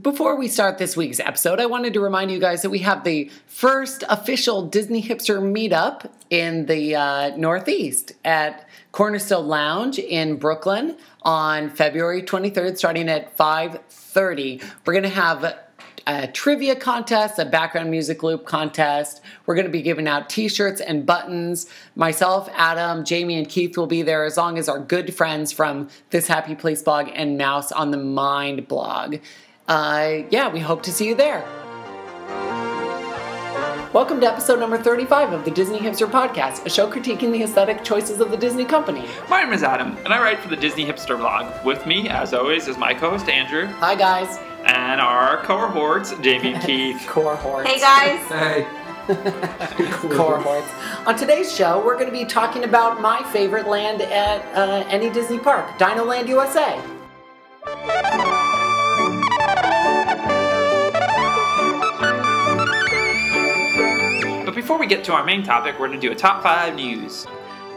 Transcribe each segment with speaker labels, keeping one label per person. Speaker 1: Before we start this week's episode, I wanted to remind you guys that we have the first official Disney Hipster meetup in the uh, Northeast at Cornerstone Lounge in Brooklyn on February 23rd, starting at 5:30. We're gonna have a trivia contest, a background music loop contest. We're going to be giving out t shirts and buttons. Myself, Adam, Jamie, and Keith will be there, as long as our good friends from This Happy Place blog and Mouse on the Mind blog. Uh, yeah, we hope to see you there. Welcome to episode number 35 of the Disney Hipster Podcast, a show critiquing the aesthetic choices of the Disney company.
Speaker 2: My name is Adam, and I write for the Disney Hipster Blog. With me, as always, is my co-host Andrew
Speaker 1: Hi, guys.
Speaker 2: and our cohorts Jamie and Keith.
Speaker 1: Core horse.
Speaker 3: Hey guys,
Speaker 4: Hey.
Speaker 1: Core hordes. On today's show, we're going to be talking about my favorite land at uh, any Disney park, Dinoland USA.
Speaker 2: But before we get to our main topic, we're going to do a top five news.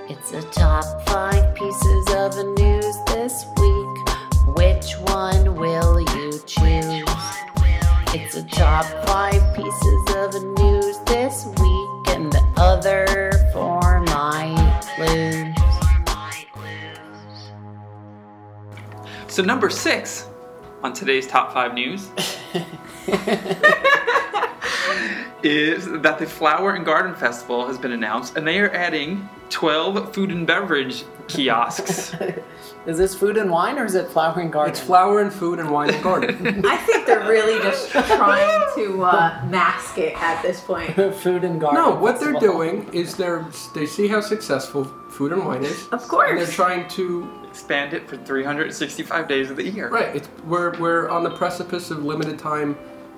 Speaker 5: It's the top five pieces of the news this week. Which one will you choose? It's the top five pieces of the news this week, and the other four might lose.
Speaker 2: So number six on today's top five news is that the Flower and Garden Festival has been announced, and they are adding 12 food and beverage kiosks.
Speaker 1: Is this food and wine or is it flower and garden?
Speaker 4: It's flower and food and wine and garden.
Speaker 3: I think they're really just trying to uh, mask it at this point.
Speaker 1: food and garden.
Speaker 4: no, what they're
Speaker 1: festival.
Speaker 4: doing is they're they see how successful food and wine is.
Speaker 3: Of
Speaker 4: And they're
Speaker 3: course.
Speaker 4: trying to
Speaker 2: Expand it for 365 days of the year.
Speaker 4: right. It's, we're we're on the precipice of limited time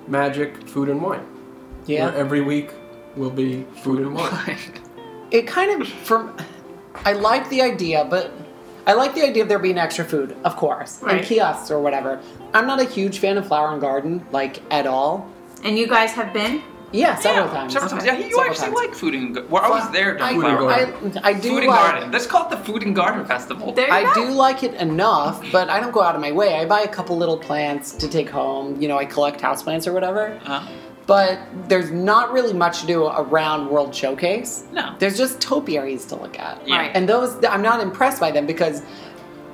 Speaker 4: magic food and wine. Where
Speaker 1: Yeah.
Speaker 4: every week will be food and wine.
Speaker 1: It kind of, from, I like the idea, but I like the idea of there being extra food, of course,
Speaker 3: Right.
Speaker 1: and kiosks or whatever. I'm not a huge fan of flower and garden, like, at all.
Speaker 3: And you guys have been?
Speaker 1: Yeah, several
Speaker 2: yeah,
Speaker 1: times.
Speaker 2: Several times. Yeah, you
Speaker 1: Several
Speaker 2: actually
Speaker 1: times.
Speaker 2: like food and garden. Well, I was there
Speaker 1: I,
Speaker 2: during
Speaker 4: Food and
Speaker 2: Flower.
Speaker 4: Garden.
Speaker 1: I, I do
Speaker 2: Food and
Speaker 1: like,
Speaker 2: Garden. Let's call it the Food and Garden Festival.
Speaker 3: There you
Speaker 1: I
Speaker 3: go.
Speaker 1: do like it enough, but I don't go out of my way. I buy a couple little plants to take home. You know, I collect houseplants or whatever.
Speaker 2: Uh,
Speaker 1: But there's not really much to do around World Showcase.
Speaker 2: No.
Speaker 1: There's just topiaries to look at.
Speaker 2: yeah.
Speaker 3: Right.
Speaker 1: And those, I'm not impressed by them because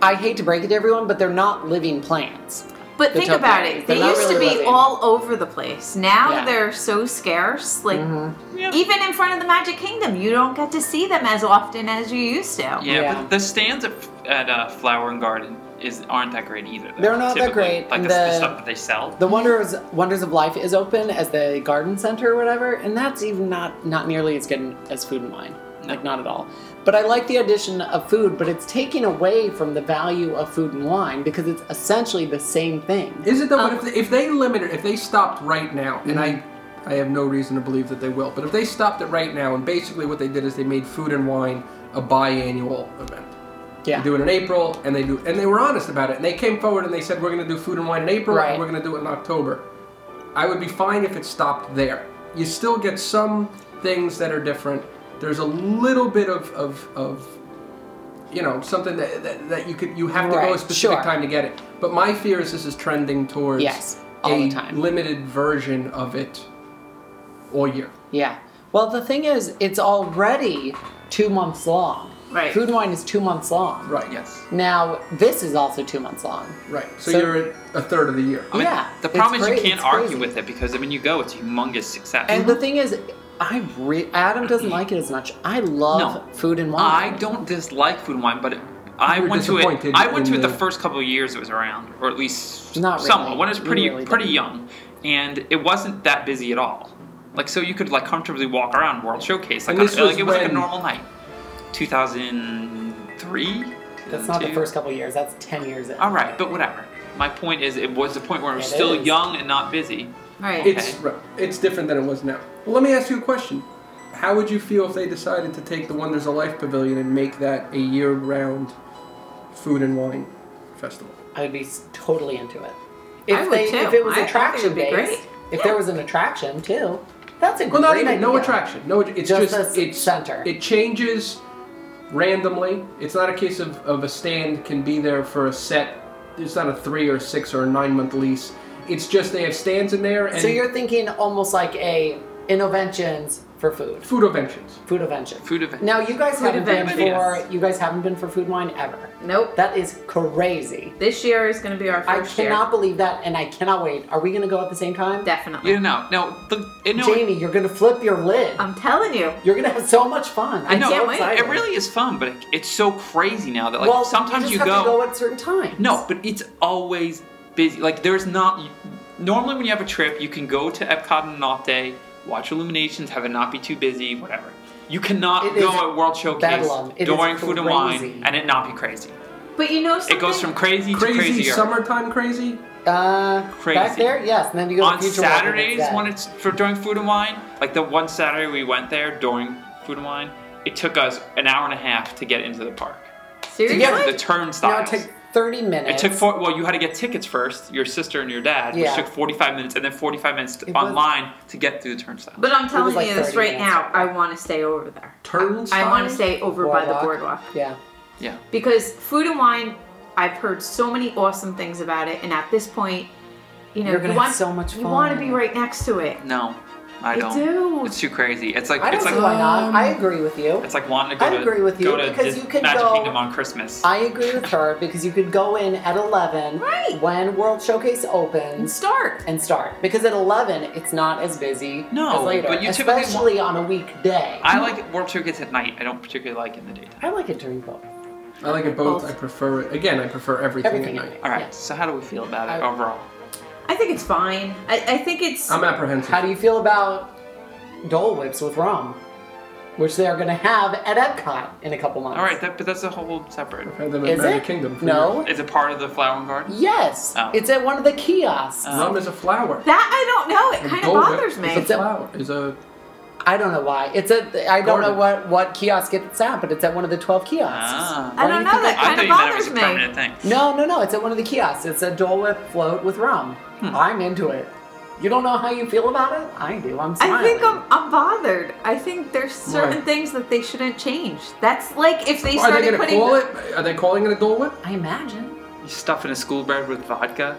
Speaker 1: I hate to break it to everyone, but they're not living plants.
Speaker 3: But
Speaker 1: They're
Speaker 3: think
Speaker 1: not
Speaker 3: about
Speaker 1: bad.
Speaker 3: it.
Speaker 1: They're
Speaker 3: They
Speaker 1: not
Speaker 3: used to
Speaker 1: really
Speaker 3: be
Speaker 1: living.
Speaker 3: all over the place. Now
Speaker 1: Yeah. Mm-hmm.
Speaker 3: they're so scarce. Like
Speaker 2: Yeah.
Speaker 3: even in front of the Magic Kingdom, you don't get to see them as often as you used to.
Speaker 2: Yeah,
Speaker 1: Yeah.
Speaker 2: but the stands at, at uh, Flower and Garden is aren't that great either. though,
Speaker 1: They're not that
Speaker 2: typically.
Speaker 1: great,
Speaker 2: Like
Speaker 1: and
Speaker 2: the, the
Speaker 1: the-
Speaker 2: stuff that they sell.
Speaker 1: The Wonders Wonders of Life is open as the garden center or whatever, and that's even not not nearly as good as food and wine. Like not at all. But I like the addition of food, but it's taking away from the value of food and wine because it's essentially the same thing.
Speaker 4: Is it though?
Speaker 3: Um,
Speaker 4: but if they, if they limited, if they stopped right now, and
Speaker 3: Mm-hmm.
Speaker 4: I, I have no reason to believe that they will. But if they stopped it right now, and basically what they did is they made food and wine a biannual event.
Speaker 1: Yeah.
Speaker 4: They do it in April, and they do, and they were honest about it. And they came forward and they said we're going to do food and wine in April,
Speaker 1: Right.
Speaker 4: and we're going to do it in October. I would be fine if it stopped there. You still get some things that are different. There's a little bit of of, of you know something that, that, that you could you have to go
Speaker 1: Right,
Speaker 4: a specific
Speaker 1: sure.
Speaker 4: time to get it. But my fear is this is trending towards
Speaker 1: Yes, all
Speaker 4: a
Speaker 1: the time.
Speaker 4: limited version of it all year.
Speaker 1: Yeah. Well, the thing is, it's already two months long.
Speaker 3: Right.
Speaker 1: Food and wine is two months long.
Speaker 4: Right.
Speaker 2: Yes.
Speaker 1: Now, this is also two months long.
Speaker 4: Right. So,
Speaker 1: So-
Speaker 4: you're at a third of the year.
Speaker 2: I mean,
Speaker 1: Yeah,
Speaker 2: The
Speaker 1: it's
Speaker 2: problem is
Speaker 1: cra-
Speaker 2: you can't
Speaker 1: it's
Speaker 2: argue
Speaker 1: crazy.
Speaker 2: with it because I mean, you go, it's a humongous success.
Speaker 1: And the thing is, I re- Adam doesn't like it as much. I love
Speaker 2: No.
Speaker 1: food and
Speaker 2: I
Speaker 1: wine.
Speaker 2: don't dislike food and wine, but it, I
Speaker 4: You were
Speaker 2: went to it.
Speaker 4: disappointed
Speaker 2: I went
Speaker 4: in
Speaker 2: to it the
Speaker 4: the-
Speaker 2: first couple of years it was around, or at least
Speaker 1: Not really.
Speaker 2: somewhat when it was
Speaker 1: You
Speaker 2: pretty
Speaker 1: really
Speaker 2: pretty
Speaker 1: didn't.
Speaker 2: young, and it wasn't that busy at all. Like so, you could like comfortably walk around World Showcase. Like,
Speaker 4: And this
Speaker 2: on- like,
Speaker 4: was
Speaker 2: it was like a
Speaker 4: when?
Speaker 2: normal night. Two thousand three.
Speaker 1: That's not the first couple years. That's ten years. In.
Speaker 2: All right, but whatever. My point is, it was the point where I was
Speaker 1: It
Speaker 2: still
Speaker 1: is.
Speaker 2: young and not busy.
Speaker 3: Right.
Speaker 4: It's right. it's different than it was now. Well, let me ask you a question. How would you feel if they decided to take the Wonders of Life Pavilion and make that a year-round food and wine festival?
Speaker 1: I would be s- totally into it.
Speaker 3: I would too.
Speaker 1: If it was
Speaker 3: I- I think
Speaker 1: attraction
Speaker 3: it would be
Speaker 1: based,
Speaker 3: great.
Speaker 1: if there was an attraction too, that's a
Speaker 4: Well,
Speaker 1: great
Speaker 4: not even no
Speaker 1: idea.
Speaker 4: attraction. No, it's
Speaker 1: Just
Speaker 4: just,
Speaker 1: this
Speaker 4: it's
Speaker 1: center.
Speaker 4: It changes randomly. It's not a case of, of a stand can be there for a set. It's not a three or six or a nine month lease. It's just they have stands in there and
Speaker 1: So you're thinking almost like a interventions for food,
Speaker 4: food inventions.
Speaker 1: food invention.
Speaker 2: Food event.
Speaker 1: Now you guys haven't been
Speaker 3: invention.
Speaker 2: Yes.
Speaker 1: for you guys haven't been for food wine ever.
Speaker 3: Nope.
Speaker 1: That is crazy.
Speaker 3: This year is going to be our
Speaker 1: I
Speaker 3: first
Speaker 1: cannot believe that, and I cannot wait. Are we going to go at the same time?
Speaker 3: year. Definitely.
Speaker 2: You know, now the you know,
Speaker 1: Jamie, you're going to flip your lid.
Speaker 3: I'm telling you.
Speaker 1: you're going to have so much fun.
Speaker 2: I
Speaker 1: I'm
Speaker 2: know
Speaker 1: so
Speaker 3: Um, can't wait.
Speaker 1: excited.
Speaker 2: it really is fun, but it, it's so crazy now that like
Speaker 1: well,
Speaker 2: sometimes
Speaker 1: you,
Speaker 2: you
Speaker 1: just have
Speaker 2: go,
Speaker 1: to go at certain times.
Speaker 2: no, but it's always busy. Like there's not normally when you have a trip, you can go to Epcot on an off day, watch Illuminations, have it not be too busy, whatever. You cannot
Speaker 1: It is
Speaker 2: go at World Showcase
Speaker 1: bedlam. It is
Speaker 2: during Food and
Speaker 1: crazy.
Speaker 2: Wine and it not be crazy.
Speaker 3: But you know something?
Speaker 2: It goes from crazy,
Speaker 4: Crazy
Speaker 2: to crazier.
Speaker 4: summertime crazy.
Speaker 1: Uh, back
Speaker 2: Crazy.
Speaker 1: there, yes. And then you go
Speaker 2: on
Speaker 1: to Future World the next
Speaker 2: Saturdays
Speaker 1: day.
Speaker 2: when it's for during Food and Wine, like the one Saturday we went there during Food and Wine, it took us an hour and a half to get into the park. To
Speaker 3: Seriously?
Speaker 2: get to
Speaker 1: Really?
Speaker 2: the
Speaker 1: no,
Speaker 2: turnstiles.
Speaker 1: it took 30
Speaker 2: It
Speaker 1: minutes.
Speaker 2: took four. Well, you had to get tickets first, your sister and your dad,
Speaker 1: Yeah.
Speaker 2: which took 45 minutes, and then 45 minutes
Speaker 1: It was-
Speaker 2: online to get through the turnstile.
Speaker 3: But I'm telling
Speaker 1: like
Speaker 3: you this
Speaker 1: 30
Speaker 3: right
Speaker 1: minutes.
Speaker 3: now. I want to stay over there.
Speaker 4: Turnstile.
Speaker 3: I want to stay over by the
Speaker 1: Boardwalk.
Speaker 3: boardwalk.
Speaker 1: Yeah.
Speaker 2: yeah,
Speaker 3: because food and wine i've heard so many awesome things about it and at this point you know
Speaker 1: You're gonna
Speaker 3: you want
Speaker 1: have so much
Speaker 3: you
Speaker 1: fun.
Speaker 3: want to be right next to it
Speaker 2: no, I
Speaker 3: You
Speaker 2: don't.
Speaker 3: do.
Speaker 2: It's too crazy. It's like
Speaker 1: I don't
Speaker 2: it's
Speaker 1: see
Speaker 2: like um,
Speaker 1: why not. I agree with you.
Speaker 2: it's like wanting to go
Speaker 1: I
Speaker 2: to
Speaker 1: agree with you
Speaker 2: go to
Speaker 1: because
Speaker 2: Dis-
Speaker 1: you could
Speaker 2: Magic
Speaker 1: go-
Speaker 2: Kingdom on Christmas.
Speaker 1: I agree with her because you could go in at 11
Speaker 3: Right.
Speaker 1: when World Showcase opens
Speaker 3: start
Speaker 1: and start because at 11 it's not as busy
Speaker 2: No,
Speaker 1: as later,
Speaker 2: but you typically want-
Speaker 1: especially on a weekday.
Speaker 2: I like World Showcase at night. I don't particularly like it in the daytime.
Speaker 1: I like it during both.
Speaker 4: I like it both.
Speaker 3: Both.
Speaker 4: I prefer it. Again, I prefer everything,
Speaker 1: Everything at
Speaker 4: at night.
Speaker 1: night.
Speaker 2: All right.
Speaker 1: Yeah.
Speaker 2: So how do we feel about it
Speaker 1: I-
Speaker 2: overall?
Speaker 3: i think it's fine i, I think it's
Speaker 4: I'm apprehensive.
Speaker 1: How do you feel about Dole Whips with rum, which they are going to have at Epcot in a couple months?
Speaker 2: All right. That, but that's a whole separate.
Speaker 4: Had them in
Speaker 1: Is
Speaker 4: Magic
Speaker 1: it?
Speaker 4: Kingdom. for years.
Speaker 1: no.
Speaker 2: Is it part of the Flower and Garden?
Speaker 1: Yes.
Speaker 2: Oh.
Speaker 1: It's at one of the kiosks.
Speaker 2: Oh.
Speaker 4: Rum is a flower.
Speaker 3: that i don't know it
Speaker 4: And
Speaker 3: kind of
Speaker 4: Dole Whip
Speaker 3: bothers me
Speaker 4: Is a
Speaker 1: It's a-
Speaker 4: flower. Is a
Speaker 1: I don't know why. It's at I don't know what
Speaker 4: Garden.
Speaker 1: what kiosk it's at, but it's at one of the twelve kiosks.
Speaker 2: Ah.
Speaker 1: Why
Speaker 3: i
Speaker 1: do
Speaker 3: don't
Speaker 1: you
Speaker 3: know
Speaker 1: think
Speaker 3: that
Speaker 2: I
Speaker 3: kind
Speaker 2: thought
Speaker 3: of
Speaker 2: you meant it was
Speaker 3: bothers
Speaker 2: a
Speaker 3: me
Speaker 2: permanent thing.
Speaker 1: No, no, no. It's at one of the kiosks. It's a Dole Whip float with rum.
Speaker 2: Hmm.
Speaker 1: I'm into it. You don't know how you feel about it? I do. I'm smiling.
Speaker 3: I think I'm, I'm bothered. I think there's certain
Speaker 4: Right.
Speaker 3: things that they shouldn't change. That's like if they
Speaker 4: Are they
Speaker 3: started
Speaker 4: going to
Speaker 3: putting.
Speaker 4: call it? Are they calling it a Dole Whip?
Speaker 1: I imagine.
Speaker 2: You stuffing a school bread with vodka,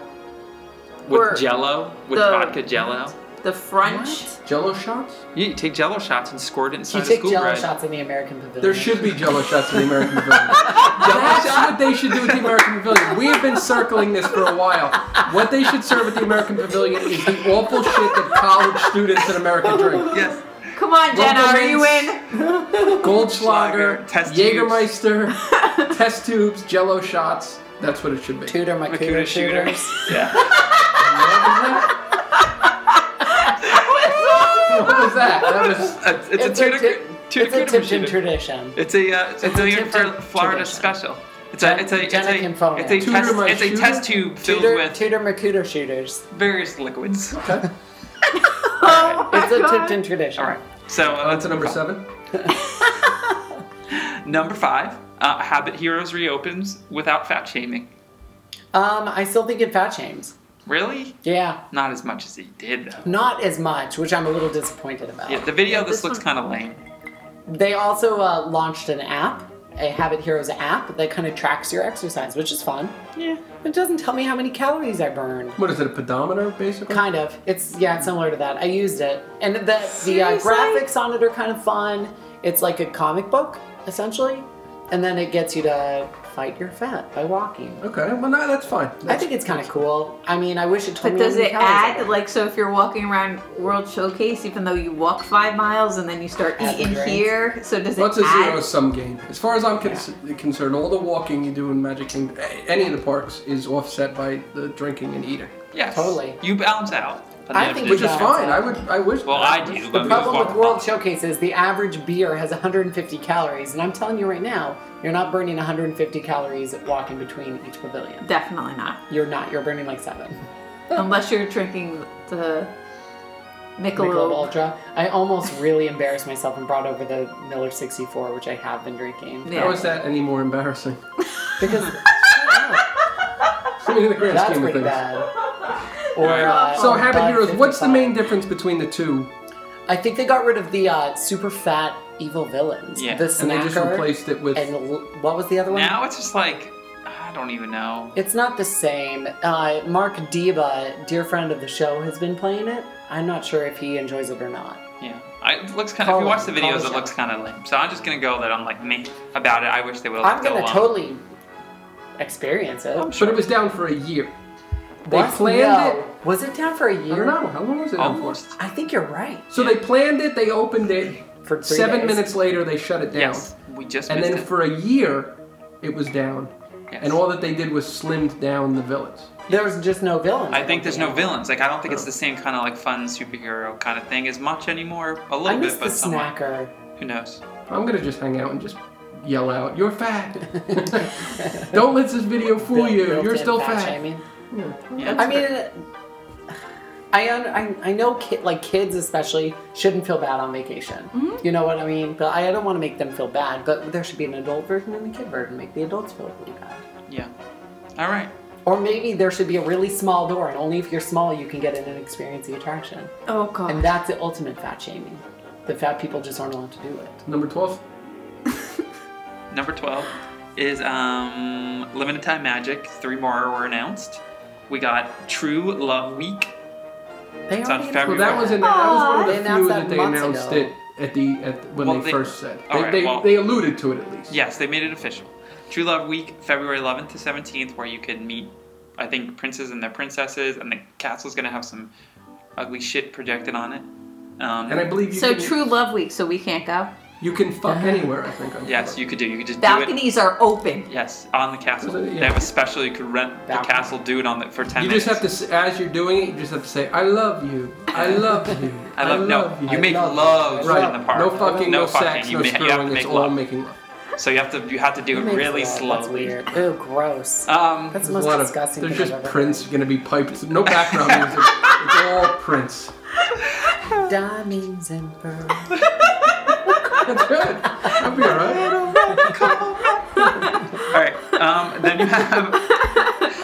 Speaker 2: with
Speaker 3: Or
Speaker 2: Jello, with
Speaker 3: the-
Speaker 2: vodka Jello.
Speaker 3: The French.
Speaker 4: Jello shots?
Speaker 2: You take Jello shots and squirt it inside
Speaker 1: You
Speaker 2: a
Speaker 1: take
Speaker 2: school
Speaker 1: jello
Speaker 2: bread.
Speaker 1: shots in the American pavilion.
Speaker 4: There should be Jello shots in the American Pavilion. That's what they should do at the American Pavilion. We have been circling this for a while. What they should serve at the American Pavilion is the awful shit that college students in America drink:
Speaker 2: Yes.
Speaker 3: Come on, Jenna, are you in?
Speaker 4: Goldschlager,
Speaker 2: Test
Speaker 4: Jägermeister, test tubes, Jello shots. That's what it should be.
Speaker 1: Tutor my
Speaker 2: Makuta
Speaker 1: cooter
Speaker 2: shooter.
Speaker 1: shooters.
Speaker 2: yeah.
Speaker 4: What was that? That
Speaker 2: It's,
Speaker 4: was
Speaker 2: it's, a tuna
Speaker 1: tip-
Speaker 2: cu- tuna
Speaker 1: it's a
Speaker 2: cuda
Speaker 1: Tipton
Speaker 2: machine.
Speaker 1: tradition.
Speaker 2: It's a uh, it's a million
Speaker 1: Tipton
Speaker 2: for Florida
Speaker 1: tradition.
Speaker 2: special. It's
Speaker 1: Gen-
Speaker 2: a it's a it's a
Speaker 1: Genic and
Speaker 2: it's
Speaker 1: Fono.
Speaker 2: a
Speaker 4: Tutor
Speaker 2: test
Speaker 4: my
Speaker 2: it's a
Speaker 4: shooter?
Speaker 2: test tube filled
Speaker 1: Tutor,
Speaker 2: with
Speaker 1: tutor Makuta shooters.
Speaker 2: various liquids.
Speaker 4: okay.
Speaker 3: Oh my
Speaker 1: It's a
Speaker 3: God.
Speaker 1: Tipton tradition.
Speaker 2: All right. So uh,
Speaker 4: Oh, That's a number seven.
Speaker 2: Number five. Uh, Habit Heroes reopens without fat shaming.
Speaker 1: Um, I still think it fat shames.
Speaker 2: Really?
Speaker 1: Yeah.
Speaker 2: Not as much as he did though.
Speaker 1: Not as much, which I'm a little disappointed about.
Speaker 2: Yeah, the video.
Speaker 3: Yeah,
Speaker 2: this,
Speaker 3: this
Speaker 2: looks
Speaker 3: one-
Speaker 2: kind of lame.
Speaker 1: They also uh, launched an app, a Habit Heroes app, that kind of tracks your exercise, which is fun.
Speaker 2: Yeah.
Speaker 1: It doesn't tell me how many calories I burned.
Speaker 4: What is it? A pedometer, basically.
Speaker 1: Kind of. It's yeah, it's similar to that. I used it, and the the uh,
Speaker 3: Seriously?
Speaker 1: graphics on it are kind of fun. It's like a comic book essentially, and then it gets you to fight your fat by walking.
Speaker 4: Okay. Well, no, that's fine.
Speaker 1: I think it's kind of cool. I mean, I wish it told
Speaker 3: But
Speaker 1: me. how
Speaker 3: does
Speaker 1: many
Speaker 3: it
Speaker 1: calories I
Speaker 3: add
Speaker 1: burned.
Speaker 3: like so if you're walking around World Showcase, even though you walk five miles and then you start
Speaker 1: Add the
Speaker 3: eating
Speaker 1: drinks.
Speaker 3: here, so does it
Speaker 4: What's a
Speaker 3: add?
Speaker 4: zero sum game? As far as I'm cons- concerned, all the walking you do in Magic Kingdom, a- any of the parks, is offset by the drinking and eating,
Speaker 2: Yes.
Speaker 1: Totally.
Speaker 2: You bounce out. at
Speaker 1: I
Speaker 2: the
Speaker 1: think
Speaker 2: end
Speaker 4: which
Speaker 1: we
Speaker 2: of the
Speaker 4: is
Speaker 2: day.
Speaker 1: Yeah,
Speaker 4: fine.
Speaker 1: it's
Speaker 4: I
Speaker 1: all-
Speaker 4: would, I wish.
Speaker 2: Well, I do, but
Speaker 1: The
Speaker 2: we
Speaker 1: problem
Speaker 2: walk
Speaker 1: with World
Speaker 2: up.
Speaker 1: Showcase is the average beer has 150 calories, and I'm telling you right now, you're not burning 150 calories walking between each pavilion.
Speaker 3: Definitely not,
Speaker 1: You're not. You're burning like seven. Oh.
Speaker 3: unless you're drinking the
Speaker 1: Michelob
Speaker 3: Michelob.
Speaker 1: Ultra. I almost really embarrassed myself and brought over the Miller 64, which I have been drinking.
Speaker 3: Yeah.
Speaker 4: How is that any more embarrassing?
Speaker 1: Because
Speaker 4: I mean, in the grand
Speaker 1: that's
Speaker 4: scheme of
Speaker 1: pretty
Speaker 4: things.
Speaker 1: bad. Or, uh,
Speaker 4: So,
Speaker 1: or
Speaker 4: Habit
Speaker 1: Bud
Speaker 4: Heroes, what's the
Speaker 1: 55.
Speaker 4: main difference between the two?
Speaker 1: I think they got rid of the uh, super fat evil villains.
Speaker 2: Yeah.
Speaker 1: The
Speaker 4: And they just
Speaker 1: Snacker
Speaker 4: replaced it with.
Speaker 1: and l- what was the other one?
Speaker 2: Now it's just like I don't even know.
Speaker 1: It's not the same. Uh, Mark Diba, dear friend of the show, has been playing it. I'm not sure if he enjoys it or not.
Speaker 2: Yeah, I, it looks kind of. If
Speaker 1: Call
Speaker 2: you watch the
Speaker 1: them.
Speaker 2: videos,
Speaker 1: Call
Speaker 2: it
Speaker 1: them.
Speaker 2: looks kind of lame. So I'm just gonna go that I'm like meh about it. I wish they would have
Speaker 1: I'm
Speaker 2: left it
Speaker 1: gonna
Speaker 2: alone.
Speaker 1: totally experience it.
Speaker 4: But it was down for a year. They
Speaker 1: What?
Speaker 4: planned
Speaker 1: No.
Speaker 4: it.
Speaker 1: Was it down for a
Speaker 4: I don't
Speaker 1: year?
Speaker 4: know how long was it down for.
Speaker 2: Almost.
Speaker 1: I think you're right.
Speaker 4: So they planned it. They opened it.
Speaker 1: For three
Speaker 4: Seven
Speaker 1: days.
Speaker 4: minutes later, they shut it down.
Speaker 2: Yes, we just
Speaker 4: And
Speaker 2: missed
Speaker 4: then
Speaker 2: it.
Speaker 4: for a year, it was down.
Speaker 2: Yes.
Speaker 4: And all that they did was slimmed down the village.
Speaker 1: There was just no villain.
Speaker 2: I think there's no villains. Like I don't think it's
Speaker 4: Oh.
Speaker 2: the same kind of like fun superhero kind of thing as much anymore. A
Speaker 1: I
Speaker 2: little
Speaker 1: miss
Speaker 2: bit,
Speaker 1: the
Speaker 2: but somewhat.
Speaker 1: snacker.
Speaker 2: Who knows?
Speaker 4: I'm gonna just hang out and just yell out, "You're fat! Don't let this video fool you.
Speaker 1: Built-in
Speaker 4: You're still
Speaker 1: fat
Speaker 4: fat."
Speaker 1: shaming.
Speaker 2: Yeah.
Speaker 1: I mean, I, un- I I know ki- like kids especially shouldn't feel bad on vacation.
Speaker 2: Mm-hmm.
Speaker 1: You know what I mean? But I don't want to make them feel bad. But there should be an adult version and a kid version. Make the adults feel really bad.
Speaker 2: yeah. All right.
Speaker 1: Or maybe there should be a really small door, and only if you're small you can get in and experience the attraction.
Speaker 3: Oh god.
Speaker 1: And that's the ultimate fat shaming. The fat people just aren't allowed to do it.
Speaker 4: Number twelve.
Speaker 2: Number 12 is um, Limited Time Magic. Three more were announced. We got True Love Week.
Speaker 1: They
Speaker 2: It's on
Speaker 1: already
Speaker 4: Well,
Speaker 2: February
Speaker 1: announced
Speaker 4: that was in, that was one
Speaker 1: They announced that
Speaker 4: of the few that they
Speaker 1: months
Speaker 4: announced
Speaker 1: ago.
Speaker 4: it at the at when
Speaker 2: Well,
Speaker 4: they,
Speaker 2: they-
Speaker 4: first said. They,
Speaker 2: all right,
Speaker 4: they,
Speaker 2: well-
Speaker 4: they alluded to it at least.
Speaker 2: Yes, they made it official. True Love Week, February 11th to 17th, where you could meet, I think, princes and their princesses, and the castle's gonna have some ugly shit projected on it. Um,
Speaker 4: And I believe you
Speaker 3: so
Speaker 4: can,
Speaker 3: True Love Week, so we can't go.
Speaker 4: You can fuck anywhere. I think. On
Speaker 2: yes,
Speaker 4: Tumblr.
Speaker 2: you could do. You could just do it.
Speaker 3: Balconies are open.
Speaker 2: Yes, on the castle.
Speaker 4: Is it- yeah.
Speaker 2: They have a special. You could rent
Speaker 1: Balcony.
Speaker 2: the castle, do it on the for 10
Speaker 4: You
Speaker 2: minutes.
Speaker 4: just have to, s- as you're doing it, you just have to say, "I love you. I love you.
Speaker 2: I love, no.
Speaker 4: you."
Speaker 2: You
Speaker 1: I
Speaker 2: make
Speaker 1: love-
Speaker 2: love
Speaker 1: Right.
Speaker 2: in the park.
Speaker 4: No fucking, no,
Speaker 2: fucking.
Speaker 4: sex,
Speaker 2: you
Speaker 4: no
Speaker 2: ma- you have to
Speaker 4: screwing.
Speaker 2: make
Speaker 4: It's all
Speaker 2: love.
Speaker 4: making love.
Speaker 2: so you have to you have to do it
Speaker 1: Makes
Speaker 2: really
Speaker 1: that-
Speaker 2: slowly.
Speaker 1: That's weird. Ew, gross.
Speaker 2: Um,
Speaker 1: that's the most
Speaker 4: There's a lot
Speaker 1: disgusting
Speaker 4: of,
Speaker 1: thing
Speaker 4: there's
Speaker 1: I've
Speaker 4: just
Speaker 1: ever
Speaker 4: Prince gonna be piped. No background music. it's all Prince. Oh.
Speaker 1: heard. Diamonds and pearls.
Speaker 4: That's good. That'll be all right.
Speaker 2: all right. Um, then you have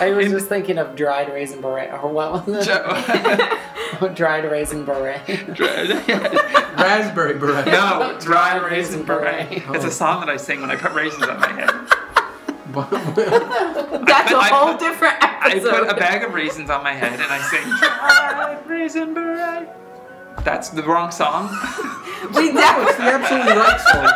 Speaker 1: I was just thinking of dried raisin beret, or what was it? dried raisin beret.
Speaker 4: Raspberry beret.
Speaker 2: no dry raisin
Speaker 1: Raisin
Speaker 2: beret.
Speaker 1: Beret.
Speaker 2: It's a song that I sing when I put raisins on my head.
Speaker 3: That's a
Speaker 2: I put-
Speaker 3: whole different
Speaker 2: I
Speaker 3: episode.
Speaker 2: put a bag of raisins on my head and I sing "Dried raisin beret. That's the wrong song.
Speaker 3: we
Speaker 4: no, it's the
Speaker 3: definitely
Speaker 4: absolutely right song.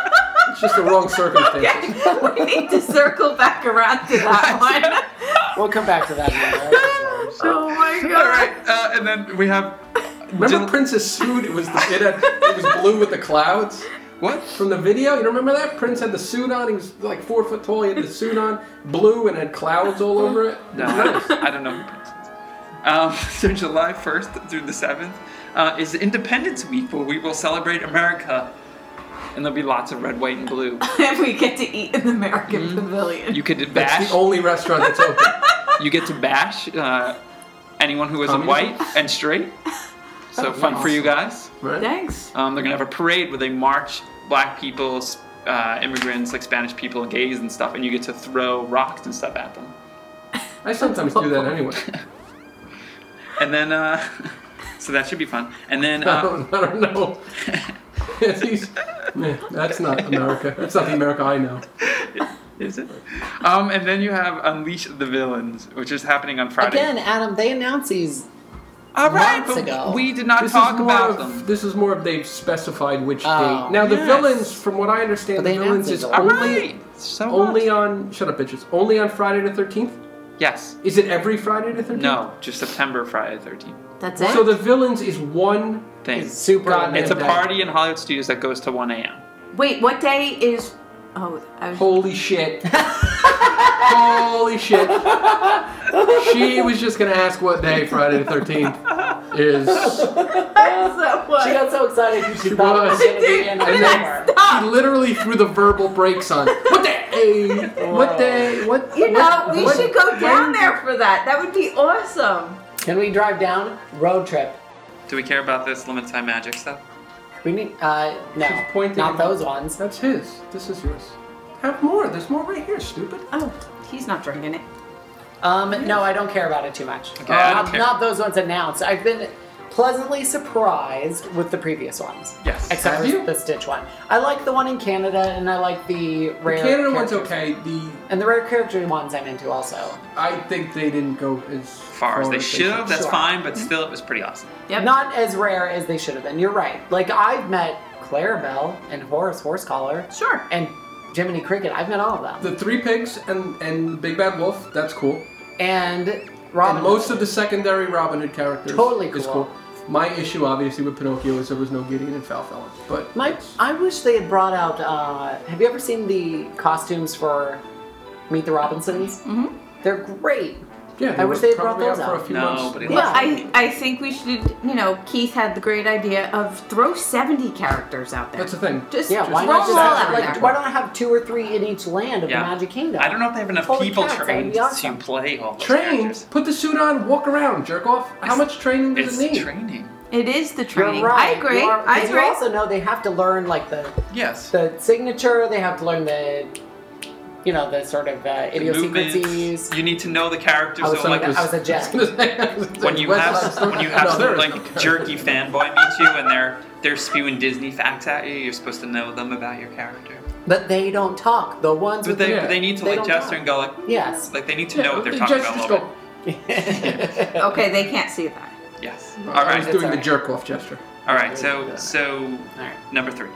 Speaker 4: It's just the wrong circumstances.
Speaker 3: we need to circle back around to that one.
Speaker 1: We'll come back to that. in another episode.
Speaker 3: oh my
Speaker 2: All
Speaker 3: god.
Speaker 2: right. Uh, and then we have
Speaker 4: Remember
Speaker 2: Jul-
Speaker 4: Prince's suit? It was the, it, had, it was blue with the clouds
Speaker 2: what?
Speaker 4: from the video. You don't remember that? Prince had the suit on. He was like four foot tall. He had the suit on, blue, and had clouds all over it.
Speaker 2: No, I don't know. who Prince is. Um, so July 1st through the 7th uh, is Independence Week, where we will celebrate America, and there'll be lots of red, white, and blue.
Speaker 3: And we get to eat in the American Pavilion.
Speaker 2: Mm-hmm. You could
Speaker 4: That's
Speaker 2: bash.
Speaker 4: the only restaurant that's open.
Speaker 2: You get to bash uh, anyone who isn't
Speaker 4: Communism?
Speaker 2: white and straight. So fun for you guys.
Speaker 4: Right?
Speaker 3: Thanks.
Speaker 2: Um, they're gonna have a parade where they march black people, s- uh, immigrants, like Spanish people, gays and stuff, and you get to throw rocks and stuff at them.
Speaker 4: I sometimes do that anyway.
Speaker 2: And then, uh, so that should be fun. And then,
Speaker 4: I
Speaker 2: uh,
Speaker 4: don't, I don't know. Yes, he's- yeah, that's not America. That's not the America I know.
Speaker 2: is it? Um, and then you have Unleash the Villains, which is happening on Friday.
Speaker 1: Again, Adam, they announced these.
Speaker 2: All right,
Speaker 1: months
Speaker 2: but
Speaker 1: ago.
Speaker 2: we did not
Speaker 4: This
Speaker 2: talk
Speaker 4: is more
Speaker 2: about
Speaker 4: of,
Speaker 2: them.
Speaker 4: This is more of they've specified which
Speaker 1: Oh.
Speaker 4: date. Now the
Speaker 2: Yes.
Speaker 4: villains, from what I understand,
Speaker 1: But
Speaker 4: the
Speaker 1: they
Speaker 4: villains
Speaker 1: announced
Speaker 4: is
Speaker 1: it
Speaker 2: All
Speaker 1: already.
Speaker 4: only
Speaker 2: right, so
Speaker 4: only
Speaker 2: much.
Speaker 4: on shut up bitches. Only on Friday the thirteenth.
Speaker 2: yes.
Speaker 4: Is it every Friday the thirteenth?
Speaker 2: No, just September Friday 13th.
Speaker 3: That's it.
Speaker 4: So the villains is one.
Speaker 2: Thing.
Speaker 1: It's super
Speaker 4: God,
Speaker 2: It's a
Speaker 4: Yeah.
Speaker 2: party in Hollywood Studios that goes to 1 a.m.
Speaker 3: Wait, what day is? Oh, I was,
Speaker 4: Holy shit. Holy shit. She was just gonna ask what day Friday the thirteenth is.
Speaker 3: that was.
Speaker 1: She got so excited because she
Speaker 4: She
Speaker 1: thought it was
Speaker 4: was.
Speaker 1: going to be in
Speaker 4: And
Speaker 1: November.
Speaker 4: then she literally threw the verbal brakes on. What day? What day? What?
Speaker 3: you know,
Speaker 4: what-
Speaker 3: we
Speaker 4: what-
Speaker 3: should go down
Speaker 4: when-
Speaker 3: there for that. That would be awesome.
Speaker 1: Can we drive down? Road trip.
Speaker 2: Do we care about this limited time magic stuff?
Speaker 1: We need, uh,
Speaker 4: She's
Speaker 1: no,
Speaker 4: pointing
Speaker 1: not
Speaker 4: at-
Speaker 1: those ones.
Speaker 4: That's his. This is yours. Have more. There's more right here. Stupid.
Speaker 3: Oh, he's not drinking it.
Speaker 1: Um, no, I don't care about it too much.
Speaker 2: Okay, I don't
Speaker 1: not,
Speaker 2: care.
Speaker 1: not those ones announced. I've been pleasantly surprised with the previous ones.
Speaker 2: Yes.
Speaker 1: Except
Speaker 4: Have
Speaker 1: for
Speaker 4: you?
Speaker 1: the Stitch one. I like the one in Canada, and I like the rare.
Speaker 4: Canada one's
Speaker 1: characters.
Speaker 4: okay. The
Speaker 1: And the rare character ones I'm into also.
Speaker 4: I think they didn't go as
Speaker 2: Far as they should have, that's
Speaker 1: Sure. Mm-hmm.
Speaker 2: fine, but still, it was pretty awesome.
Speaker 3: Yep.
Speaker 1: Not as rare as they should have been. You're right. Like I've met Clarabelle and Horace Horsecollar
Speaker 3: Sure.
Speaker 1: and Jiminy Cricket. I've met all of them.
Speaker 4: The three pigs and and Big Bad Wolf. That's cool.
Speaker 1: And Robin.
Speaker 4: And most of the secondary Robin Hood characters
Speaker 1: Totally
Speaker 4: is
Speaker 1: cool.
Speaker 4: cool. My issue, obviously, with Pinocchio is there was no Gideon and Falfella, but
Speaker 1: My,
Speaker 4: it's-
Speaker 1: I wish they had brought out. Uh, have you ever seen the costumes for Meet the Robinsons? Mm-hmm. They're great.
Speaker 4: yeah,
Speaker 1: I
Speaker 4: were
Speaker 1: wish they had brought
Speaker 4: probably
Speaker 1: those
Speaker 4: out for
Speaker 1: out.
Speaker 4: a few
Speaker 2: No,
Speaker 4: months.
Speaker 2: but it
Speaker 1: Yeah.
Speaker 3: Well, I, I think we should, you know, Keith had the great idea of throw 70 characters out there.
Speaker 4: that's the thing.
Speaker 3: just,
Speaker 1: Yeah,
Speaker 3: just
Speaker 1: why
Speaker 3: roll
Speaker 1: not
Speaker 3: them
Speaker 1: just
Speaker 3: all
Speaker 1: have,
Speaker 3: out
Speaker 1: like,
Speaker 3: there.
Speaker 1: why don't I have two or three in each land of
Speaker 2: Yeah.
Speaker 1: the Magic Kingdom?
Speaker 2: I don't know if they have enough
Speaker 1: Holy
Speaker 2: people
Speaker 1: cats, that'd
Speaker 2: trained
Speaker 1: be awesome.
Speaker 2: to play all those
Speaker 4: Train,
Speaker 2: characters.
Speaker 4: put the suit on, walk around, jerk off. How
Speaker 2: It's-
Speaker 4: much training does
Speaker 2: It's
Speaker 4: it need?
Speaker 2: training.
Speaker 3: It is the
Speaker 1: You're
Speaker 3: training.
Speaker 1: right.
Speaker 3: I agree.
Speaker 1: You are-
Speaker 3: I
Speaker 1: 'cause
Speaker 3: agree.
Speaker 1: You also know they have to learn like the
Speaker 2: Yes.
Speaker 1: the signature. They have to learn the, you know, the sort of uh,
Speaker 2: The movements.
Speaker 1: idiosyncrasies.
Speaker 2: You need to know the characters.
Speaker 1: I was
Speaker 2: So like
Speaker 1: like, I was a
Speaker 4: I was
Speaker 1: Jedi.
Speaker 4: gonna say- I was gonna
Speaker 2: when
Speaker 4: say
Speaker 2: you
Speaker 4: West
Speaker 2: have
Speaker 4: Side Story.
Speaker 2: when you have
Speaker 4: No,
Speaker 2: some
Speaker 4: there is
Speaker 2: like
Speaker 4: no character.
Speaker 2: jerky fanboy meets you and they're they're spewing Disney facts at you, you're supposed to know them about your character.
Speaker 1: But they don't talk. The ones
Speaker 2: But
Speaker 1: with
Speaker 2: they
Speaker 1: the
Speaker 4: Yeah.
Speaker 2: but they need to
Speaker 1: They
Speaker 2: like
Speaker 1: don't
Speaker 2: gesture
Speaker 1: know.
Speaker 2: and go like
Speaker 1: yes.
Speaker 2: like they need to
Speaker 4: Yeah,
Speaker 2: know what they're
Speaker 4: they
Speaker 2: talking about
Speaker 4: just-
Speaker 2: a
Speaker 4: just
Speaker 2: little
Speaker 4: go,
Speaker 3: Okay, they can't see that.
Speaker 2: bit. Yes.
Speaker 4: "Oh,
Speaker 2: All
Speaker 4: I was
Speaker 1: It's
Speaker 2: right.
Speaker 4: doing the
Speaker 1: alright.
Speaker 4: jerk off gesture.
Speaker 2: All right.
Speaker 1: Yeah.
Speaker 2: So so
Speaker 1: All right.
Speaker 2: number three,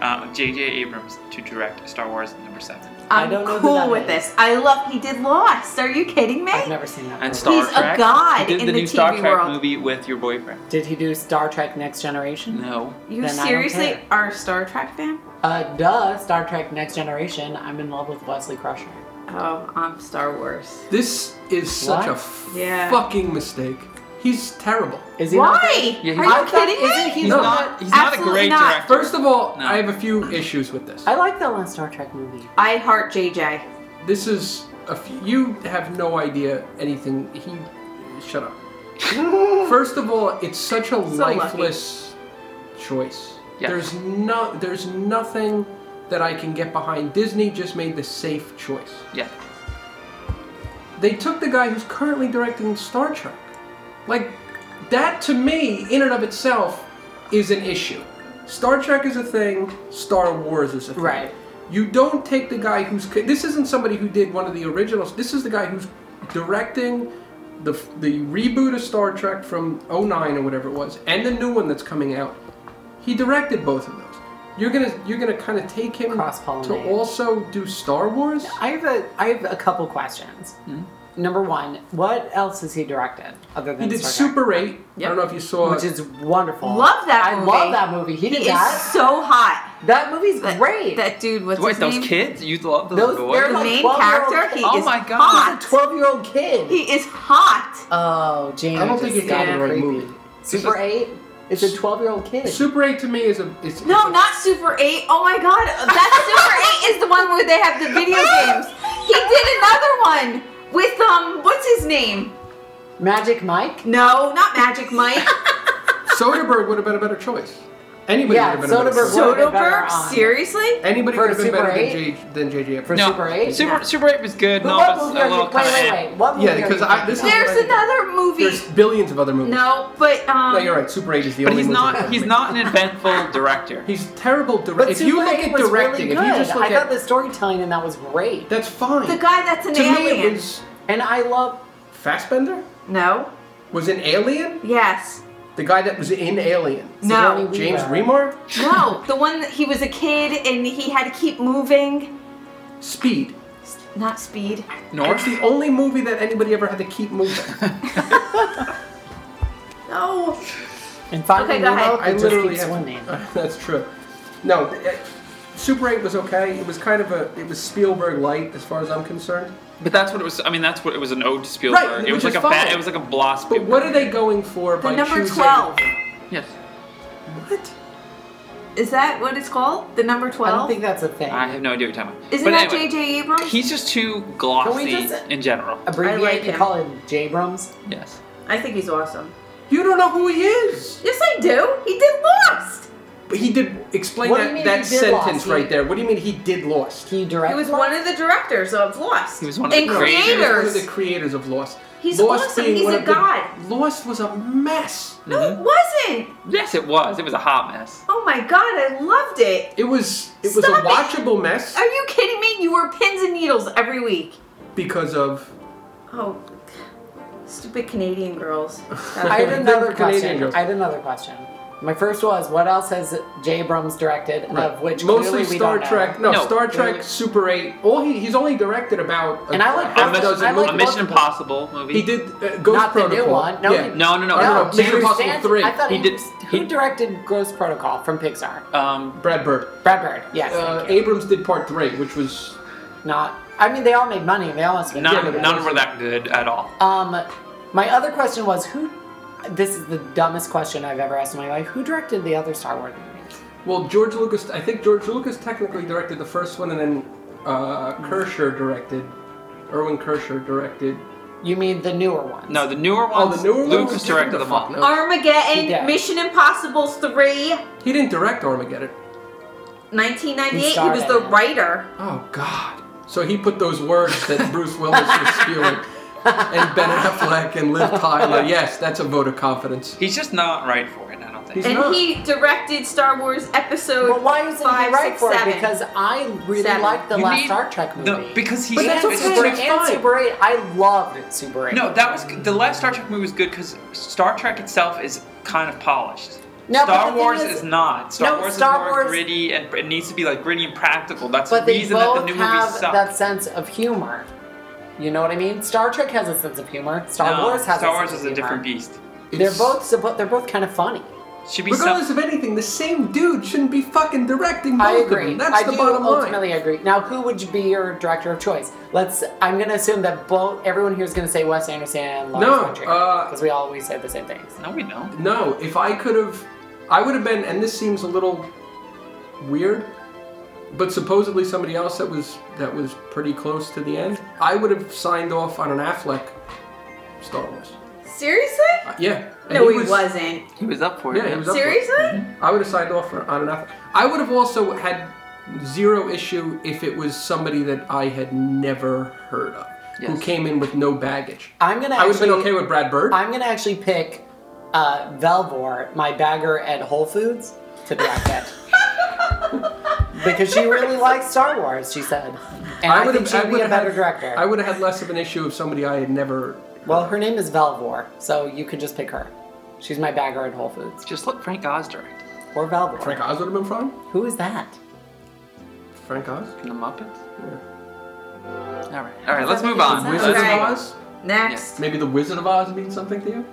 Speaker 2: uh, J.J. Abrams to direct Star Wars number seven
Speaker 1: I
Speaker 3: I'm
Speaker 1: don't know who
Speaker 3: cool
Speaker 1: that
Speaker 3: with
Speaker 1: is.
Speaker 3: this. I love. He did Lost. Are you kidding me?
Speaker 1: I've never seen that.
Speaker 2: and
Speaker 1: movie.
Speaker 2: Star
Speaker 3: He's a
Speaker 2: Trek.
Speaker 3: god
Speaker 2: He did
Speaker 3: in
Speaker 2: the
Speaker 3: the
Speaker 2: new Star
Speaker 3: TV
Speaker 2: Trek
Speaker 3: world.
Speaker 2: movie with your boyfriend.
Speaker 1: Did he do Star Trek Next Generation?
Speaker 2: No.
Speaker 3: You
Speaker 1: Then I don't
Speaker 3: seriously
Speaker 1: care.
Speaker 3: are a Star Trek fan?
Speaker 1: Uh, duh, Star Trek Next Generation. I'm in love with Wesley Crusher.
Speaker 3: Oh, I'm Star Wars.
Speaker 4: This is such
Speaker 1: What?
Speaker 4: a
Speaker 3: Yeah.
Speaker 4: fucking mistake. He's terrible.
Speaker 1: Is he not good?
Speaker 3: Why?
Speaker 2: Yeah, he's-
Speaker 3: are
Speaker 1: I
Speaker 3: you
Speaker 1: thought-
Speaker 3: kidding me?
Speaker 1: isn't he
Speaker 2: He's
Speaker 4: No.
Speaker 2: not. He's not a
Speaker 3: Absolutely
Speaker 2: great
Speaker 3: not.
Speaker 2: director.
Speaker 4: First of all,
Speaker 2: No.
Speaker 4: I have a few issues with this.
Speaker 1: I like that last Star Trek movie.
Speaker 3: I heart JJ.
Speaker 4: This is a few, you have no idea anything. He shut up. First of all, it's such a
Speaker 3: lucky.
Speaker 4: lifeless choice.
Speaker 2: Yeah.
Speaker 4: There's no there's nothing that I can get behind. Disney just made the safe choice.
Speaker 2: yeah.
Speaker 4: They took the guy who's currently directing Star Trek. Like that to me in and of itself is an issue. Star Trek is a thing, Star Wars is a thing.
Speaker 1: Right.
Speaker 4: You don't take the guy who's this isn't somebody who did one of the originals. This is the guy who's directing the the reboot of Star Trek from 09 or whatever it was and the new one that's coming out. He directed both of those. You're going to you're going to kind of take him to
Speaker 1: Cross-pollinate.
Speaker 4: also do Star Wars?
Speaker 1: I have a I have a couple questions.
Speaker 2: Hmm?
Speaker 1: Number one, what else has he directed other
Speaker 4: He
Speaker 1: than
Speaker 4: did
Speaker 1: Star Trek?
Speaker 4: Super 8. I
Speaker 3: Yep.
Speaker 4: don't know if you saw
Speaker 1: which is wonderful.
Speaker 3: Love that
Speaker 1: I
Speaker 3: movie.
Speaker 1: love that movie. He
Speaker 3: He
Speaker 1: did
Speaker 3: is
Speaker 1: that.
Speaker 3: so hot.
Speaker 1: that movie's
Speaker 3: That-
Speaker 1: great.
Speaker 3: That dude, what's
Speaker 2: Wait,
Speaker 3: his
Speaker 2: those
Speaker 3: name?
Speaker 2: kids? You love those,
Speaker 1: Those-
Speaker 2: boys?
Speaker 1: they're
Speaker 3: The
Speaker 1: Like
Speaker 3: main
Speaker 1: 12-year-old
Speaker 3: character, he
Speaker 1: kid.
Speaker 2: Oh
Speaker 3: is
Speaker 2: my God.
Speaker 1: a
Speaker 3: hot.
Speaker 1: twelve-year-old kid.
Speaker 3: He is hot.
Speaker 1: oh, James.
Speaker 4: I don't think
Speaker 1: it's
Speaker 4: it got
Speaker 3: yeah,
Speaker 4: the right
Speaker 1: creepy.
Speaker 4: movie.
Speaker 1: Super Eight. It's a twelve-year-old kid.
Speaker 4: Super 8 to me is a it's, it's
Speaker 3: No,
Speaker 4: a-
Speaker 3: not Super 8. Oh my god, that Super 8 is the one where they have the video games. He did another one with um what's his name?
Speaker 1: Magic Mike.
Speaker 3: No, not Magic Mike.
Speaker 4: Soderbergh would have been a better choice. Anybody
Speaker 1: Yeah,
Speaker 4: would have been a better
Speaker 1: Soderbergh
Speaker 4: choice.
Speaker 1: would- Would've been better
Speaker 3: Soderbergh?
Speaker 1: on.
Speaker 3: Seriously?
Speaker 4: Anybody
Speaker 1: For
Speaker 4: would have been
Speaker 1: Super
Speaker 4: better than
Speaker 1: 8?
Speaker 4: J- than JJ Abrams.
Speaker 1: For
Speaker 2: No,
Speaker 1: Super 8?
Speaker 2: Super
Speaker 1: Yeah.
Speaker 2: Super Eight was good.
Speaker 1: But
Speaker 2: No,
Speaker 1: what
Speaker 2: it's
Speaker 1: movie
Speaker 2: a
Speaker 1: are
Speaker 2: little
Speaker 1: you? Wait, wait,
Speaker 2: kinda-
Speaker 1: wait. What movie
Speaker 4: Yeah, because
Speaker 1: are you
Speaker 4: I- this is-
Speaker 1: talking about?
Speaker 3: There's another movie.
Speaker 4: There's billions of other movies.
Speaker 3: No, but um
Speaker 4: No, you're right. Super 8 is the
Speaker 2: But
Speaker 4: only
Speaker 2: he's
Speaker 4: movie
Speaker 2: not.
Speaker 4: that
Speaker 2: He's
Speaker 4: made.
Speaker 2: not an eventful director.
Speaker 4: He's terrible director.
Speaker 1: But
Speaker 4: If you
Speaker 1: Super
Speaker 4: look
Speaker 1: 8
Speaker 4: at
Speaker 1: was
Speaker 4: directing,
Speaker 1: really
Speaker 4: if you just
Speaker 1: good.
Speaker 4: look
Speaker 1: I
Speaker 4: at
Speaker 1: thought the storytelling in that was great.
Speaker 4: that's fine.
Speaker 3: the guy that's an
Speaker 4: to me,
Speaker 3: alien.
Speaker 4: it was
Speaker 1: And I love
Speaker 4: Fassbender
Speaker 3: No.
Speaker 4: was an alien.
Speaker 3: Yes.
Speaker 4: The guy that was in Alien,
Speaker 3: No.
Speaker 1: Sigourney
Speaker 4: James
Speaker 1: Weaver.
Speaker 4: Remar,
Speaker 3: No. The one that he was a kid and he had to keep moving.
Speaker 4: Speed.
Speaker 3: Not speed.
Speaker 4: That's
Speaker 2: North.
Speaker 4: the only movie that anybody ever had to keep moving.
Speaker 3: No.
Speaker 1: And finally,
Speaker 3: Okay, go ahead.
Speaker 4: I
Speaker 1: just
Speaker 4: literally
Speaker 1: keep
Speaker 4: have.
Speaker 1: swimming.
Speaker 4: that's true. No, uh, Super 8 was okay. It was kind of a. It was Spielberg light, as far as I'm concerned.
Speaker 2: But that's what it was. I mean, that's what it was an ode to Spielberg.
Speaker 4: Right,
Speaker 2: it was like
Speaker 4: which
Speaker 2: a
Speaker 4: is
Speaker 2: bad,
Speaker 4: fine.
Speaker 2: it was like a blast.
Speaker 4: But what are they going for
Speaker 3: The
Speaker 4: by
Speaker 3: number
Speaker 4: choosing-
Speaker 3: twelve.
Speaker 2: Yes,
Speaker 4: What?
Speaker 3: Is that what it's called? The number
Speaker 1: I
Speaker 3: twelve?
Speaker 1: don't think that's a thing.
Speaker 2: I have no idea what you're talking about.
Speaker 3: Isn't
Speaker 2: but
Speaker 3: that
Speaker 2: anyway,
Speaker 3: J.J. Abrams?
Speaker 2: He's just too glossy
Speaker 1: Can we just-
Speaker 2: in general.
Speaker 1: Abbreviate
Speaker 3: I like
Speaker 1: and
Speaker 3: him.
Speaker 1: call him Jabrams.
Speaker 2: Yes.
Speaker 3: I think he's awesome.
Speaker 4: You don't know who he is.
Speaker 3: Yes, I do. He did Lost.
Speaker 4: But he did explain
Speaker 1: What do you
Speaker 4: that,
Speaker 1: mean
Speaker 4: that
Speaker 1: he did Lost?
Speaker 4: sentence
Speaker 1: He-
Speaker 4: right there. What do you mean he did Lost?
Speaker 1: He
Speaker 3: He
Speaker 1: directed.
Speaker 3: was one of the directors of Lost.
Speaker 2: He was one of the
Speaker 3: and
Speaker 4: No, he was
Speaker 2: creators.
Speaker 4: one of
Speaker 3: creators.
Speaker 4: the creators of Lost.
Speaker 3: He's
Speaker 4: Lost
Speaker 3: awesome.
Speaker 4: being
Speaker 3: He's
Speaker 4: one
Speaker 3: a
Speaker 4: of the-
Speaker 3: god.
Speaker 4: Lost was a mess.
Speaker 3: No, it wasn't.
Speaker 2: Yes, it was. It was a hot mess.
Speaker 3: Oh my god, I loved it.
Speaker 4: It was it was
Speaker 3: Stop
Speaker 4: a
Speaker 3: it.
Speaker 4: watchable mess
Speaker 3: Are you kidding me? You were pins and needles every week.
Speaker 4: because of
Speaker 3: Oh, stupid Canadian girls.
Speaker 1: I had
Speaker 4: They're
Speaker 1: another
Speaker 4: Canadian
Speaker 1: question.
Speaker 4: girls.
Speaker 1: I had another question. My first was, what else has J. Abrams directed? Of which
Speaker 4: mostly
Speaker 1: clearly we
Speaker 4: Star
Speaker 1: don't
Speaker 4: Trek.
Speaker 1: Know.
Speaker 4: No,
Speaker 2: No.
Speaker 4: Star Trek, Super Eight. All he he's only directed about a,
Speaker 1: And I like
Speaker 4: half
Speaker 1: both-
Speaker 4: dozen
Speaker 1: I like
Speaker 2: a
Speaker 1: both
Speaker 4: movies.
Speaker 2: Mission
Speaker 1: of them.
Speaker 2: Impossible movie.
Speaker 4: He did uh, Ghost
Speaker 1: Not the new
Speaker 4: Protocol.
Speaker 1: one. No,
Speaker 4: yeah.
Speaker 1: he-
Speaker 2: No, no, no.
Speaker 4: I don't
Speaker 1: Oh,
Speaker 4: know. Mission
Speaker 1: Jerry
Speaker 4: Impossible
Speaker 1: Sands-
Speaker 4: three.
Speaker 1: I thought
Speaker 2: He
Speaker 1: he,
Speaker 2: did-
Speaker 1: Who
Speaker 2: he-
Speaker 1: directed Gross Protocol from Pixar?
Speaker 2: Um,
Speaker 4: Brad Bird.
Speaker 1: Brad Bird. Yes.
Speaker 4: Uh,
Speaker 1: thank you.
Speaker 4: Abrams did Part Three, which was
Speaker 1: Not. I mean, they all made money. They all must. have been
Speaker 4: Yeah,
Speaker 2: none,
Speaker 4: but
Speaker 1: good.
Speaker 2: none were that good at all.
Speaker 1: Um, my other question was who. This is the dumbest question I've ever asked in my life. Who directed the other Star Wars movies?
Speaker 4: well George Lucas. I think George Lucas technically directed the first one, and then uh, Kersher directed. Erwin Kersher directed.
Speaker 1: You mean the newer ones?
Speaker 2: No, the newer
Speaker 4: Oh,
Speaker 2: ones.
Speaker 4: the newer one.
Speaker 2: Lucas directed them all.
Speaker 3: Armageddon,
Speaker 1: Yeah.
Speaker 3: Mission Impossible 3,
Speaker 4: He didn't direct Armageddon.
Speaker 3: 1998. He,
Speaker 1: starred
Speaker 3: was
Speaker 1: in
Speaker 3: the
Speaker 1: it.
Speaker 3: writer.
Speaker 4: Oh God! So he put those words that Bruce Willis was spewing, and Ben Affleck and Liv Tyler. Yes, that's a vote of confidence.
Speaker 2: He's just not right for it. I don't think.
Speaker 4: He's
Speaker 3: and
Speaker 4: not.
Speaker 3: he directed Star Wars Episode
Speaker 1: But why isn't
Speaker 3: five,
Speaker 1: he right
Speaker 3: six,
Speaker 1: for
Speaker 3: seven.
Speaker 1: it? Because I really
Speaker 3: Seven.
Speaker 1: liked the
Speaker 2: You
Speaker 1: last
Speaker 2: need
Speaker 1: Star Trek movie.
Speaker 2: the- because he
Speaker 1: but that's
Speaker 2: and
Speaker 1: okay.
Speaker 4: Super Eight's
Speaker 1: and
Speaker 4: fine.
Speaker 1: Super 8. I loved Super 8.
Speaker 2: No, that was the last Star Trek movie was good because Star Trek itself is kind of polished.
Speaker 1: No, but the
Speaker 2: Star
Speaker 1: thing
Speaker 2: Wars
Speaker 1: is-
Speaker 2: is, not. Star
Speaker 1: No,
Speaker 2: Wars
Speaker 1: Star
Speaker 2: is more
Speaker 1: Wars-
Speaker 2: gritty and it needs to be like gritty and practical. That's
Speaker 1: But
Speaker 2: the
Speaker 1: they
Speaker 2: reason that
Speaker 1: both
Speaker 2: the new
Speaker 1: have
Speaker 2: movies suck.
Speaker 1: that sense of humor. You know what I mean? Star Trek has a sense of humor. Star
Speaker 2: No,
Speaker 1: Wars has
Speaker 2: Star
Speaker 1: a sense
Speaker 2: Wars
Speaker 1: of
Speaker 2: is
Speaker 1: humor.
Speaker 2: a different beast.
Speaker 1: They're
Speaker 4: It's-
Speaker 1: both suppo- they're both kind of funny.
Speaker 2: Should be some,
Speaker 4: Regardless of anything, the same dude shouldn't be fucking directing both
Speaker 1: I
Speaker 4: of
Speaker 1: agree.
Speaker 4: them. That's
Speaker 1: I
Speaker 4: the
Speaker 1: do
Speaker 4: bottom
Speaker 1: ultimately
Speaker 4: line.
Speaker 1: agree. Now, who would be your director of choice? Let's. I'm going to assume that both everyone here is going to say Wes Anderson and Lawrence
Speaker 4: No,
Speaker 1: von Trier
Speaker 4: uh,
Speaker 1: because we always say the same things.
Speaker 2: no, we know.
Speaker 4: No, if I could have, I would have been. And this seems a little weird, but supposedly somebody else that was that was pretty close to the end. I would have signed off on an Affleck Star Wars.
Speaker 3: Seriously?
Speaker 4: Uh, yeah. and
Speaker 3: No, he, wasn't.
Speaker 2: He was up for it.
Speaker 4: Yeah, he was up for it.
Speaker 3: Seriously?
Speaker 1: Mm-hmm.
Speaker 4: I would have signed off for, on an Affleck. I would have also had zero issue if it was somebody that I had never heard of, who
Speaker 2: Yes.
Speaker 4: came in with no baggage.
Speaker 1: I'm going to.
Speaker 4: I would have been okay with Brad Bird.
Speaker 1: I'm gonna actually pick uh, Velvor, my bagger at Whole Foods, to direct it because she really likes Star Wars. She said, and I,
Speaker 4: would
Speaker 1: think
Speaker 4: have-
Speaker 1: she'd be
Speaker 4: would
Speaker 1: a
Speaker 4: have
Speaker 1: better
Speaker 4: had,
Speaker 1: director.
Speaker 4: I would have had less of an issue if somebody I had never.
Speaker 1: well, her name is Velvor, so you could just pick her. She's my bagger at Whole Foods
Speaker 2: Just let Frank Oz direct
Speaker 1: or Velvor.
Speaker 4: Frank Oz would have been fine.
Speaker 1: Who is that?
Speaker 4: Frank Oz.
Speaker 1: Oh,
Speaker 2: in the Muppets.
Speaker 4: Yeah.
Speaker 2: All right, all right. Let's
Speaker 1: that
Speaker 2: move
Speaker 1: make
Speaker 2: on.
Speaker 1: any
Speaker 4: Wizard
Speaker 2: Let's-
Speaker 3: sense?
Speaker 4: of
Speaker 3: Right.
Speaker 4: Oz.
Speaker 3: Next.
Speaker 4: Maybe the Wizard of Oz means something to you.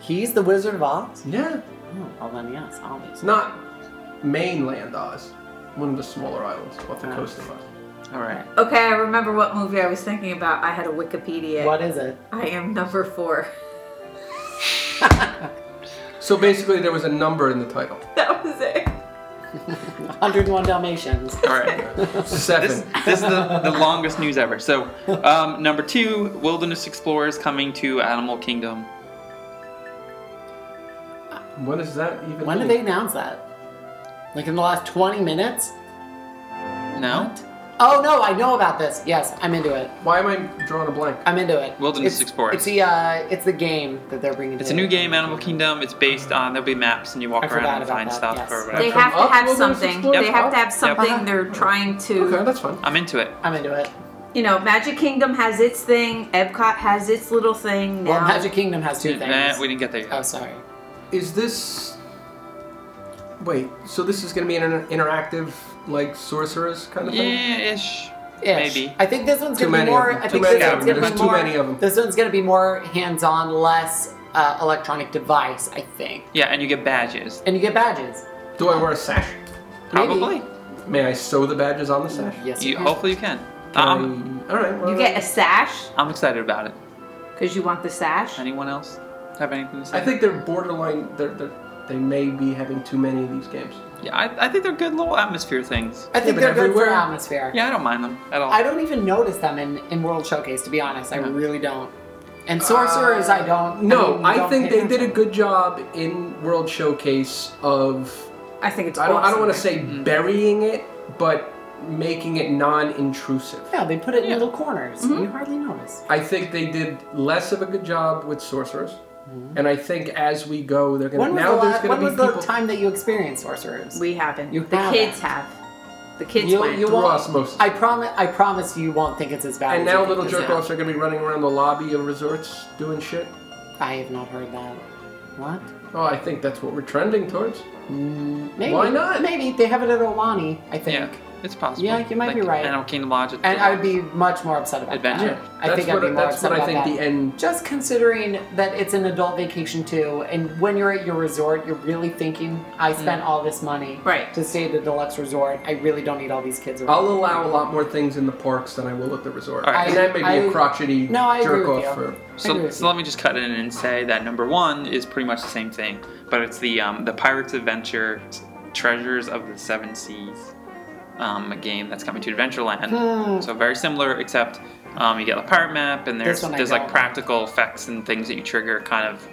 Speaker 1: He's the Wizard of Oz.
Speaker 4: Yeah.
Speaker 1: Oh, well then yes,
Speaker 4: It's
Speaker 1: obviously.
Speaker 4: not mainland Oz. One of the smaller islands off the
Speaker 1: Ah.
Speaker 4: coast of Oz.
Speaker 2: All right.
Speaker 3: Okay, I remember what movie I was thinking about. I had a Wikipedia.
Speaker 1: What is it?
Speaker 3: I am number four.
Speaker 4: So basically, there was a number in the title.
Speaker 3: That was it.
Speaker 1: 101 Dalmatians.
Speaker 2: All right.
Speaker 4: Seven.
Speaker 2: This, this is the, the longest news ever. So, um, number two, wilderness explorers coming to Animal Kingdom.
Speaker 4: What does that even
Speaker 1: When
Speaker 4: mean?
Speaker 1: did they announce that? Like in the last 20 minutes?
Speaker 2: No,
Speaker 1: Oh no, I know about this. Yes, I'm into it.
Speaker 4: Why am I drawing a blank?
Speaker 1: I'm into it.
Speaker 2: Wilderness
Speaker 1: it's,
Speaker 2: Explorer.
Speaker 1: It's the uh, it's the game that they're bringing.
Speaker 2: it's
Speaker 1: to
Speaker 2: a new
Speaker 1: the-
Speaker 2: game, Animal Kingdom. It's based on there'll be maps and you walk
Speaker 1: I forgot
Speaker 2: around and
Speaker 1: about
Speaker 2: find
Speaker 1: that,
Speaker 2: stuff
Speaker 1: yes.
Speaker 2: or whatever.
Speaker 3: They
Speaker 4: from
Speaker 3: have to
Speaker 4: Up
Speaker 3: have
Speaker 4: Wilderness
Speaker 3: something.
Speaker 4: Explorer?
Speaker 3: They have
Speaker 4: Up?
Speaker 3: to have something
Speaker 1: Uh-huh.
Speaker 3: they're trying to.
Speaker 4: Okay, that's fine.
Speaker 2: I'm into it.
Speaker 1: I'm into it.
Speaker 3: You know, Magic Kingdom has its thing. Epcot has its little thing. Now.
Speaker 1: Well, Magic Kingdom has two
Speaker 2: Eh,
Speaker 1: things.
Speaker 2: we didn't get there yet.
Speaker 1: oh, sorry.
Speaker 4: Is this? Wait, so this is gonna be an inter- interactive, like sorcerers kind of thing?
Speaker 2: Yeah, ish.
Speaker 1: Ish.
Speaker 2: Maybe.
Speaker 1: I think this one's
Speaker 4: Too
Speaker 1: gonna be
Speaker 4: many
Speaker 1: more.
Speaker 4: of them.
Speaker 1: I
Speaker 4: Too
Speaker 1: think
Speaker 4: many
Speaker 1: this
Speaker 4: of
Speaker 1: one's gonna
Speaker 4: them.
Speaker 1: be
Speaker 4: There's too
Speaker 1: more.
Speaker 4: many of them.
Speaker 1: This one's gonna be more hands-on, less uh, electronic device, I think.
Speaker 2: Yeah, and you get badges.
Speaker 1: And you get badges.
Speaker 4: Do I wear a sash?
Speaker 1: Maybe.
Speaker 2: Probably.
Speaker 4: May I sew the badges on the sash?
Speaker 1: Yes.
Speaker 2: You,
Speaker 1: can.
Speaker 2: hopefully you can.
Speaker 4: Can
Speaker 2: Um,
Speaker 4: I- all right. Well,
Speaker 3: You get a sash
Speaker 2: I'm excited about it.
Speaker 3: because you want the sash.
Speaker 2: Anyone else have anything to say?
Speaker 4: I think they're borderline. They're, they're, they may be having too many of these games.
Speaker 2: Yeah, I, I think they're good little atmosphere things.
Speaker 1: I think
Speaker 4: but
Speaker 1: they're good for
Speaker 4: everywhere-
Speaker 1: atmosphere.
Speaker 2: Yeah, I don't mind them at all.
Speaker 1: I don't even notice them in, in World Showcase, to be honest. I really don't. And sorcerers, I don't.
Speaker 4: No, I,
Speaker 1: mean, don't
Speaker 4: think
Speaker 1: pay
Speaker 4: they did a
Speaker 1: attention.
Speaker 4: good job in World Showcase of
Speaker 3: I think it's.
Speaker 4: I don't, I
Speaker 3: awesome.
Speaker 4: don't want to say burying it, but making it non-intrusive.
Speaker 1: Yeah, they put it in little corners.
Speaker 4: Mm-hmm.
Speaker 1: and You hardly notice.
Speaker 4: I think they did less of a good job with sorcerers, and I think as we go, they're going
Speaker 1: Mm-hmm. When
Speaker 4: to
Speaker 1: was,
Speaker 4: now
Speaker 1: the,
Speaker 4: there's
Speaker 1: last,
Speaker 4: going
Speaker 1: when
Speaker 4: to
Speaker 1: was
Speaker 4: be
Speaker 1: the
Speaker 4: people
Speaker 1: time that you experienced sorcerers?
Speaker 3: We haven't.
Speaker 1: You
Speaker 3: the
Speaker 1: haven't.
Speaker 3: kids have. The kids
Speaker 1: You-
Speaker 3: went.
Speaker 1: you-
Speaker 4: through
Speaker 1: won't-
Speaker 4: osmosis.
Speaker 1: I promise. I promise you won't think it's as bad.
Speaker 4: and
Speaker 1: as you
Speaker 4: now
Speaker 1: think
Speaker 4: little
Speaker 1: it is.
Speaker 4: jerk offs are going to be running around the lobby of resorts doing shit.
Speaker 1: I have not heard that. What?
Speaker 4: Oh, I think that's what we're trending towards.
Speaker 1: Maybe.
Speaker 4: Mm, Why not?
Speaker 1: Maybe they have it at Olani. I think.
Speaker 2: Yeah, it's possible.
Speaker 1: Yeah, you might be right.
Speaker 2: I know Kingdom Lodge. it's
Speaker 1: And
Speaker 2: a-
Speaker 1: I would be much more upset about
Speaker 2: Adventure.
Speaker 1: that. Uh, I
Speaker 4: that's
Speaker 1: think
Speaker 4: what
Speaker 1: I'd be more
Speaker 4: that's
Speaker 1: upset
Speaker 4: what I
Speaker 1: about
Speaker 4: think
Speaker 1: that.
Speaker 4: the end.
Speaker 1: Just considering that it's an adult vacation too, and when you're at your resort, you're really thinking, I spent
Speaker 2: Mm.
Speaker 1: all this money
Speaker 3: Right.
Speaker 1: to stay at a deluxe resort. I really don't need all these kids around.
Speaker 4: I'll allow a lot more things in the parks than I will at the resort,
Speaker 2: All right.
Speaker 4: and that may be a
Speaker 1: I-
Speaker 4: crotchety
Speaker 1: No, I agree
Speaker 4: jerk
Speaker 1: with
Speaker 4: off
Speaker 1: you.
Speaker 4: for.
Speaker 1: I agree
Speaker 2: So,
Speaker 1: with
Speaker 2: so
Speaker 1: you.
Speaker 2: let me just cut in and say that number one is pretty much the same thing, but it's the um, the Pirates Adventure Treasures of the Seven Seas, um, a game that's coming to Adventureland.
Speaker 1: Hmm.
Speaker 2: So very similar, except um, you get a pirate map and there's
Speaker 1: one I
Speaker 2: there's like
Speaker 1: don't.
Speaker 2: practical effects and things that you trigger, kind of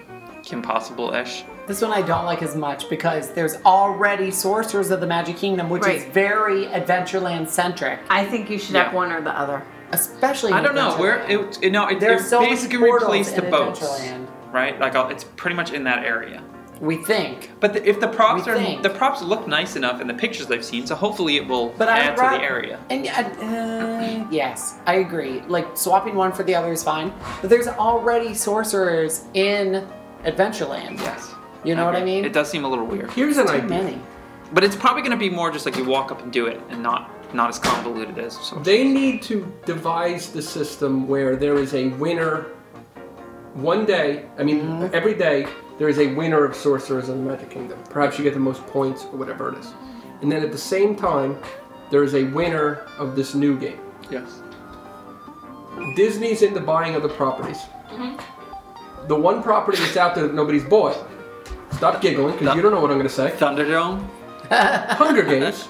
Speaker 2: Kim Possible ish.
Speaker 1: This one I don't like as much because there's already Sorcerers of the Magic Kingdom, which is
Speaker 3: Right.
Speaker 1: very Adventureland centric,
Speaker 3: I think you should have
Speaker 2: Yeah.
Speaker 3: one or the other.
Speaker 1: especially. in
Speaker 2: I don't know where
Speaker 1: Adventureland.
Speaker 2: it, it no it, it
Speaker 1: There's so many
Speaker 2: basically
Speaker 1: portals
Speaker 2: replaced the
Speaker 1: in
Speaker 2: boats,
Speaker 1: Adventureland.
Speaker 2: right? Like I'll, it's pretty much in that area.
Speaker 1: we think.
Speaker 2: But the, if the props
Speaker 1: We
Speaker 2: are
Speaker 1: think.
Speaker 2: the props look nice enough in the pictures I've seen, so hopefully it will
Speaker 1: But I
Speaker 2: add
Speaker 1: would
Speaker 2: to
Speaker 1: ra-
Speaker 2: the area.
Speaker 1: And uh, yes, I agree. Like swapping one for the other is fine, but there's already sorcerers in Adventureland.
Speaker 2: Yes.
Speaker 1: You know what I mean?
Speaker 2: It does seem a little weird,
Speaker 4: Here's an
Speaker 1: Too
Speaker 4: idea.
Speaker 1: many.
Speaker 2: but it's probably going to be more just like you walk up and do it, and not not as convoluted as. So.
Speaker 4: They need to devise the system where there is a winner. One day, I mean, every day, there is a winner of Sorcerers in the Magic Kingdom. Perhaps you get the most points or whatever it is. And then at the same time, there is a winner of this new game.
Speaker 2: yes.
Speaker 4: Disney's into buying other properties. The one property that's out there that nobody's bought. Stop giggling because you don't know what I'm going to say.
Speaker 2: Thunderdome.
Speaker 4: Hunger Games.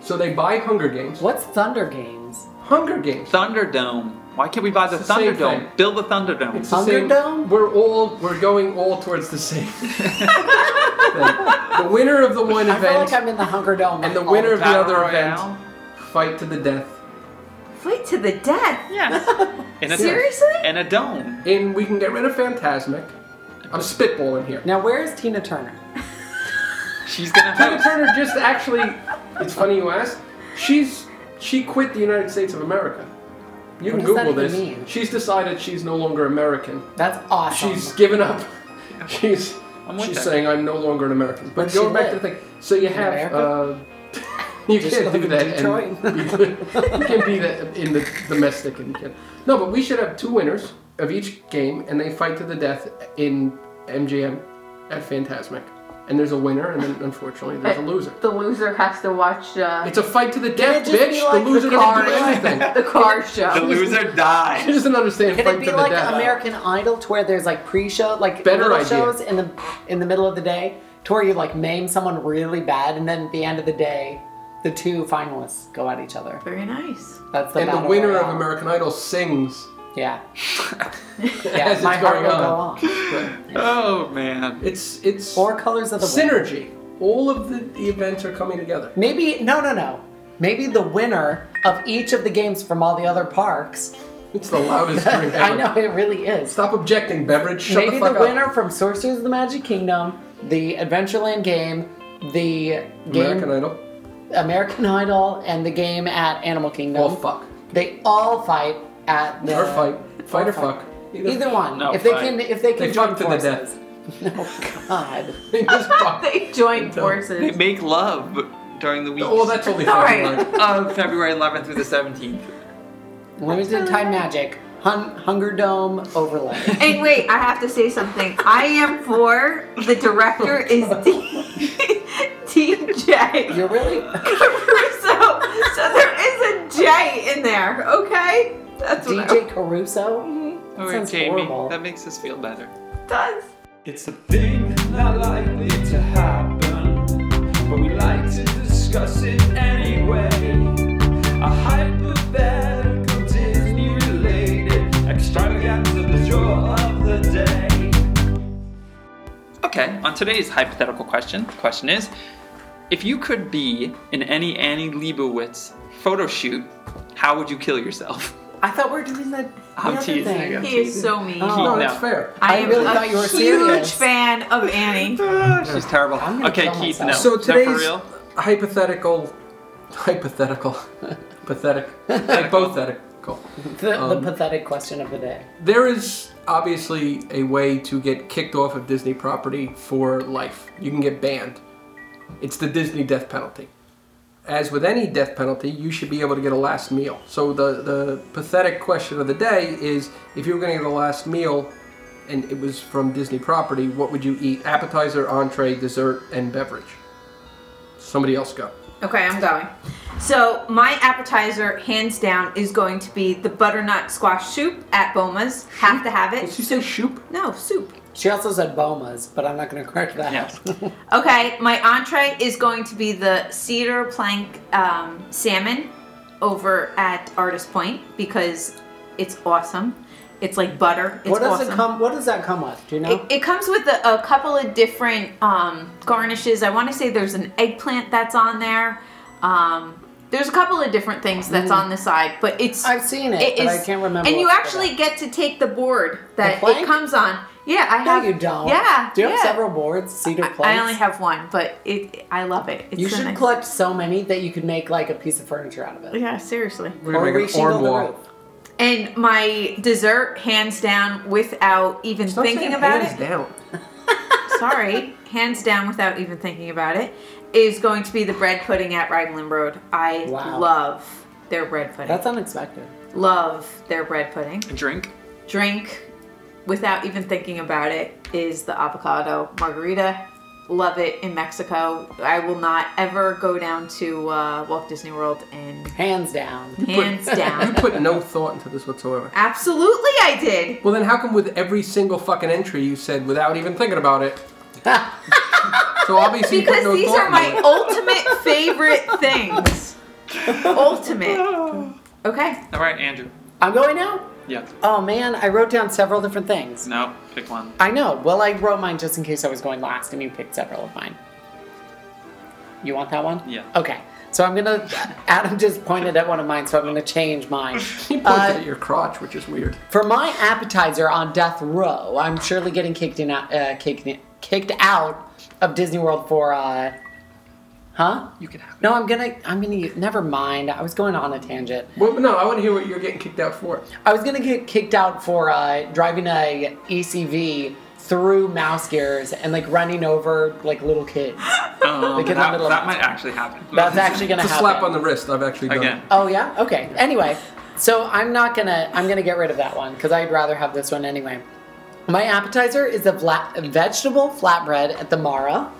Speaker 4: So they buy Hunger Games.
Speaker 1: What's Thunder Games?
Speaker 4: Hunger Games.
Speaker 2: Thunderdome. Why can't we buy the
Speaker 4: It's the same thing.
Speaker 2: Thunderdome? Build the Thunderdome.
Speaker 4: It's the
Speaker 1: Hunger
Speaker 4: same-
Speaker 1: Dome?
Speaker 4: We're all we're going all towards the same. thing. The winner of the one
Speaker 1: I feel
Speaker 4: event
Speaker 1: like I'm in the Hunger Dome.
Speaker 4: and the
Speaker 1: all
Speaker 4: winner of the
Speaker 1: time.
Speaker 4: other
Speaker 2: Battle
Speaker 4: event
Speaker 2: Royale.
Speaker 4: fight to the death.
Speaker 3: Fight to the death.
Speaker 2: Yes. In a,
Speaker 3: Seriously?
Speaker 2: In a dome.
Speaker 4: And we can get rid of Phantasmic. I'm spitballing here.
Speaker 1: Now where is Tina Turner?
Speaker 2: She's gonna
Speaker 4: Tina
Speaker 2: host.
Speaker 4: Turner just actually it's funny you ask. She's she quit the United States of America. You can
Speaker 1: What does that
Speaker 4: Google
Speaker 1: even
Speaker 4: this.
Speaker 1: mean?
Speaker 4: She's decided she's no longer American.
Speaker 1: That's awesome.
Speaker 4: She's given up. She's
Speaker 2: I'm with
Speaker 4: she's
Speaker 2: that.
Speaker 4: saying I'm no longer an American. But
Speaker 1: Where'd she
Speaker 4: going back to
Speaker 1: live?
Speaker 4: the thing, so you have uh, you
Speaker 1: Just
Speaker 4: can't
Speaker 1: live
Speaker 4: do
Speaker 1: in
Speaker 4: that.
Speaker 1: Detroit.
Speaker 4: And be, you can be the, in the domestic and you can no. But we should have two winners of each game, and they fight to the death in MGM at Fantasmic. And there's a winner, and then unfortunately there's a loser.
Speaker 3: The loser has to watch uh,
Speaker 4: It's a fight to the death,
Speaker 1: it just be
Speaker 4: bitch.
Speaker 1: like
Speaker 4: the loser
Speaker 1: the
Speaker 4: doesn't do
Speaker 1: car-
Speaker 4: anything.
Speaker 3: the car show.
Speaker 2: The loser
Speaker 4: She
Speaker 2: dies.
Speaker 4: doesn't understand
Speaker 1: Can
Speaker 4: fight
Speaker 1: it
Speaker 4: to
Speaker 1: be
Speaker 4: the
Speaker 1: like
Speaker 4: death.
Speaker 1: American Idol, to where there's like pre-show, like
Speaker 4: Better
Speaker 1: little
Speaker 4: idea.
Speaker 1: shows in the in the middle of the day, to where you like name someone really bad, and then at the end of the day, the two finalists go at each other.
Speaker 3: Very nice.
Speaker 1: That's the
Speaker 4: and the
Speaker 1: battle
Speaker 4: winner of
Speaker 1: royale.
Speaker 4: American Idol sings.
Speaker 1: Yeah.
Speaker 4: As
Speaker 1: yeah,
Speaker 4: it's
Speaker 1: my heart
Speaker 4: going
Speaker 1: will
Speaker 4: on.
Speaker 1: go on.
Speaker 2: Oh man.
Speaker 4: It's it's
Speaker 1: Four colors of the wind.
Speaker 4: synergy. All of the, the events are coming together.
Speaker 1: Maybe no, no, no. Maybe the winner of each of the games from all the other parks.
Speaker 4: It's the loudest drink ever.
Speaker 1: I know it really is.
Speaker 4: Stop objecting, beverage. Shut
Speaker 1: Maybe
Speaker 4: the fuck
Speaker 1: the,
Speaker 4: up.
Speaker 1: winner from Sorcerers of the Magic Kingdom, the Adventureland game, the game
Speaker 4: American Idol.
Speaker 1: American Idol, and the game at Animal Kingdom.
Speaker 4: Oh fuck.
Speaker 1: They all fight at the
Speaker 4: Or fight. Fight or fuck.
Speaker 1: Either one.
Speaker 2: No,
Speaker 1: if they
Speaker 2: fight.
Speaker 1: can, if they can
Speaker 4: They
Speaker 1: join
Speaker 4: fuck to the
Speaker 1: forces. Oh God.
Speaker 4: They just fuck.
Speaker 3: They joined
Speaker 4: Until-
Speaker 2: They
Speaker 3: forces.
Speaker 2: make love during the week
Speaker 4: Oh, that's only
Speaker 3: All
Speaker 4: fucking
Speaker 3: right.
Speaker 4: right.
Speaker 2: of February 11th through the 17th.
Speaker 1: Limited time magic. Hun- Hunger Dome overlay.
Speaker 3: And wait, I have to say something. I am for the director is D- DJ.
Speaker 1: You're really
Speaker 3: Caruso. So there is a J in there, okay? That's what
Speaker 1: DJ Caruso.
Speaker 3: I-
Speaker 2: Or
Speaker 1: sounds
Speaker 2: Jamie.
Speaker 1: horrible.
Speaker 2: That makes us feel better.
Speaker 3: does.
Speaker 6: It's a thing not likely to happen, but we like to discuss it anyway. A hypothetical Disney related extravaganza, the jaw of the day.
Speaker 2: Okay, on today's hypothetical question, the question is If you could be in any Annie Leibovitz photo shoot, how would you kill yourself?
Speaker 1: I thought we were doing that.
Speaker 2: I'm
Speaker 1: other
Speaker 2: teasing.
Speaker 1: thing.
Speaker 2: I'm
Speaker 3: He is
Speaker 2: teasing.
Speaker 3: so mean.
Speaker 1: Oh.
Speaker 4: No, that's
Speaker 2: No.
Speaker 4: fair.
Speaker 1: I really thought you were
Speaker 3: huge
Speaker 1: serious.
Speaker 3: fan of Annie.
Speaker 2: Ah, She's terrible.
Speaker 1: I'm gonna
Speaker 2: Okay,
Speaker 1: kill
Speaker 2: Keith, no.
Speaker 1: myself.
Speaker 4: So
Speaker 2: No, for
Speaker 4: today's
Speaker 2: real?
Speaker 4: hypothetical, hypothetical, pathetic, hypothetical.
Speaker 1: The, the
Speaker 4: Um,
Speaker 1: pathetic question of the day.
Speaker 4: There is obviously a way to get kicked off of Disney property for life. You can get banned. It's the Disney death penalty. As with any death penalty, you should be able to get a last meal. So the, the pathetic question of the day is if you were going to get a last meal and it was from Disney property, what would you eat? Appetizer, entree, dessert, and beverage. Somebody else go.
Speaker 3: Okay, I'm going. So my appetizer, hands down, is going to be the butternut squash soup at Boma's. Have to have
Speaker 4: Did
Speaker 3: it.
Speaker 4: you say soup?
Speaker 3: No soup.
Speaker 1: She also said bomas, but I'm not going to correct that.
Speaker 2: Yes.
Speaker 3: Okay, my entree is going to be the cedar plank um, salmon over at Artist Point because it's awesome. It's like butter. It's
Speaker 1: what does
Speaker 3: awesome.
Speaker 1: it come? What does that come with? Do you know?
Speaker 3: It, it comes with a, a couple of different um, garnishes. I want to say there's an eggplant that's on there. Um, there's a couple of different things that's on the side, but it's
Speaker 1: I've seen it, but Mm. I can't remember
Speaker 3: And you
Speaker 1: what's
Speaker 3: actually
Speaker 1: in
Speaker 3: get to take the board that
Speaker 1: The
Speaker 3: it
Speaker 1: plank?
Speaker 3: comes on. Yeah, I
Speaker 1: no,
Speaker 3: have.
Speaker 1: you don't.
Speaker 3: Yeah.
Speaker 1: Do you have
Speaker 3: yeah.
Speaker 1: several boards? Cedar
Speaker 3: I-
Speaker 1: plates.
Speaker 3: I only have one, but it. I love it. It's
Speaker 1: You
Speaker 3: so
Speaker 1: should
Speaker 3: nice.
Speaker 1: collect so many that you could make like a piece of furniture out of it.
Speaker 3: Yeah, seriously.
Speaker 4: We're gonna make an
Speaker 1: reshingle
Speaker 4: arm
Speaker 1: the
Speaker 4: wall.
Speaker 1: roof.
Speaker 3: And my dessert, hands down, without even
Speaker 4: Stop
Speaker 3: thinking
Speaker 4: saying
Speaker 3: about
Speaker 4: hands
Speaker 3: it.
Speaker 4: down.
Speaker 3: sorry, hands down without even thinking about it, is going to be the bread pudding at Raglan Road. I
Speaker 1: Wow.
Speaker 3: love their bread pudding.
Speaker 1: That's unexpected.
Speaker 3: love their bread pudding.
Speaker 2: Drink?
Speaker 3: Drink without even thinking about it is the avocado margarita. Love it in Mexico. I will not ever go down to uh, Walt Disney World and
Speaker 1: Hands down.
Speaker 3: hands
Speaker 4: You
Speaker 3: down.
Speaker 4: put no thought into this whatsoever.
Speaker 3: Absolutely, I did.
Speaker 4: Well, then how come with every single fucking entry you said without even thinking about it? so obviously you put
Speaker 3: Because
Speaker 4: no
Speaker 3: these
Speaker 4: thought
Speaker 3: are my
Speaker 4: into it.
Speaker 3: ultimate favorite things. ultimate. Okay.
Speaker 2: All right, Andrew.
Speaker 1: I'm going now.
Speaker 2: Yeah.
Speaker 1: Oh man, I wrote down several different things.
Speaker 2: No, pick one.
Speaker 1: I know. Well, I wrote mine just in case I was going last, and you picked several of mine. You want that one?
Speaker 2: Yeah.
Speaker 1: Okay. So I'm gonna. Adam just pointed at one of mine, so I'm gonna change mine.
Speaker 4: He pointed
Speaker 1: Uh,
Speaker 4: at your crotch, which is weird.
Speaker 1: For my appetizer on death row, I'm surely getting kicked in, uh, kicked, kicked out of Disney World for, uh, huh?
Speaker 2: You can have it.
Speaker 1: No, I'm gonna, I'm gonna. use- Never mind. I was going on a tangent.
Speaker 4: Well, no, I want to hear what you're getting kicked out for.
Speaker 1: I was gonna get kicked out for uh, driving a ECV through mouse gears and like running over like little kids.
Speaker 2: Um,
Speaker 1: Pick in the
Speaker 2: that,
Speaker 1: middle.
Speaker 2: that might actually happen.
Speaker 1: That's actually gonna
Speaker 4: It's a
Speaker 1: happen.
Speaker 4: slap on the wrist. I've actually done
Speaker 2: Again.
Speaker 4: it.
Speaker 1: Oh yeah. Okay. Anyway, so I'm not gonna. I'm gonna get rid of that one because I'd rather have this one anyway. My appetizer is a vla- vegetable flatbread at the Mara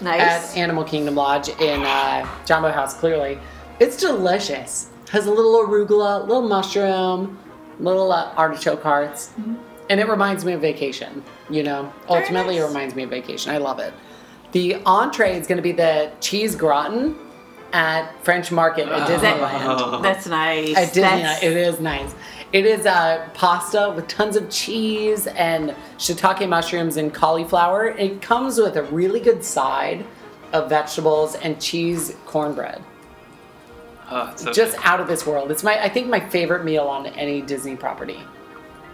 Speaker 3: Nice.
Speaker 1: at Animal Kingdom Lodge in uh, Jumbo House. Clearly, it's delicious. Has a little arugula, little mushroom, little uh, artichoke hearts,
Speaker 3: Mm-hmm.
Speaker 1: and it reminds me of vacation. You know, ultimately, it
Speaker 3: nice.
Speaker 1: reminds me of vacation. I love it. The entree is going to be the cheese gratin at French Market at
Speaker 4: Oh.
Speaker 1: Disneyland.
Speaker 3: That's nice.
Speaker 1: Uh-huh. At Disney,
Speaker 3: That's-
Speaker 1: it is nice. It is uh, pasta with tons of cheese and shiitake mushrooms and cauliflower. It comes with a really good side of vegetables and cheese cornbread.
Speaker 2: Oh, it's so
Speaker 1: Just out of this world. It's my, I think, my favorite meal on any Disney property.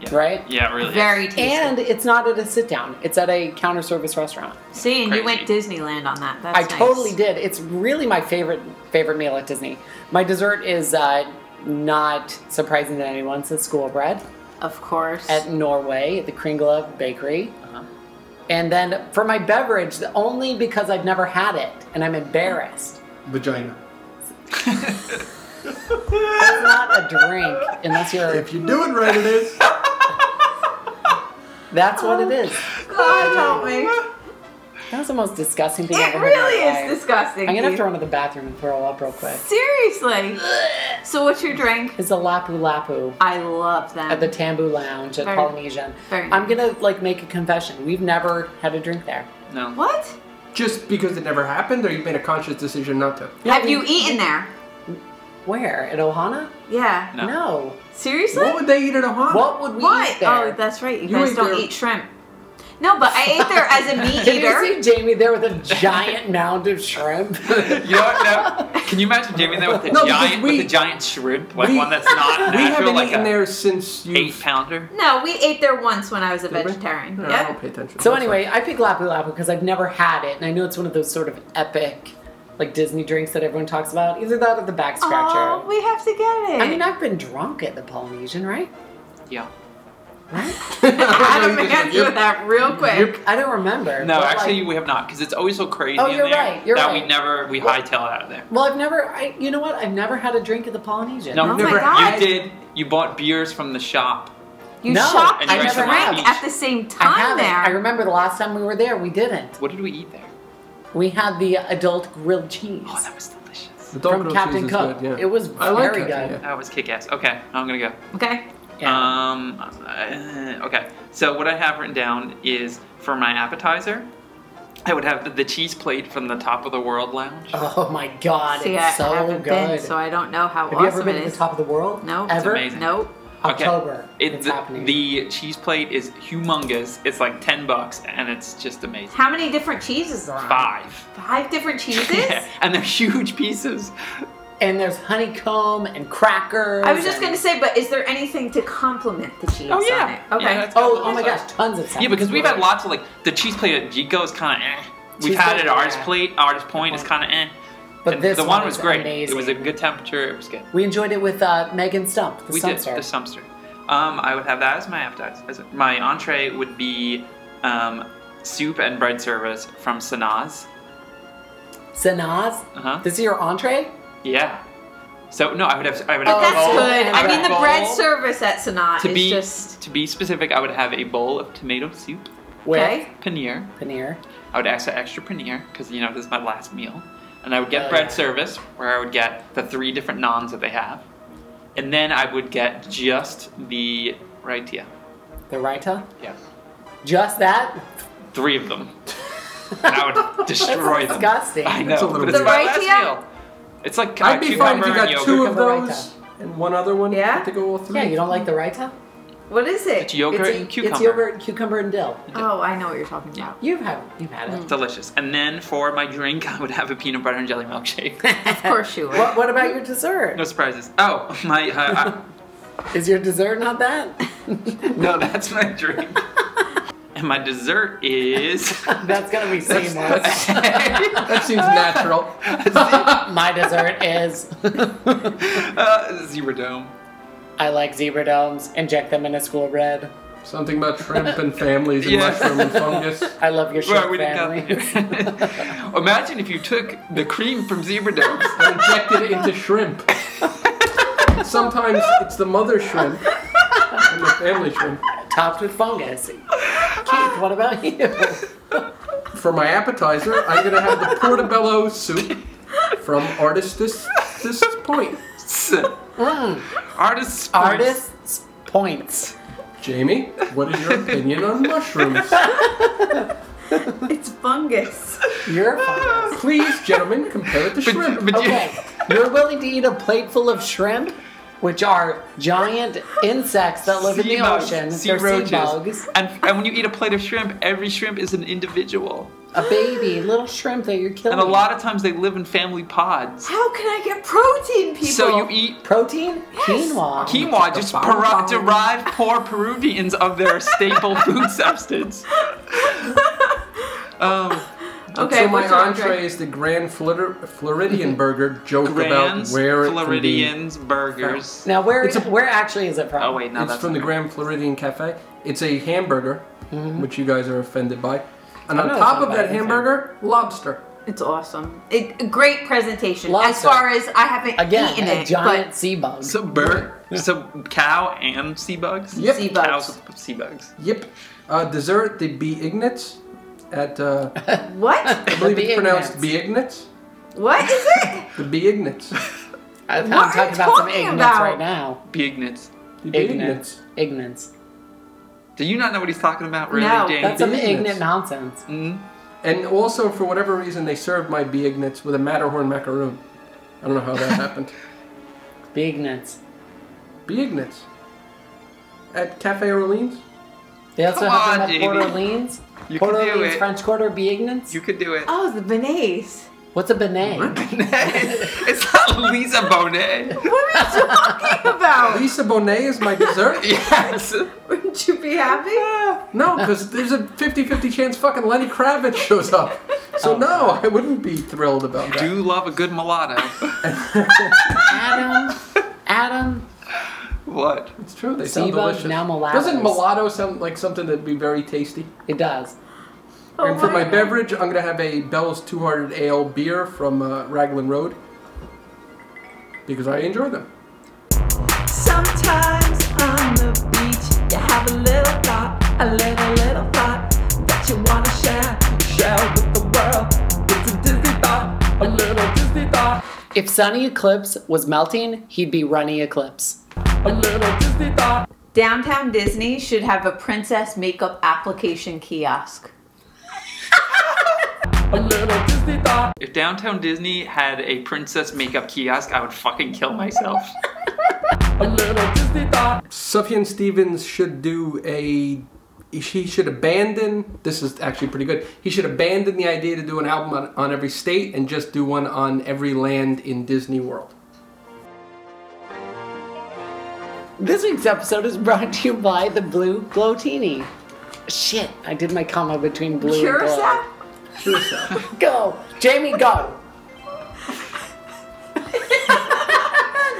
Speaker 2: good. yeah.
Speaker 1: right?
Speaker 2: Yeah, it really. is.
Speaker 3: very tasty.
Speaker 1: And it's not at a sit down; it's at a counter service restaurant.
Speaker 3: See, and you went
Speaker 2: Crazy.
Speaker 3: Disneyland on that. That's
Speaker 1: I
Speaker 3: nice.
Speaker 1: totally did. It's really my favorite favorite meal at Disney. My dessert is uh, not surprising to anyone since school bread.
Speaker 3: Of course.
Speaker 1: at Norway at the Kringla Bakery.
Speaker 3: Uh-huh.
Speaker 1: And then for my beverage, the- only because I've never had it and I'm embarrassed.
Speaker 4: Vagina.
Speaker 1: It's not a drink unless you're.
Speaker 4: If you do it right, it is.
Speaker 1: That's what it is.
Speaker 3: God help me.
Speaker 1: That was the most disgusting thing I've
Speaker 3: It
Speaker 1: ever heard in my
Speaker 3: really
Speaker 1: life.
Speaker 3: is disgusting.
Speaker 1: I'm gonna have
Speaker 3: Keith.
Speaker 1: to run to the bathroom and throw up real quick.
Speaker 3: Seriously. so what's your drink?
Speaker 1: It's a lapu lapu
Speaker 3: I love them.
Speaker 1: at the Tambu Lounge at
Speaker 3: Very-
Speaker 1: Polynesian.
Speaker 3: very
Speaker 1: I'm gonna like make a confession. We've never had a drink there.
Speaker 2: No.
Speaker 3: what?
Speaker 4: Just because it never happened, or you've made a conscious decision not to.
Speaker 1: Yeah,
Speaker 3: Have
Speaker 1: we-
Speaker 3: you eaten there?
Speaker 1: Where at Ohana?
Speaker 3: Yeah.
Speaker 2: No.
Speaker 1: No.
Speaker 3: Seriously?
Speaker 4: What would they eat at a Honda?
Speaker 1: What would we
Speaker 3: What?
Speaker 1: eat there?
Speaker 3: Oh, that's right. You,
Speaker 4: You
Speaker 3: guys
Speaker 4: ate
Speaker 3: don't
Speaker 4: there-
Speaker 3: eat shrimp. No, but I ate there as a meat
Speaker 1: Can
Speaker 3: eater.
Speaker 1: you see Jamie there with a giant mound of shrimp?
Speaker 2: You know what? No. Can you imagine Jamie there with a
Speaker 4: No, because
Speaker 2: giant
Speaker 4: we-
Speaker 2: with a giant shrimp, like
Speaker 4: we-
Speaker 2: one that's not
Speaker 4: We
Speaker 2: natural,
Speaker 4: haven't
Speaker 2: like
Speaker 4: eaten
Speaker 2: an
Speaker 4: there since you.
Speaker 2: eight pounder?
Speaker 3: No, we ate there once when I was a
Speaker 4: Did we?
Speaker 3: vegetarian.
Speaker 4: No, I
Speaker 3: Yep.
Speaker 4: don't pay attention.
Speaker 1: So
Speaker 4: That's
Speaker 1: anyway, I pick Lapu Lapu because I've never had it, and I know it's one of those sort of epic, like Disney drinks that everyone talks about. Either that or the back
Speaker 3: Oh,
Speaker 1: scratcher.
Speaker 3: we have to get it.
Speaker 1: I mean, I've been drunk at the Polynesian, right?
Speaker 2: Yeah.
Speaker 3: Adam
Speaker 4: fine.
Speaker 3: answer that real quick.
Speaker 1: I don't remember.
Speaker 2: No,
Speaker 1: but,
Speaker 2: actually
Speaker 1: like-
Speaker 2: we have not, because it's always so crazy
Speaker 1: Oh,
Speaker 2: in
Speaker 1: you're
Speaker 2: there
Speaker 1: right, you're
Speaker 2: that we
Speaker 1: right.
Speaker 2: never we
Speaker 1: Well-
Speaker 2: hightail it out of there.
Speaker 1: well, I've never. I, you know what? I've never had a drink at the Polynesian.
Speaker 2: No,
Speaker 3: Oh
Speaker 4: Never
Speaker 3: my god.
Speaker 2: you did. You bought beers from the shop.
Speaker 3: You
Speaker 1: No,
Speaker 3: shopped
Speaker 2: and
Speaker 3: and
Speaker 2: you
Speaker 1: never
Speaker 3: drank
Speaker 2: have.
Speaker 3: at the same
Speaker 1: I
Speaker 3: time
Speaker 1: haven't.
Speaker 3: there.
Speaker 1: I remember the last time we were there, we didn't.
Speaker 2: What did we eat there?
Speaker 1: We had the adult grilled cheese
Speaker 2: Oh, that was delicious.
Speaker 4: The dog
Speaker 1: from
Speaker 4: grilled
Speaker 1: Captain
Speaker 4: cheese is
Speaker 1: Cook.
Speaker 4: good, yeah.
Speaker 1: It was
Speaker 4: I like
Speaker 1: very
Speaker 4: it,
Speaker 1: good.
Speaker 4: yeah.
Speaker 2: That was kick ass. Okay, I'm gonna go.
Speaker 3: okay.
Speaker 1: Yeah.
Speaker 2: Um, uh, okay. So what I have written down is for my appetizer, I would have the cheese plate from the Top of the World Lounge.
Speaker 1: oh my god,
Speaker 3: See,
Speaker 1: it's
Speaker 3: I,
Speaker 1: so
Speaker 3: I haven't
Speaker 1: good.
Speaker 3: been, so I don't know how
Speaker 1: Have
Speaker 3: awesome
Speaker 1: you ever been
Speaker 3: it
Speaker 1: to the
Speaker 3: is.
Speaker 1: top of the world?
Speaker 3: No, it's
Speaker 1: ever.
Speaker 2: amazing.
Speaker 3: Nope.
Speaker 2: Okay.
Speaker 1: October.
Speaker 2: It-
Speaker 1: it's
Speaker 2: the,
Speaker 1: happening.
Speaker 2: the cheese plate is humongous. It's like ten bucks, and it's just amazing.
Speaker 3: How many different cheeses are on?
Speaker 2: Five.
Speaker 3: Five different cheeses?
Speaker 2: Yeah, and they're huge pieces.
Speaker 1: and there's honeycomb and crackers.
Speaker 3: I was just
Speaker 1: and-
Speaker 3: going to say, but is there anything to complement the cheese
Speaker 2: Oh, yeah.
Speaker 3: on it? Okay.
Speaker 2: Yeah, that's-
Speaker 1: Oh, oh my gosh, tons of stuff.
Speaker 2: Yeah, because we've had lots of like the cheese plate at Gico is kind of eh. We've
Speaker 1: Cheese
Speaker 2: had
Speaker 1: plate,
Speaker 2: it at Artist
Speaker 1: yeah.
Speaker 2: Plate, Artist Point is kind of eh.
Speaker 1: But
Speaker 2: And
Speaker 1: this
Speaker 2: the
Speaker 1: one
Speaker 2: was
Speaker 1: is
Speaker 2: great. It
Speaker 1: amazing.
Speaker 2: was a good temperature. It was good.
Speaker 1: We enjoyed it with uh, Megan Stump, the
Speaker 2: we
Speaker 1: Stump
Speaker 2: did
Speaker 1: Star.
Speaker 2: the Sumpster. Um, I would have that as my appetizer. as- My entree would be um, soup and bread service from Sanaz.
Speaker 1: Sanaz,
Speaker 2: Uh huh.
Speaker 1: this is your entree?
Speaker 2: Yeah. So no, I would have. I would
Speaker 1: Oh,
Speaker 2: have
Speaker 3: But
Speaker 2: a
Speaker 3: that's
Speaker 1: bowl
Speaker 3: good.
Speaker 1: and
Speaker 3: I mean, the
Speaker 2: bowl.
Speaker 3: bread service at Sanaa
Speaker 2: to
Speaker 3: is
Speaker 2: be
Speaker 3: just
Speaker 2: to be specific. I would have a bowl of tomato soup,
Speaker 1: With
Speaker 3: Okay.
Speaker 2: paneer.
Speaker 1: paneer.
Speaker 2: I would ask for extra paneer because you know this is my last meal, and I would get
Speaker 1: Oh,
Speaker 2: bread
Speaker 1: yeah.
Speaker 2: service where I would get the three different naans that they have, and then I would get just the raitia.
Speaker 1: The raita?
Speaker 2: Yeah.
Speaker 1: Just that?
Speaker 2: Three of them. and I would destroy
Speaker 1: That's
Speaker 2: them.
Speaker 1: disgusting.
Speaker 2: I know.
Speaker 4: That's a little
Speaker 2: but it's
Speaker 4: bit-
Speaker 2: my
Speaker 3: The
Speaker 2: last
Speaker 3: Raitia?
Speaker 2: meal. It's like uh,
Speaker 4: I'd be fine if
Speaker 2: cucumber
Speaker 4: you got
Speaker 2: and
Speaker 4: two
Speaker 2: yogurt.
Speaker 4: of
Speaker 1: Cucumber
Speaker 4: those and one other one.
Speaker 3: Yeah?
Speaker 4: To go all three.
Speaker 1: Yeah, you don't like the raita?
Speaker 3: What is it?
Speaker 2: It's yogurt
Speaker 1: it's,
Speaker 2: and
Speaker 1: it's
Speaker 2: cucumber.
Speaker 1: yogurt, cucumber, and dill.
Speaker 3: Oh, I know what you're talking about.
Speaker 1: You've had, you've had it.
Speaker 2: Delicious. And then for my drink, I would have a peanut butter and jelly milkshake.
Speaker 3: Of course you would.
Speaker 1: What, what about your dessert?
Speaker 2: no surprises. Oh, my. Uh,
Speaker 1: Is your dessert not that?
Speaker 2: I, no, that's my drink. and my dessert is.
Speaker 1: That's gonna be seamless.
Speaker 4: That seems natural.
Speaker 1: My dessert is
Speaker 2: uh, zebra dome.
Speaker 1: I like zebra domes, inject them into school bread.
Speaker 4: Something about shrimp and families and
Speaker 2: Yeah.
Speaker 4: mushroom and fungus.
Speaker 1: I love your
Speaker 2: Right,
Speaker 1: shrimp
Speaker 2: we
Speaker 1: family.
Speaker 2: didn't count that. Imagine if you took the cream from zebra domes.
Speaker 4: and injected it into shrimp. Sometimes it's the mother shrimp and the family shrimp.
Speaker 1: Topped with fungus. Keith, what about you?
Speaker 4: For my appetizer, I'm gonna have the portobello soup from Artistus this point.
Speaker 2: Artists.
Speaker 1: Hmm, Artists points.
Speaker 4: Jamie, what is your opinion on mushrooms?
Speaker 3: It's fungus.
Speaker 1: You're a fungus.
Speaker 4: Please, gentlemen, compare it to
Speaker 2: But,
Speaker 4: shrimp.
Speaker 2: but you-
Speaker 1: Okay, you're willing to eat a plateful of shrimp, which are giant insects that live
Speaker 2: sea
Speaker 1: in the
Speaker 2: bugs,
Speaker 1: ocean.
Speaker 2: sea
Speaker 1: They're
Speaker 2: roaches.
Speaker 1: sea bugs.
Speaker 2: And, and when you eat a plate of shrimp, every shrimp is an individual.
Speaker 1: A baby, little shrimp that you're killing.
Speaker 2: And a lot of times they live in family pods.
Speaker 3: How can I get protein, people?
Speaker 2: So you eat
Speaker 1: protein, quinoa.
Speaker 2: quinoa, just para- derive poor Peruvians of their staple food substance. Um,
Speaker 3: okay,
Speaker 4: so my
Speaker 3: what's your
Speaker 4: entree is the Grand Flor- Floridian burger. Joke
Speaker 2: Grand's
Speaker 4: about where it can be.
Speaker 2: Floridians burgers.
Speaker 1: Now, where
Speaker 4: It's a-
Speaker 1: where actually is it from?
Speaker 2: Oh wait, no,
Speaker 4: it's
Speaker 2: that's
Speaker 4: from the
Speaker 2: not
Speaker 4: Grand Floridian Cafe. It's a hamburger, which you guys are offended by. And
Speaker 1: I'm not
Speaker 4: on top
Speaker 1: offended
Speaker 4: of
Speaker 1: by
Speaker 4: that
Speaker 1: anything.
Speaker 4: hamburger, lobster.
Speaker 3: It's awesome. It, a great presentation. As
Speaker 1: Lobster.
Speaker 3: far as I haven't
Speaker 1: Again,
Speaker 3: eaten
Speaker 1: a
Speaker 3: it,
Speaker 1: giant
Speaker 3: but
Speaker 1: sea bug.
Speaker 2: So bird, so cow and sea bugs.
Speaker 4: Yep.
Speaker 3: sea
Speaker 2: Cows
Speaker 3: bugs.
Speaker 2: with sea bugs.
Speaker 4: Yep. Uh, dessert, the Beignets. At uh,
Speaker 3: What?
Speaker 4: I believe it's pronounced
Speaker 1: Beignets.
Speaker 4: Beignets.
Speaker 3: What is it?
Speaker 4: The Beignets.
Speaker 1: I'm
Speaker 3: What are
Speaker 1: talking
Speaker 3: you
Speaker 1: about some
Speaker 3: talking
Speaker 1: ignorance
Speaker 3: about?
Speaker 1: right now.
Speaker 2: Bignets.
Speaker 4: The
Speaker 1: Ignorance.
Speaker 4: Beignets.
Speaker 1: Ignorance.
Speaker 2: Do you not know what he's talking about, really,
Speaker 3: No.
Speaker 2: Dane?
Speaker 1: That's some
Speaker 4: Ignorance.
Speaker 1: ignorant nonsense.
Speaker 2: Mm.
Speaker 4: And also, for whatever reason, they served my Beignets with a Matterhorn macaroon. I don't know how that happened.
Speaker 1: Ignorance.
Speaker 4: Beignets. At Cafe Orleans.
Speaker 1: They also
Speaker 2: Come
Speaker 1: have them
Speaker 2: on,
Speaker 1: at
Speaker 2: Jamie.
Speaker 1: Port Orleans.
Speaker 2: You
Speaker 1: Port
Speaker 2: can do
Speaker 1: Orleans,
Speaker 2: it.
Speaker 1: French Quarter, Biegnans.
Speaker 2: You could do it.
Speaker 3: Oh, the beignets.
Speaker 1: What's a benet?
Speaker 2: it's not Lisa Bonet.
Speaker 3: What are you talking about?
Speaker 4: Lisa Bonet is my dessert?
Speaker 2: Yes.
Speaker 3: Wouldn't you be happy?
Speaker 4: No, because there's a 50 50 chance fucking Lenny Kravitz shows up. So, no, I wouldn't be thrilled about that.
Speaker 2: Do love a good mulatto.
Speaker 1: Adam. Adam.
Speaker 2: what?
Speaker 4: It's true, they sound
Speaker 1: Zebra,
Speaker 4: delicious.
Speaker 1: now mulattoes.
Speaker 4: Doesn't mulatto sound like something that'd be very tasty?
Speaker 1: It does.
Speaker 3: Oh
Speaker 4: and for my
Speaker 3: God.
Speaker 4: beverage, I'm going to have a Bell's 200 Ale beer from uh, Raglan Road because I enjoy them.
Speaker 7: Sometimes on the beach, you have a little thought, a little, little thought that you want to share, share with the world. It's a Disney thought, a little Disney thought,
Speaker 1: If sunny eclipse was melting, he'd be runny eclipse.
Speaker 7: a little Disney thought.
Speaker 3: Downtown Disney should have a princess makeup application kiosk.
Speaker 7: A little Disney thought,
Speaker 2: If Downtown Disney had a princess makeup kiosk, I would fucking kill myself.
Speaker 7: a little Disney thought,
Speaker 4: Sufjan Stevens should do a. He should abandon. This is actually pretty good. He should abandon the idea to do an album on, on every state and just do one on every land in Disney World.
Speaker 1: This week's episode is brought to you by the Blue Glotini. Shit, I did my comma between blue
Speaker 3: Curacao?
Speaker 4: Sure, so.
Speaker 1: and glow. Go, Jamie, go.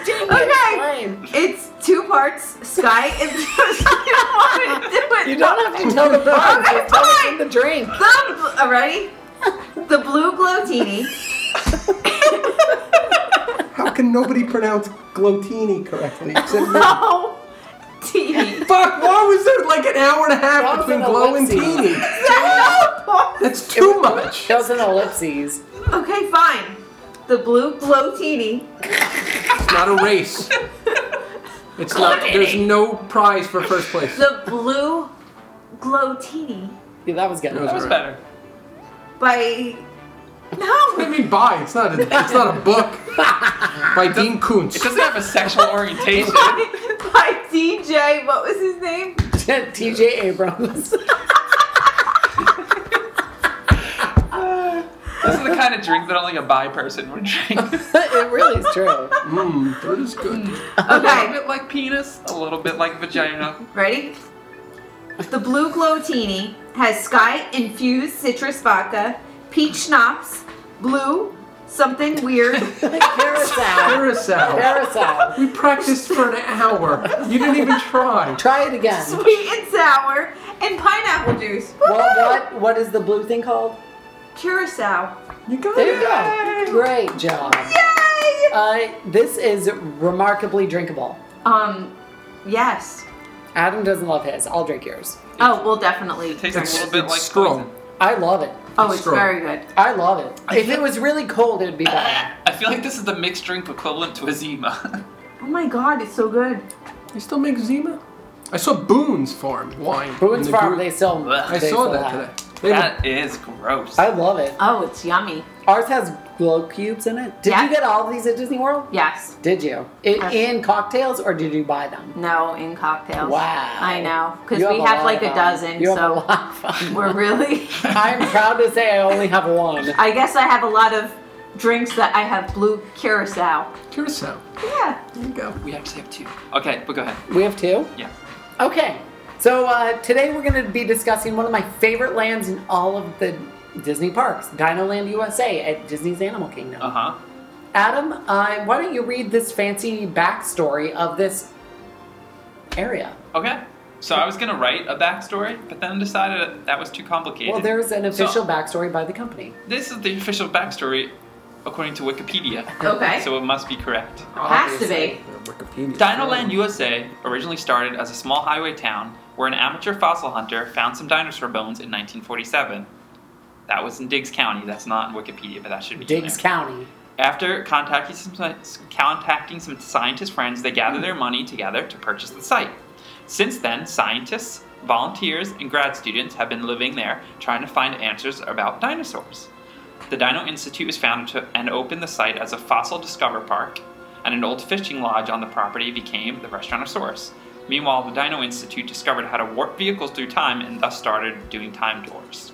Speaker 1: Jamie,
Speaker 3: Okay.
Speaker 1: explain.
Speaker 3: It's two parts sky and you want to do it.
Speaker 1: You don't have to tell the part.
Speaker 3: Okay,
Speaker 1: just tell us
Speaker 3: fine.
Speaker 1: in the drink.
Speaker 3: the all right. The blue glotini.
Speaker 4: How can nobody pronounce Glotini correctly? Except me?
Speaker 3: Oh, TV.
Speaker 4: Fuck! Why was there like an hour and a
Speaker 1: That
Speaker 4: half
Speaker 1: was
Speaker 4: between
Speaker 1: an
Speaker 4: Glow and
Speaker 1: ellipsis.
Speaker 4: Teeny?
Speaker 3: No.
Speaker 4: That's too much.
Speaker 1: Those are ellipses.
Speaker 3: Okay, fine. The blue glotini.
Speaker 4: It's not a race. It's not. There's no prize for first place.
Speaker 3: The blue glotini
Speaker 1: Yeah, that was good.
Speaker 4: That was
Speaker 2: That's
Speaker 4: Right.
Speaker 2: better.
Speaker 3: by
Speaker 4: What
Speaker 3: no.
Speaker 4: do you mean by? It's not. A, it's not a book by Dean
Speaker 2: It
Speaker 4: Koontz.
Speaker 2: doesn't have a sexual orientation.
Speaker 3: By DJ, what was his name?
Speaker 1: TJ Abrams.
Speaker 2: This is the kind of drink that only a bi person would drink.
Speaker 1: it really is true.
Speaker 4: Mmm, that is good.
Speaker 2: A little
Speaker 3: Okay,
Speaker 2: bit like penis, a little bit like vagina.
Speaker 3: ready? The blue glotini has sky infused citrus vodka, peach schnapps, blue something weird.
Speaker 1: Carousel.
Speaker 4: Carousel.
Speaker 1: Carousel.
Speaker 4: We practiced for an hour. You didn't even try.
Speaker 1: Try it again.
Speaker 3: sweet and sour, and pineapple juice.
Speaker 1: What, what, what is the blue thing called?
Speaker 3: Curacao.
Speaker 4: You got
Speaker 1: There you
Speaker 4: it.
Speaker 1: go. Great job.
Speaker 3: Yay!
Speaker 1: Uh, this is remarkably drinkable.
Speaker 3: Um, yes.
Speaker 1: Adam doesn't love his. I'll drink yours.
Speaker 3: Oh, well, definitely.
Speaker 2: It tastes
Speaker 4: It's,
Speaker 2: a little bit
Speaker 4: it's
Speaker 2: like
Speaker 4: strong.
Speaker 2: poison.
Speaker 1: I love it.
Speaker 3: Oh, it's
Speaker 4: strong.
Speaker 3: very good.
Speaker 1: I love it. If it was really cold, it would be better.
Speaker 2: I feel like this is the mixed drink equivalent to a Zima.
Speaker 3: Oh my god, it's so good.
Speaker 4: They still make Zima. I saw Boone's Farm wine. in
Speaker 1: Boone's
Speaker 4: the
Speaker 1: Farm,
Speaker 4: group.
Speaker 1: they sell.
Speaker 4: I
Speaker 1: they
Speaker 4: saw
Speaker 1: sell
Speaker 4: that today. They have a-
Speaker 2: that is gross.
Speaker 1: I love it.
Speaker 3: Oh, it's yummy.
Speaker 1: Ours has glow cubes in it. Did you
Speaker 3: Yeah.
Speaker 1: get all of these at Disney World?
Speaker 3: Yes.
Speaker 1: Did you? In,
Speaker 3: Yes.
Speaker 1: in cocktails or did you buy them?
Speaker 3: No, in cocktails.
Speaker 1: Wow.
Speaker 3: I know. Because
Speaker 1: You
Speaker 3: we
Speaker 1: lot
Speaker 3: have like
Speaker 1: of
Speaker 3: a
Speaker 1: them.
Speaker 3: dozen,
Speaker 1: You have a
Speaker 3: so
Speaker 1: lot of them.
Speaker 3: we're really.
Speaker 1: I'm proud to say I only have one.
Speaker 3: I guess I have a lot of drinks that I have blue curacao.
Speaker 4: Curacao.
Speaker 3: Yeah.
Speaker 4: There you go.
Speaker 2: we actually have two. Okay, but go ahead.
Speaker 1: We have two?
Speaker 2: Yeah.
Speaker 1: Okay. So uh, today we're going to be discussing one of my favorite lands in all of the Disney parks, Dinoland USA at Disney's Animal Kingdom.
Speaker 2: Uh huh.
Speaker 1: Adam, uh, why don't you read this fancy backstory of this area?
Speaker 2: Okay. So I was gonna write a backstory, but then decided that was too complicated.
Speaker 1: Well, there's an
Speaker 2: So-
Speaker 1: official backstory by the company.
Speaker 2: This is the official backstory, according to Wikipedia.
Speaker 3: Okay.
Speaker 2: So it must be correct.
Speaker 3: Has to
Speaker 4: Obviously. uh,
Speaker 3: be.
Speaker 4: Wikipedia.
Speaker 2: Dinoland USA originally started as a small highway town where an amateur fossil hunter found some dinosaur bones in 1947. That was in Diggs County. That's not in Wikipedia, but that should be in
Speaker 1: Diggs
Speaker 2: there.
Speaker 1: County.
Speaker 2: After contacting some, contacting some scientist friends, they gather their money together to purchase the site. Since then, scientists, volunteers, and grad students have been living there trying to find answers about dinosaurs. The Dino Institute was founded to, and opened the site as a fossil discover park, and an old fishing lodge on the property became the Restaurantosaurus. Meanwhile, the Dino Institute discovered how to warp vehicles through time and thus started doing time doors.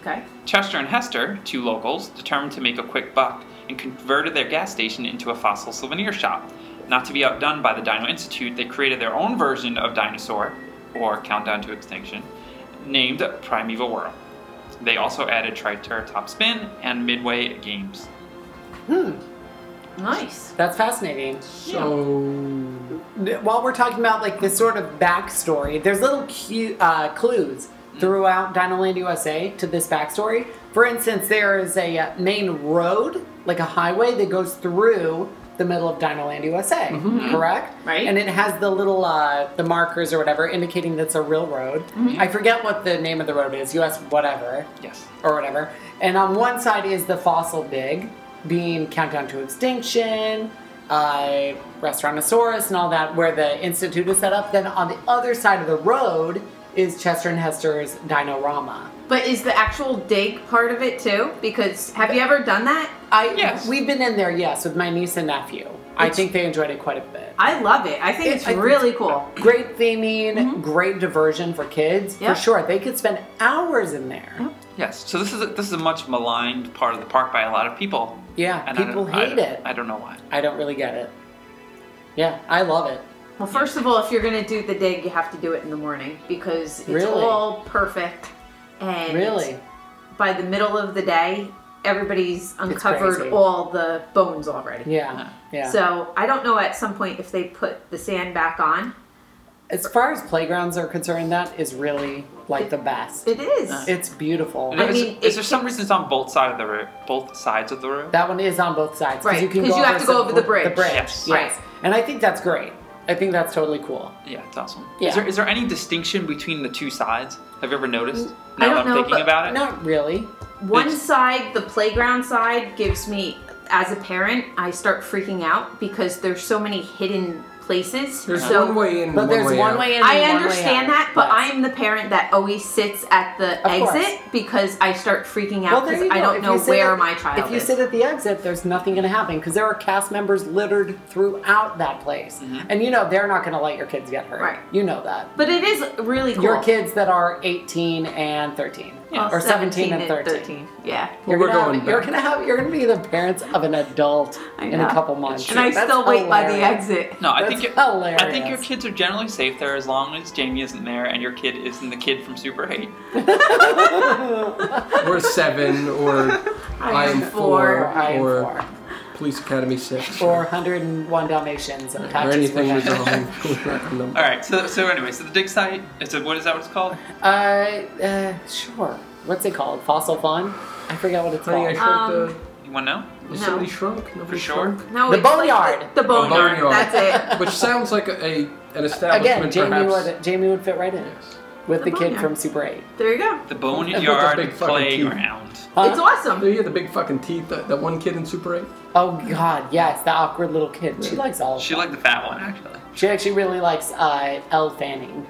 Speaker 3: Okay.
Speaker 2: Chester and Hester, two locals, determined to make a quick buck and converted their gas station into a fossil souvenir shop. Not to be outdone by the Dino Institute, they created their own version of Dinosaur, or Countdown to Extinction, named Primeval World. They also added Triceratops Spin and Midway Games.
Speaker 3: Nice.
Speaker 1: Hmm, That's fascinating.
Speaker 4: So
Speaker 1: While we're talking about like this sort of backstory, there's little cu- uh, clues throughout Dinoland USA to this backstory. For instance, there is a uh, main road, like a highway that goes through the middle of Dinoland USA, correct?
Speaker 3: Right.
Speaker 1: And it has the little uh, the markers or whatever indicating that's a real road. I forget what the name of the road is. US whatever
Speaker 2: Yes.
Speaker 1: or whatever. And on one side is the fossil dig, being Countdown to Extinction, uh, Restaurantosaurus, and all that, where the institute is set up. Then on the other side of the road is Chester and Hester's Dinorama.
Speaker 3: But is the actual dig part of it too? Because have you ever done that?
Speaker 1: I,
Speaker 2: Yes.
Speaker 1: We've been in there, yes, with my niece and nephew. I think they enjoyed it quite a bit.
Speaker 3: I love it. I think
Speaker 1: It-
Speaker 3: it's
Speaker 1: I think
Speaker 3: really cool.
Speaker 1: Great theming, great diversion for kids,
Speaker 3: Yeah.
Speaker 1: for sure. They could spend hours in there.
Speaker 2: Yes. So this is a, this is a much maligned part of the park by a lot of people.
Speaker 1: Yeah,
Speaker 2: And I
Speaker 1: people
Speaker 2: don't- I
Speaker 1: hate
Speaker 2: don't-
Speaker 1: it.
Speaker 2: I don't know why.
Speaker 1: I don't really get it. Yeah, I love it.
Speaker 3: Well, first of all, if you're going to do the dig, you have to do it in the morning because it's
Speaker 1: Really?
Speaker 3: all perfect. And
Speaker 1: Really.
Speaker 3: by the middle of the day, everybody's
Speaker 1: crazy.
Speaker 3: uncovered all the bones already.
Speaker 1: Yeah. Yeah.
Speaker 3: So I don't know at some point if they put the sand back on.
Speaker 1: As far as playgrounds are concerned, that is really like the best.
Speaker 3: It is.
Speaker 1: It's beautiful.
Speaker 2: And
Speaker 3: I
Speaker 2: is,
Speaker 3: mean,
Speaker 2: is
Speaker 3: it-
Speaker 2: there some reason it's on both sides of the road? Both sides of the road?
Speaker 1: That one is on both sides
Speaker 3: Right,
Speaker 1: you can
Speaker 3: 'cause
Speaker 1: go
Speaker 3: you have to go
Speaker 1: some-
Speaker 3: over the bridge.
Speaker 1: The bridge,
Speaker 2: Yes.
Speaker 1: yes.
Speaker 3: Right.
Speaker 1: And I think that's great. I think that's totally cool.
Speaker 2: yeah, it's awesome.
Speaker 1: Yeah.
Speaker 2: Is there is there any distinction between the two sides? Have you ever noticed? Now
Speaker 3: I
Speaker 2: that
Speaker 3: don't
Speaker 2: I'm
Speaker 3: know,
Speaker 2: thinking
Speaker 3: but
Speaker 2: about it.
Speaker 1: Not really.
Speaker 3: One
Speaker 2: It's-
Speaker 3: side, the playground side, gives me, as a parent, I start freaking out because there's so many hidden places.
Speaker 4: there's
Speaker 3: so
Speaker 4: one way in,
Speaker 1: But
Speaker 4: and
Speaker 1: there's
Speaker 4: one way
Speaker 1: one
Speaker 4: out.
Speaker 1: way in.
Speaker 3: I
Speaker 1: and one way
Speaker 3: understand
Speaker 1: out.
Speaker 3: that, but
Speaker 1: Yes.
Speaker 3: I'm the parent that always sits at the
Speaker 1: Of course.
Speaker 3: exit because I start freaking out
Speaker 1: there
Speaker 3: because
Speaker 1: you
Speaker 3: I
Speaker 1: go.
Speaker 3: don't
Speaker 1: If
Speaker 3: know
Speaker 1: you sit
Speaker 3: where
Speaker 1: at-
Speaker 3: my child
Speaker 1: If you
Speaker 3: is.
Speaker 1: sit at the exit, there's nothing going to happen because there are cast members littered throughout that place, and you know they're not going to let your kids get hurt.
Speaker 3: Right.
Speaker 1: You know that.
Speaker 3: but it is really cool.
Speaker 1: Your kids that are 18 and 13,
Speaker 3: Well,
Speaker 1: or 17, and 13.
Speaker 3: Yeah.
Speaker 4: Well, we're
Speaker 1: gonna have-
Speaker 4: going
Speaker 1: you're
Speaker 4: back.
Speaker 1: gonna have you're gonna be the parents of an adult
Speaker 3: I
Speaker 1: in
Speaker 3: know.
Speaker 1: a couple months.
Speaker 3: And I
Speaker 1: That's
Speaker 3: still wait by the
Speaker 1: hilarious.
Speaker 3: exit.
Speaker 2: No, I
Speaker 1: That's
Speaker 2: think your-
Speaker 1: hilarious.
Speaker 2: I think your kids are generally safe there as long as Jamie isn't there and your kid isn't the kid from Super Eight.
Speaker 4: or seven or I am
Speaker 3: four,
Speaker 4: four,
Speaker 1: I am
Speaker 4: or
Speaker 1: four.
Speaker 4: Police Academy six
Speaker 1: Or 101 Dalmatians and
Speaker 4: or
Speaker 1: patches
Speaker 4: anything
Speaker 1: were
Speaker 4: with a
Speaker 1: done.
Speaker 4: home with a number.
Speaker 2: All right. So so anyway, so the dig site. It's a, what is that? What it's called?
Speaker 1: Uh, uh, sure. What's it called? Fossil Fawn? I forget what it's
Speaker 4: Honey, Oh, I
Speaker 1: called.
Speaker 4: shrunk
Speaker 3: Um,
Speaker 2: You want to know?
Speaker 4: the. Is somebody shrunk? Nobody
Speaker 2: sure.
Speaker 4: shrunk.
Speaker 3: No,
Speaker 1: The
Speaker 3: it's like
Speaker 1: boneyard.
Speaker 3: The, the boneyard.
Speaker 4: boneyard.
Speaker 3: That's it.
Speaker 4: Which sounds like a, a an establishment,
Speaker 1: Again, Jamie
Speaker 4: perhaps.
Speaker 1: would Jamie would fit right in
Speaker 4: Yes.
Speaker 1: with the,
Speaker 3: The
Speaker 1: kid
Speaker 3: boneyard.
Speaker 1: from Super 8.
Speaker 3: There you go.
Speaker 2: The
Speaker 4: With the
Speaker 2: Boneyard
Speaker 4: big fucking teeth.
Speaker 2: Playground.
Speaker 1: Huh?
Speaker 3: It's awesome.
Speaker 4: You had the big fucking teeth. That, that one kid in Super Eight.
Speaker 1: Oh God, yes, the awkward little kid. She
Speaker 4: Yeah.
Speaker 1: likes all. Of
Speaker 2: She
Speaker 1: them.
Speaker 2: liked the fat one actually.
Speaker 1: She actually really likes uh, Elle Fanning.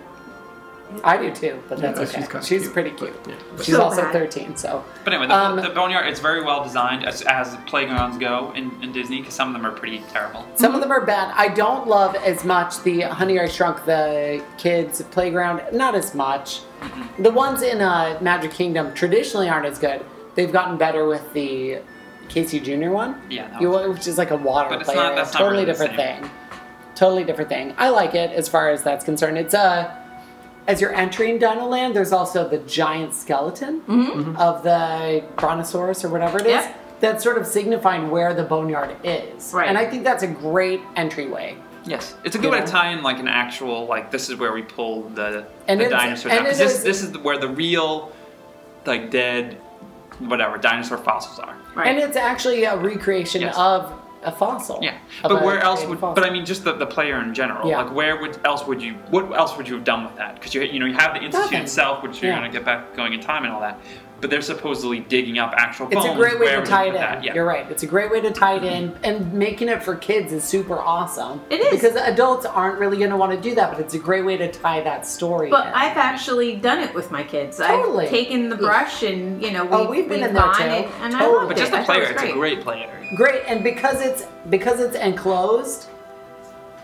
Speaker 1: I do too, but that's
Speaker 4: Yeah,
Speaker 1: okay.
Speaker 4: she's kinda
Speaker 1: She's
Speaker 4: cute,
Speaker 1: pretty
Speaker 4: but-
Speaker 1: cute.
Speaker 4: yeah.
Speaker 1: She's
Speaker 3: So
Speaker 1: also
Speaker 3: bad.
Speaker 1: 13, so.
Speaker 2: But anyway, the,
Speaker 1: Um,
Speaker 2: the boneyard it's very well designed as, as playgrounds go in, in Disney because some of them are pretty terrible.
Speaker 1: Some of them are bad. I don't love as much the Honey I Shrunk the Kids playground. Not as much.
Speaker 2: Mm-hmm.
Speaker 1: The ones in uh, Magic Kingdom traditionally aren't as good. They've gotten better with the Casey Junior one.
Speaker 2: Yeah, that
Speaker 1: You-
Speaker 2: one's-
Speaker 1: which is like a water
Speaker 2: But it's
Speaker 1: play.
Speaker 2: not-
Speaker 1: area.
Speaker 2: that's not
Speaker 1: totally
Speaker 2: really the
Speaker 1: different
Speaker 2: same.
Speaker 1: thing. Totally different thing. I like it as far as that's concerned. It's uh, as you're entering Dinoland, there's also the giant skeleton
Speaker 2: Mm-hmm.
Speaker 1: of the brontosaurus or whatever it is.
Speaker 3: Yeah.
Speaker 1: That's sort of signifying where the boneyard is.
Speaker 3: Right.
Speaker 1: And I think that's a great entryway.
Speaker 2: Yes, it's a good way
Speaker 1: Yeah.
Speaker 2: to tie in like an actual like this is where we pull the
Speaker 1: And
Speaker 2: the
Speaker 1: it's-
Speaker 2: dinosaurs
Speaker 1: and
Speaker 2: out because
Speaker 1: it
Speaker 2: this
Speaker 1: is-
Speaker 2: this is the- where the real like dead whatever dinosaur fossils are.
Speaker 3: Right.
Speaker 1: And it's actually a recreation
Speaker 2: Yes.
Speaker 1: of a fossil.
Speaker 2: Yeah,
Speaker 1: Of
Speaker 2: but
Speaker 1: a
Speaker 2: where else
Speaker 1: created
Speaker 2: would?
Speaker 1: fossil.
Speaker 2: But I mean, just the, the player in general.
Speaker 1: Yeah.
Speaker 2: Like, where would else would you? What else would you have done with that? Because you you know you have the institute
Speaker 1: Nothing.
Speaker 2: itself, which you're
Speaker 1: Yeah.
Speaker 2: going to get back going in time and all that. But they're supposedly digging up actual bones.
Speaker 1: it's a great way
Speaker 2: Where
Speaker 1: to
Speaker 2: would
Speaker 1: tie
Speaker 2: you
Speaker 1: it in.
Speaker 2: put That? Yeah. Mm-hmm.
Speaker 1: You're right. It's a great way to tie it in, and making it for kids is super awesome.
Speaker 3: It is.
Speaker 1: because adults aren't really going to want to do that, but it's a great way to tie that story.
Speaker 3: But
Speaker 1: in.
Speaker 3: I've actually done it with my kids.
Speaker 1: Totally.
Speaker 3: I've taken the brush and you know we,
Speaker 1: Oh, we've been in there
Speaker 3: gone
Speaker 1: too.
Speaker 3: and, and I
Speaker 1: Totally.
Speaker 3: loved
Speaker 2: But
Speaker 3: it.
Speaker 2: just the
Speaker 3: I thought it
Speaker 2: player,
Speaker 3: was
Speaker 2: it's a great play area.
Speaker 1: great, and because it's because it's enclosed,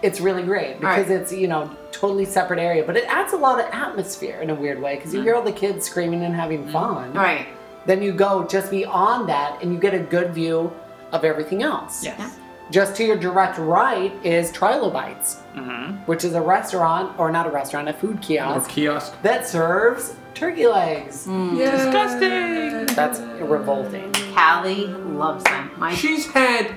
Speaker 1: it's really great because
Speaker 3: Right.
Speaker 1: it's you know totally separate area, but it adds a lot of atmosphere in a weird way because
Speaker 2: Mm.
Speaker 1: you hear all the kids screaming and having fun.
Speaker 3: Right.
Speaker 1: Then you go just beyond that and you get a good view of everything else.
Speaker 2: Yes.
Speaker 1: Just to your direct right is Trilobites,
Speaker 2: hmm
Speaker 1: which is a restaurant, or not a restaurant, a food
Speaker 4: Or
Speaker 1: kiosk
Speaker 4: kiosk.
Speaker 1: that serves turkey legs.
Speaker 2: Disgusting.
Speaker 1: That's revolting.
Speaker 3: Mm-hmm. Callie loves them. My
Speaker 4: She's had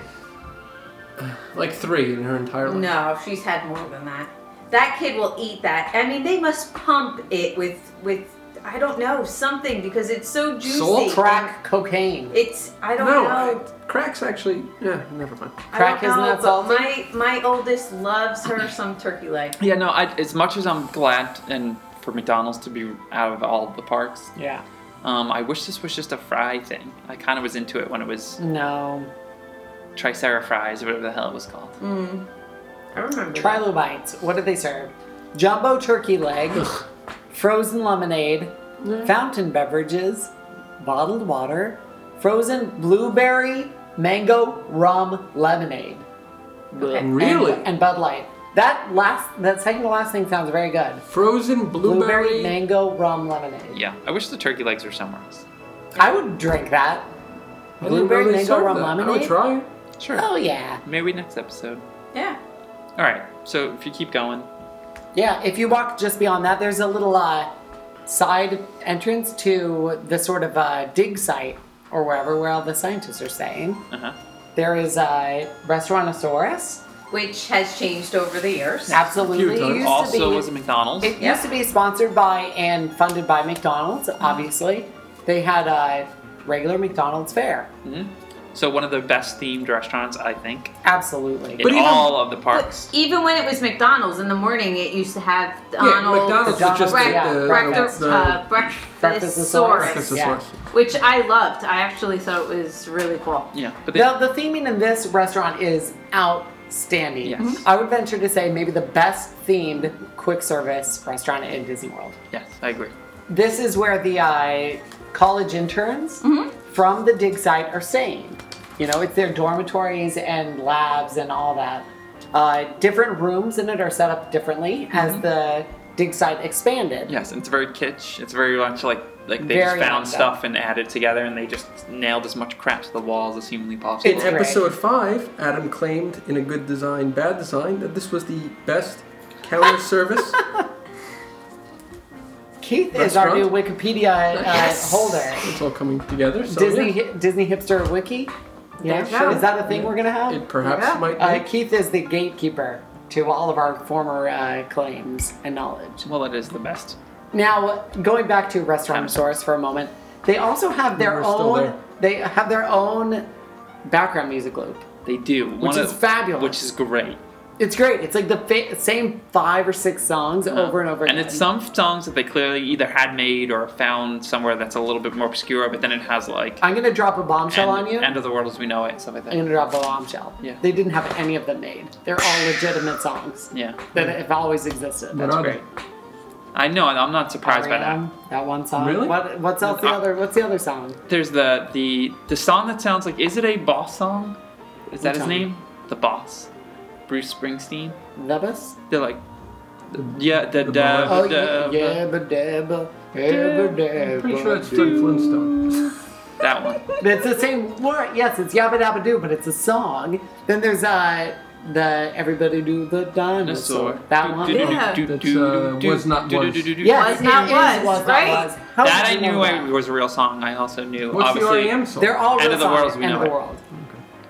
Speaker 4: like three in her entire life.
Speaker 3: No, she's had more than that. That kid will eat that. I mean, they must pump it with with I don't know something because it's so juicy.
Speaker 4: Salt?
Speaker 1: Crack cocaine.
Speaker 3: It's I don't
Speaker 4: No,
Speaker 3: know.
Speaker 4: I- cracks actually. Yeah, never mind.
Speaker 3: I
Speaker 1: crack
Speaker 3: don't
Speaker 1: is
Speaker 3: know,
Speaker 1: not salty?
Speaker 3: but My my oldest loves her some turkey leg.
Speaker 2: Yeah, no. I, as much as I'm glad and for McDonald's to be out of all of the parks,
Speaker 1: yeah.
Speaker 2: um, I wish this was just a fry thing. I kind of was into it when it was
Speaker 1: No.
Speaker 2: Tricera fries or whatever the hell it was called.
Speaker 3: I remember. that.
Speaker 1: Trilobites. What do they serve? Jumbo turkey leg, frozen lemonade, fountain beverages, bottled water, frozen blueberry, mango, rum, lemonade.
Speaker 3: Okay.
Speaker 1: and-
Speaker 4: Really?
Speaker 1: And, Bud Light. That last, that second to last thing sounds very good.
Speaker 4: Frozen
Speaker 1: Blueberry,
Speaker 4: blueberry.
Speaker 1: mango, rum, lemonade.
Speaker 2: Yeah, I wish the turkey legs were somewhere else.
Speaker 1: I would drink that.
Speaker 4: I didn't know
Speaker 1: Blueberry,
Speaker 4: they
Speaker 1: mango,
Speaker 4: served
Speaker 1: rum,
Speaker 4: that. I
Speaker 1: lemonade.
Speaker 4: would try it.
Speaker 2: Sure.
Speaker 1: Oh yeah,
Speaker 2: Maybe next episode.
Speaker 3: Yeah.
Speaker 2: All right. So if you keep going,
Speaker 1: yeah. If you walk just beyond that, there's a little uh, side entrance to the sort of uh, dig site or wherever where all the scientists are staying.
Speaker 2: uh huh.
Speaker 1: There is a uh, restaurantosaurus.
Speaker 3: Which has changed over the years.
Speaker 1: Absolutely,
Speaker 4: Cute, huh?
Speaker 1: It used to
Speaker 2: Also
Speaker 1: be-
Speaker 2: was a McDonald's.
Speaker 1: It
Speaker 3: Yeah.
Speaker 1: used to be sponsored by and funded by McDonald's,
Speaker 2: Mm-hmm.
Speaker 1: obviously. They had a regular McDonald's fare.
Speaker 2: Mhm. So one of the best themed restaurants, I think,
Speaker 1: Absolutely.
Speaker 2: in
Speaker 4: even-
Speaker 2: all of the
Speaker 3: But
Speaker 2: parks.
Speaker 3: even when it was McDonald's in the morning, it used to have
Speaker 4: Yeah,
Speaker 3: Donald
Speaker 4: McDonald's is just
Speaker 1: Right,
Speaker 4: like
Speaker 1: yeah,
Speaker 4: the, the-
Speaker 3: breakfast,
Speaker 4: the,
Speaker 3: uh,
Speaker 1: Breakfastaurus.
Speaker 4: breakfast
Speaker 3: breakfastaurus,
Speaker 1: Yeah.
Speaker 4: source.
Speaker 3: which I loved. I actually thought it was really cool.
Speaker 2: yeah, but they,
Speaker 1: The, the theming in this restaurant is outstanding.
Speaker 2: Yes.
Speaker 1: I would venture to say maybe the best themed quick service restaurant in Disney World.
Speaker 2: yes, I agree.
Speaker 1: This is where the uh, college interns
Speaker 3: Mm-hmm.
Speaker 1: from the dig site are staying. You know, it's their dormitories and labs and all that. Uh, different rooms in it are set up differently
Speaker 3: Mm-hmm.
Speaker 1: as the dig site expanded.
Speaker 2: Yes, and it's very kitsch. It's very much like like they
Speaker 1: Very
Speaker 2: just found
Speaker 1: much so.
Speaker 2: stuff and added together, and they just nailed as much crap to the walls as humanly possible.
Speaker 1: It's
Speaker 4: In
Speaker 1: great.
Speaker 4: episode five, Adam claimed in a good design, bad design that this was the best counter service.
Speaker 1: Keith is our new Wikipedia uh,
Speaker 3: Yes.
Speaker 1: holder.
Speaker 4: It's all coming together. So
Speaker 1: Disney
Speaker 4: yeah,
Speaker 1: hi Disney hipster wiki. Yeah,
Speaker 3: you go.
Speaker 1: is that a thing we're gonna have?
Speaker 4: it perhaps
Speaker 3: Yeah.
Speaker 4: might.
Speaker 1: Uh,
Speaker 4: be.
Speaker 1: Keith is the gatekeeper to all of our former uh, claims and knowledge.
Speaker 2: well, it is the best.
Speaker 1: Now, going back to Restaurant Source for a moment, they also have their
Speaker 4: We're still
Speaker 1: own.
Speaker 4: there.
Speaker 1: They have their own background music loop.
Speaker 2: They do, which
Speaker 1: is fabulous.
Speaker 2: which is great.
Speaker 1: It's great. It's like the fa- same five or six songs over and over
Speaker 2: And
Speaker 1: again.
Speaker 2: it's some songs that they clearly either had made or found somewhere that's a little bit more obscure, but then it has like
Speaker 1: I'm gonna drop a bombshell
Speaker 2: end,
Speaker 1: on you.
Speaker 2: end of the world as we know it and stuff like that.
Speaker 1: I'm gonna drop a bombshell.
Speaker 2: Yeah.
Speaker 1: They didn't have any of them made. They're all legitimate songs
Speaker 2: yeah,
Speaker 1: that have always existed.
Speaker 4: What are they?
Speaker 2: great. I know. I'm not surprised by that.
Speaker 1: R.E.M., That one song.
Speaker 4: Really?
Speaker 1: What, what's else? The
Speaker 2: Uh,
Speaker 1: other. What's the other song?
Speaker 2: There's the the the song that sounds like is it a boss song? Is that
Speaker 1: Which
Speaker 2: his
Speaker 1: song?
Speaker 2: name? The boss, Bruce Springsteen.
Speaker 1: The bus.
Speaker 2: They're like, yeah, the
Speaker 4: The
Speaker 2: da,
Speaker 4: boss.
Speaker 1: Oh
Speaker 2: da, da,
Speaker 1: yeah, yabba dabba, yabba dabba.
Speaker 4: Pretty sure that's Fred Flintstone.
Speaker 2: that one.
Speaker 1: It's the same word. Yes, it's yabba dabba doo, but it's a song. Then there's uh the everybody do the dinosaur.
Speaker 2: Dinosaur.
Speaker 1: That one.
Speaker 2: Do, do, do,
Speaker 3: Yeah.
Speaker 2: do,
Speaker 4: That's,
Speaker 2: do,
Speaker 4: uh,
Speaker 2: do,
Speaker 4: was not
Speaker 2: do, do,
Speaker 4: was.
Speaker 2: do, do, do.
Speaker 1: Yes,
Speaker 3: Was not
Speaker 1: it
Speaker 3: was,
Speaker 1: is, was
Speaker 3: right?
Speaker 1: not was. How
Speaker 2: that
Speaker 1: did
Speaker 2: I
Speaker 1: you know
Speaker 2: knew
Speaker 1: that?
Speaker 2: was a real song. I also knew
Speaker 4: What's
Speaker 2: obviously.
Speaker 4: the E REM song?
Speaker 1: They're all
Speaker 2: End
Speaker 1: real
Speaker 2: of the
Speaker 1: songs.
Speaker 2: World as we
Speaker 1: End of
Speaker 2: know
Speaker 1: the
Speaker 2: it.
Speaker 1: world.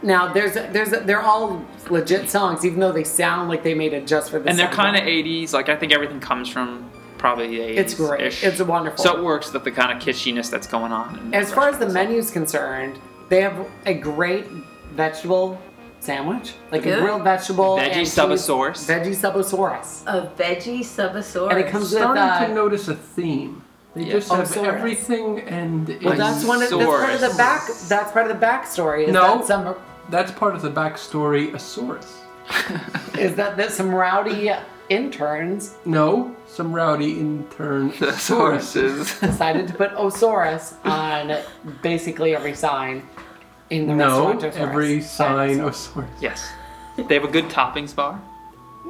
Speaker 1: Now there's a, there's a, they're all legit songs, even though they sound like they made it just for this.
Speaker 2: and they're
Speaker 1: soundtrack.
Speaker 2: kind of 80s. Like I think everything comes from probably the 80s.
Speaker 1: It's great. It's wonderful.
Speaker 2: So it works that the kind of kitschiness that's going on. in
Speaker 1: As far as the
Speaker 2: restaurants.
Speaker 1: menu's concerned, they have a great vegetable sandwich, like
Speaker 3: Really?
Speaker 1: a grilled vegetable
Speaker 2: Veggie
Speaker 1: and cheese-
Speaker 2: subosaurus.
Speaker 1: Veggie subosaurus.
Speaker 3: A veggie subosaurus.
Speaker 1: And it comes with
Speaker 4: Starting
Speaker 1: uh,
Speaker 4: to notice a theme. They
Speaker 2: Yeah.
Speaker 4: just
Speaker 1: Oh,
Speaker 4: have
Speaker 1: sorry.
Speaker 4: everything, and
Speaker 1: Well,
Speaker 4: it's-
Speaker 1: that's one. Of, that's part of the
Speaker 2: Saurus.
Speaker 1: back. That's part of the backstory. Is
Speaker 4: No.
Speaker 1: that some?
Speaker 4: that's part of the backstory. A source.
Speaker 1: Is that that some rowdy interns
Speaker 4: No, some rowdy intern.
Speaker 2: the sources.
Speaker 1: decided to put Osaurus on basically every sign in the
Speaker 4: No,
Speaker 1: restaurant?
Speaker 4: every sign a source.
Speaker 2: yes. They have a good toppings bar.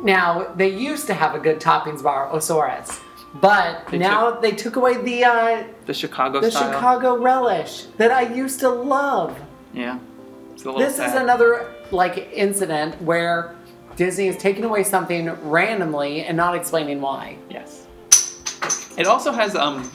Speaker 1: Now they used to have a good toppings bar, Osoras, but
Speaker 2: They
Speaker 1: now
Speaker 2: took-
Speaker 1: they took away the uh,
Speaker 2: The Chicago
Speaker 1: the
Speaker 2: style.
Speaker 1: Chicago relish that I used to love.
Speaker 2: Yeah. It's a little
Speaker 1: This is
Speaker 2: sad.
Speaker 1: another like incident where Disney is taking away something randomly and not explaining why.
Speaker 2: Yes. It also has um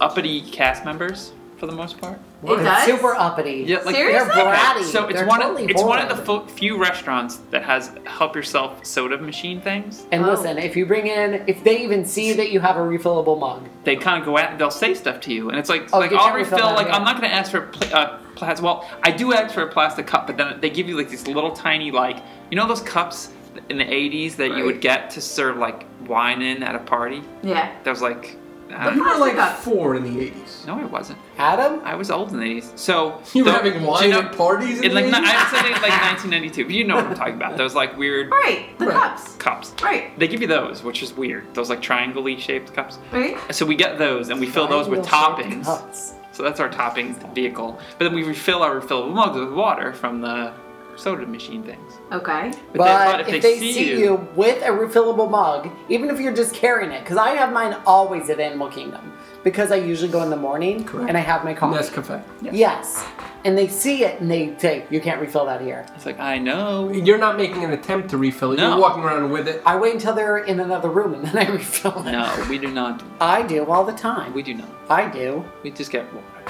Speaker 2: uppity cast members for the most part.
Speaker 3: It does?
Speaker 1: Super uppity.
Speaker 2: Yeah, like
Speaker 3: Seriously?
Speaker 1: They're bratty.
Speaker 2: So it's
Speaker 1: They're
Speaker 2: one
Speaker 1: totally
Speaker 2: of it's one of
Speaker 1: bored.
Speaker 2: the fo- few restaurants that has help yourself soda machine things.
Speaker 1: And
Speaker 3: Oh.
Speaker 1: listen, if you bring in, if they even see that you have a refillable mug,
Speaker 2: They kind of go at they'll say stuff to you, and it's like
Speaker 1: Oh,
Speaker 2: like
Speaker 1: get
Speaker 2: I'll
Speaker 1: your refill
Speaker 2: refill.
Speaker 1: now,
Speaker 2: Like
Speaker 1: yeah.
Speaker 2: I'm not gonna ask for pl- uh, plastic. Well, I do ask for a plastic cup, but then they give you like these little tiny like you know those cups in the '80s that you would
Speaker 3: Right.
Speaker 2: get to serve like wine in at a party.
Speaker 3: Yeah.
Speaker 2: That was like. I
Speaker 4: But
Speaker 2: don't
Speaker 4: you
Speaker 2: know.
Speaker 4: were like
Speaker 3: Plastic.
Speaker 4: four in the 80s.
Speaker 2: No, it wasn't.
Speaker 1: Adam,
Speaker 2: I was old in the 80s. So
Speaker 4: You were
Speaker 2: the-
Speaker 4: having wine
Speaker 2: you know-
Speaker 4: at parties in
Speaker 2: in
Speaker 4: the
Speaker 2: like ni-
Speaker 4: 80s?
Speaker 2: I was saying like 1992, but you know what I'm talking about. Those like weird
Speaker 3: Right. The
Speaker 4: Right.
Speaker 3: cups.
Speaker 2: cups.
Speaker 3: Right.
Speaker 2: They give you those, which is weird. Those like triangle-y shaped cups.
Speaker 3: Right.
Speaker 2: So we get those and we fill those with
Speaker 1: Triangle-shaped
Speaker 2: toppings.
Speaker 1: cups.
Speaker 2: So that's our topping vehicle. But then we refill our refillable mugs with water from the soda machine things.
Speaker 3: Okay.
Speaker 1: But, if, they, see you, with a refillable mug, even if you're just carrying it, because I have mine always at Animal Kingdom because I usually go in the morning
Speaker 4: Correct.
Speaker 1: and I have my coffee.
Speaker 4: Nescafe.
Speaker 1: Yes. And they see it and they say, you can't refill that here.
Speaker 2: it's like I know.
Speaker 4: You're not making an attempt to refill it.
Speaker 2: No.
Speaker 4: You're walking around with it.
Speaker 1: I wait until they're in another room and then I refill it.
Speaker 2: No, we do not. do-
Speaker 1: I do all the time.
Speaker 2: We do not.
Speaker 1: I do.
Speaker 2: We just get water.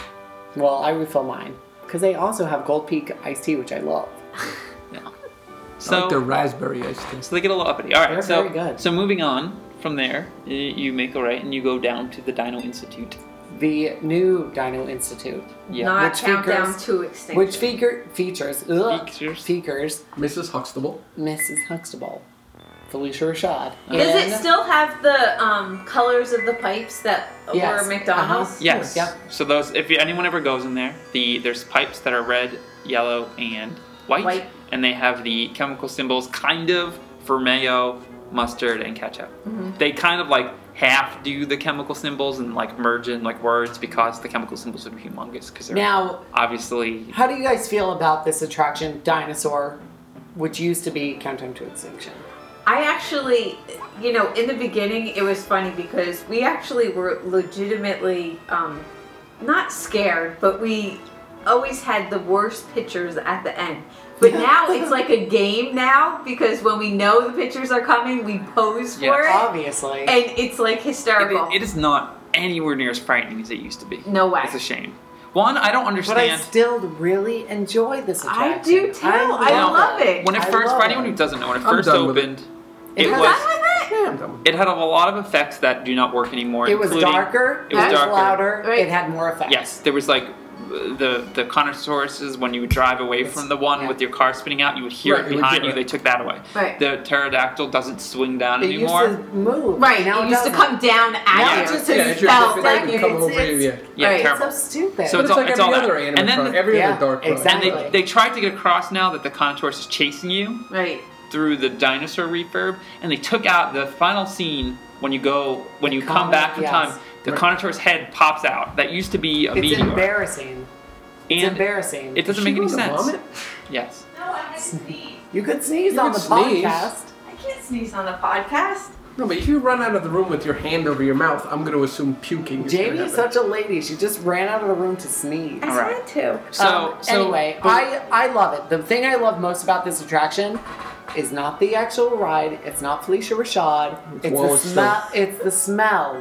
Speaker 1: Well, I refill mine because they also have Gold Peak iced tea, which I love.
Speaker 2: No.
Speaker 4: I like the
Speaker 2: So,
Speaker 4: raspberry ice cream.
Speaker 2: so they get a little uppity. All right,
Speaker 1: They're
Speaker 2: so
Speaker 1: very good.
Speaker 2: so moving on from there, y- you make a right and you go down to the Dino Institute.
Speaker 1: The new Dino Institute,
Speaker 2: Yeah.
Speaker 3: Not
Speaker 1: Which
Speaker 3: countdown
Speaker 1: figures-
Speaker 3: to extinction.
Speaker 1: which feature, features ugh,
Speaker 2: Features.
Speaker 1: features
Speaker 4: Mrs. Huxtable.
Speaker 1: Mrs. Huxtable, Felicia Rashad.
Speaker 3: Does
Speaker 1: and-
Speaker 3: it still have the um, colors of the pipes that
Speaker 1: Yes.
Speaker 3: were McDonald's?
Speaker 1: Uh-huh.
Speaker 2: Yes.
Speaker 1: Yep.
Speaker 2: So those, if anyone ever goes in there, the there's pipes that are red, yellow, and white,
Speaker 3: White.
Speaker 2: and they have the chemical symbols kind of for mayo, mustard, and ketchup. They kind of like half do the chemical symbols and like merge in like words because the chemical symbols would be humongous because they're
Speaker 1: Now,
Speaker 2: obviously
Speaker 1: how do you guys feel about this attraction, Dinosaur, which used to be Countdown to Extinction?
Speaker 3: I actually, you know, in the beginning, it was funny because we actually were legitimately um, not scared, but we always had the worst pictures at the end. But now it's like a game now because when we know the pictures are coming, we pose for
Speaker 2: Yes.
Speaker 3: it,
Speaker 1: Obviously.
Speaker 3: and it's like
Speaker 2: it,
Speaker 3: hysterical.
Speaker 2: it is not anywhere near as frightening as it used to be.
Speaker 3: No way.
Speaker 2: It's a shame. One, I don't
Speaker 1: but I
Speaker 2: understand.
Speaker 1: still really enjoy this attraction.
Speaker 3: I do too. I,
Speaker 2: Now,
Speaker 3: love it.
Speaker 2: When it
Speaker 1: I
Speaker 2: first,
Speaker 1: love
Speaker 2: for anyone
Speaker 1: it.
Speaker 2: who doesn't know, when it
Speaker 4: I'm
Speaker 2: first
Speaker 4: done with it.
Speaker 2: opened,
Speaker 1: It
Speaker 2: it
Speaker 3: You're
Speaker 1: was-
Speaker 2: was.
Speaker 3: done with it?
Speaker 4: Yeah, I'm done with it.
Speaker 2: It had a lot of effects that do not work anymore.
Speaker 1: It was
Speaker 2: including-
Speaker 1: darker.
Speaker 2: It was
Speaker 1: it
Speaker 2: darker.
Speaker 1: louder.
Speaker 3: Right.
Speaker 1: It had more effect.
Speaker 2: Yes, there was like the the connoisseurs when you would drive away from the one
Speaker 1: yeah.
Speaker 2: with your car spinning out, you would hear
Speaker 4: Right,
Speaker 2: it
Speaker 4: it would
Speaker 2: behind
Speaker 4: do
Speaker 2: you.
Speaker 4: it.
Speaker 2: They took that away.
Speaker 3: Right.
Speaker 2: The pterodactyl doesn't swing down
Speaker 1: It
Speaker 2: anymore.
Speaker 1: used to move.
Speaker 3: Right.
Speaker 1: Now
Speaker 3: it used to
Speaker 1: doesn't.
Speaker 3: come down
Speaker 1: Now
Speaker 3: at
Speaker 1: it
Speaker 3: you.
Speaker 1: just
Speaker 4: Yeah,
Speaker 1: is
Speaker 4: it's your
Speaker 3: felt
Speaker 4: fifth
Speaker 3: like
Speaker 4: item
Speaker 3: you-
Speaker 4: come
Speaker 3: it's-
Speaker 4: over
Speaker 3: it's-
Speaker 4: you, yeah.
Speaker 2: yeah,
Speaker 3: right.
Speaker 1: It's
Speaker 2: terrible.
Speaker 1: so stupid.
Speaker 2: So
Speaker 4: But
Speaker 2: it's
Speaker 4: it's,
Speaker 2: all-
Speaker 4: like
Speaker 2: it's
Speaker 4: every
Speaker 2: all
Speaker 4: other
Speaker 2: that.
Speaker 4: animatronic.
Speaker 2: And then the-
Speaker 4: every
Speaker 1: Yeah,
Speaker 4: other dark ride.
Speaker 2: and
Speaker 1: exactly.
Speaker 2: they, they tried to get across now that the connoisseurs is chasing you
Speaker 3: right.
Speaker 2: through the dinosaur refurb, and they took out the final scene when you go when you come
Speaker 1: comet,
Speaker 2: back in
Speaker 1: yes.
Speaker 2: time. The
Speaker 4: Right.
Speaker 2: connoisseur's head pops out. That used to be a
Speaker 1: it's
Speaker 2: meteor,
Speaker 1: embarrassing. It's
Speaker 2: and
Speaker 1: embarrassing.
Speaker 2: it doesn't
Speaker 4: She
Speaker 2: make any
Speaker 4: wrote a
Speaker 2: sense.
Speaker 4: vomit?
Speaker 2: Yes.
Speaker 1: Um,
Speaker 3: No, I had to sneeze.
Speaker 1: you could sneeze
Speaker 4: You
Speaker 1: on the
Speaker 4: could sneeze.
Speaker 1: podcast.
Speaker 3: I can't sneeze on the podcast.
Speaker 4: No, but if you run out of the room with your hand over your mouth, I'm going to assume puking. Is
Speaker 1: Jamie
Speaker 4: gonna
Speaker 1: is
Speaker 4: happen.
Speaker 1: such a lady. She just ran out of the room to sneeze.
Speaker 3: I
Speaker 2: All right.
Speaker 3: had to.
Speaker 2: So,
Speaker 1: Um,
Speaker 2: so
Speaker 1: anyway,
Speaker 2: but-
Speaker 1: I I love it. The thing I love most about this attraction is not the actual ride. It's not Felicia Rashad. It's, the
Speaker 4: Wallace
Speaker 1: smell. It's the smell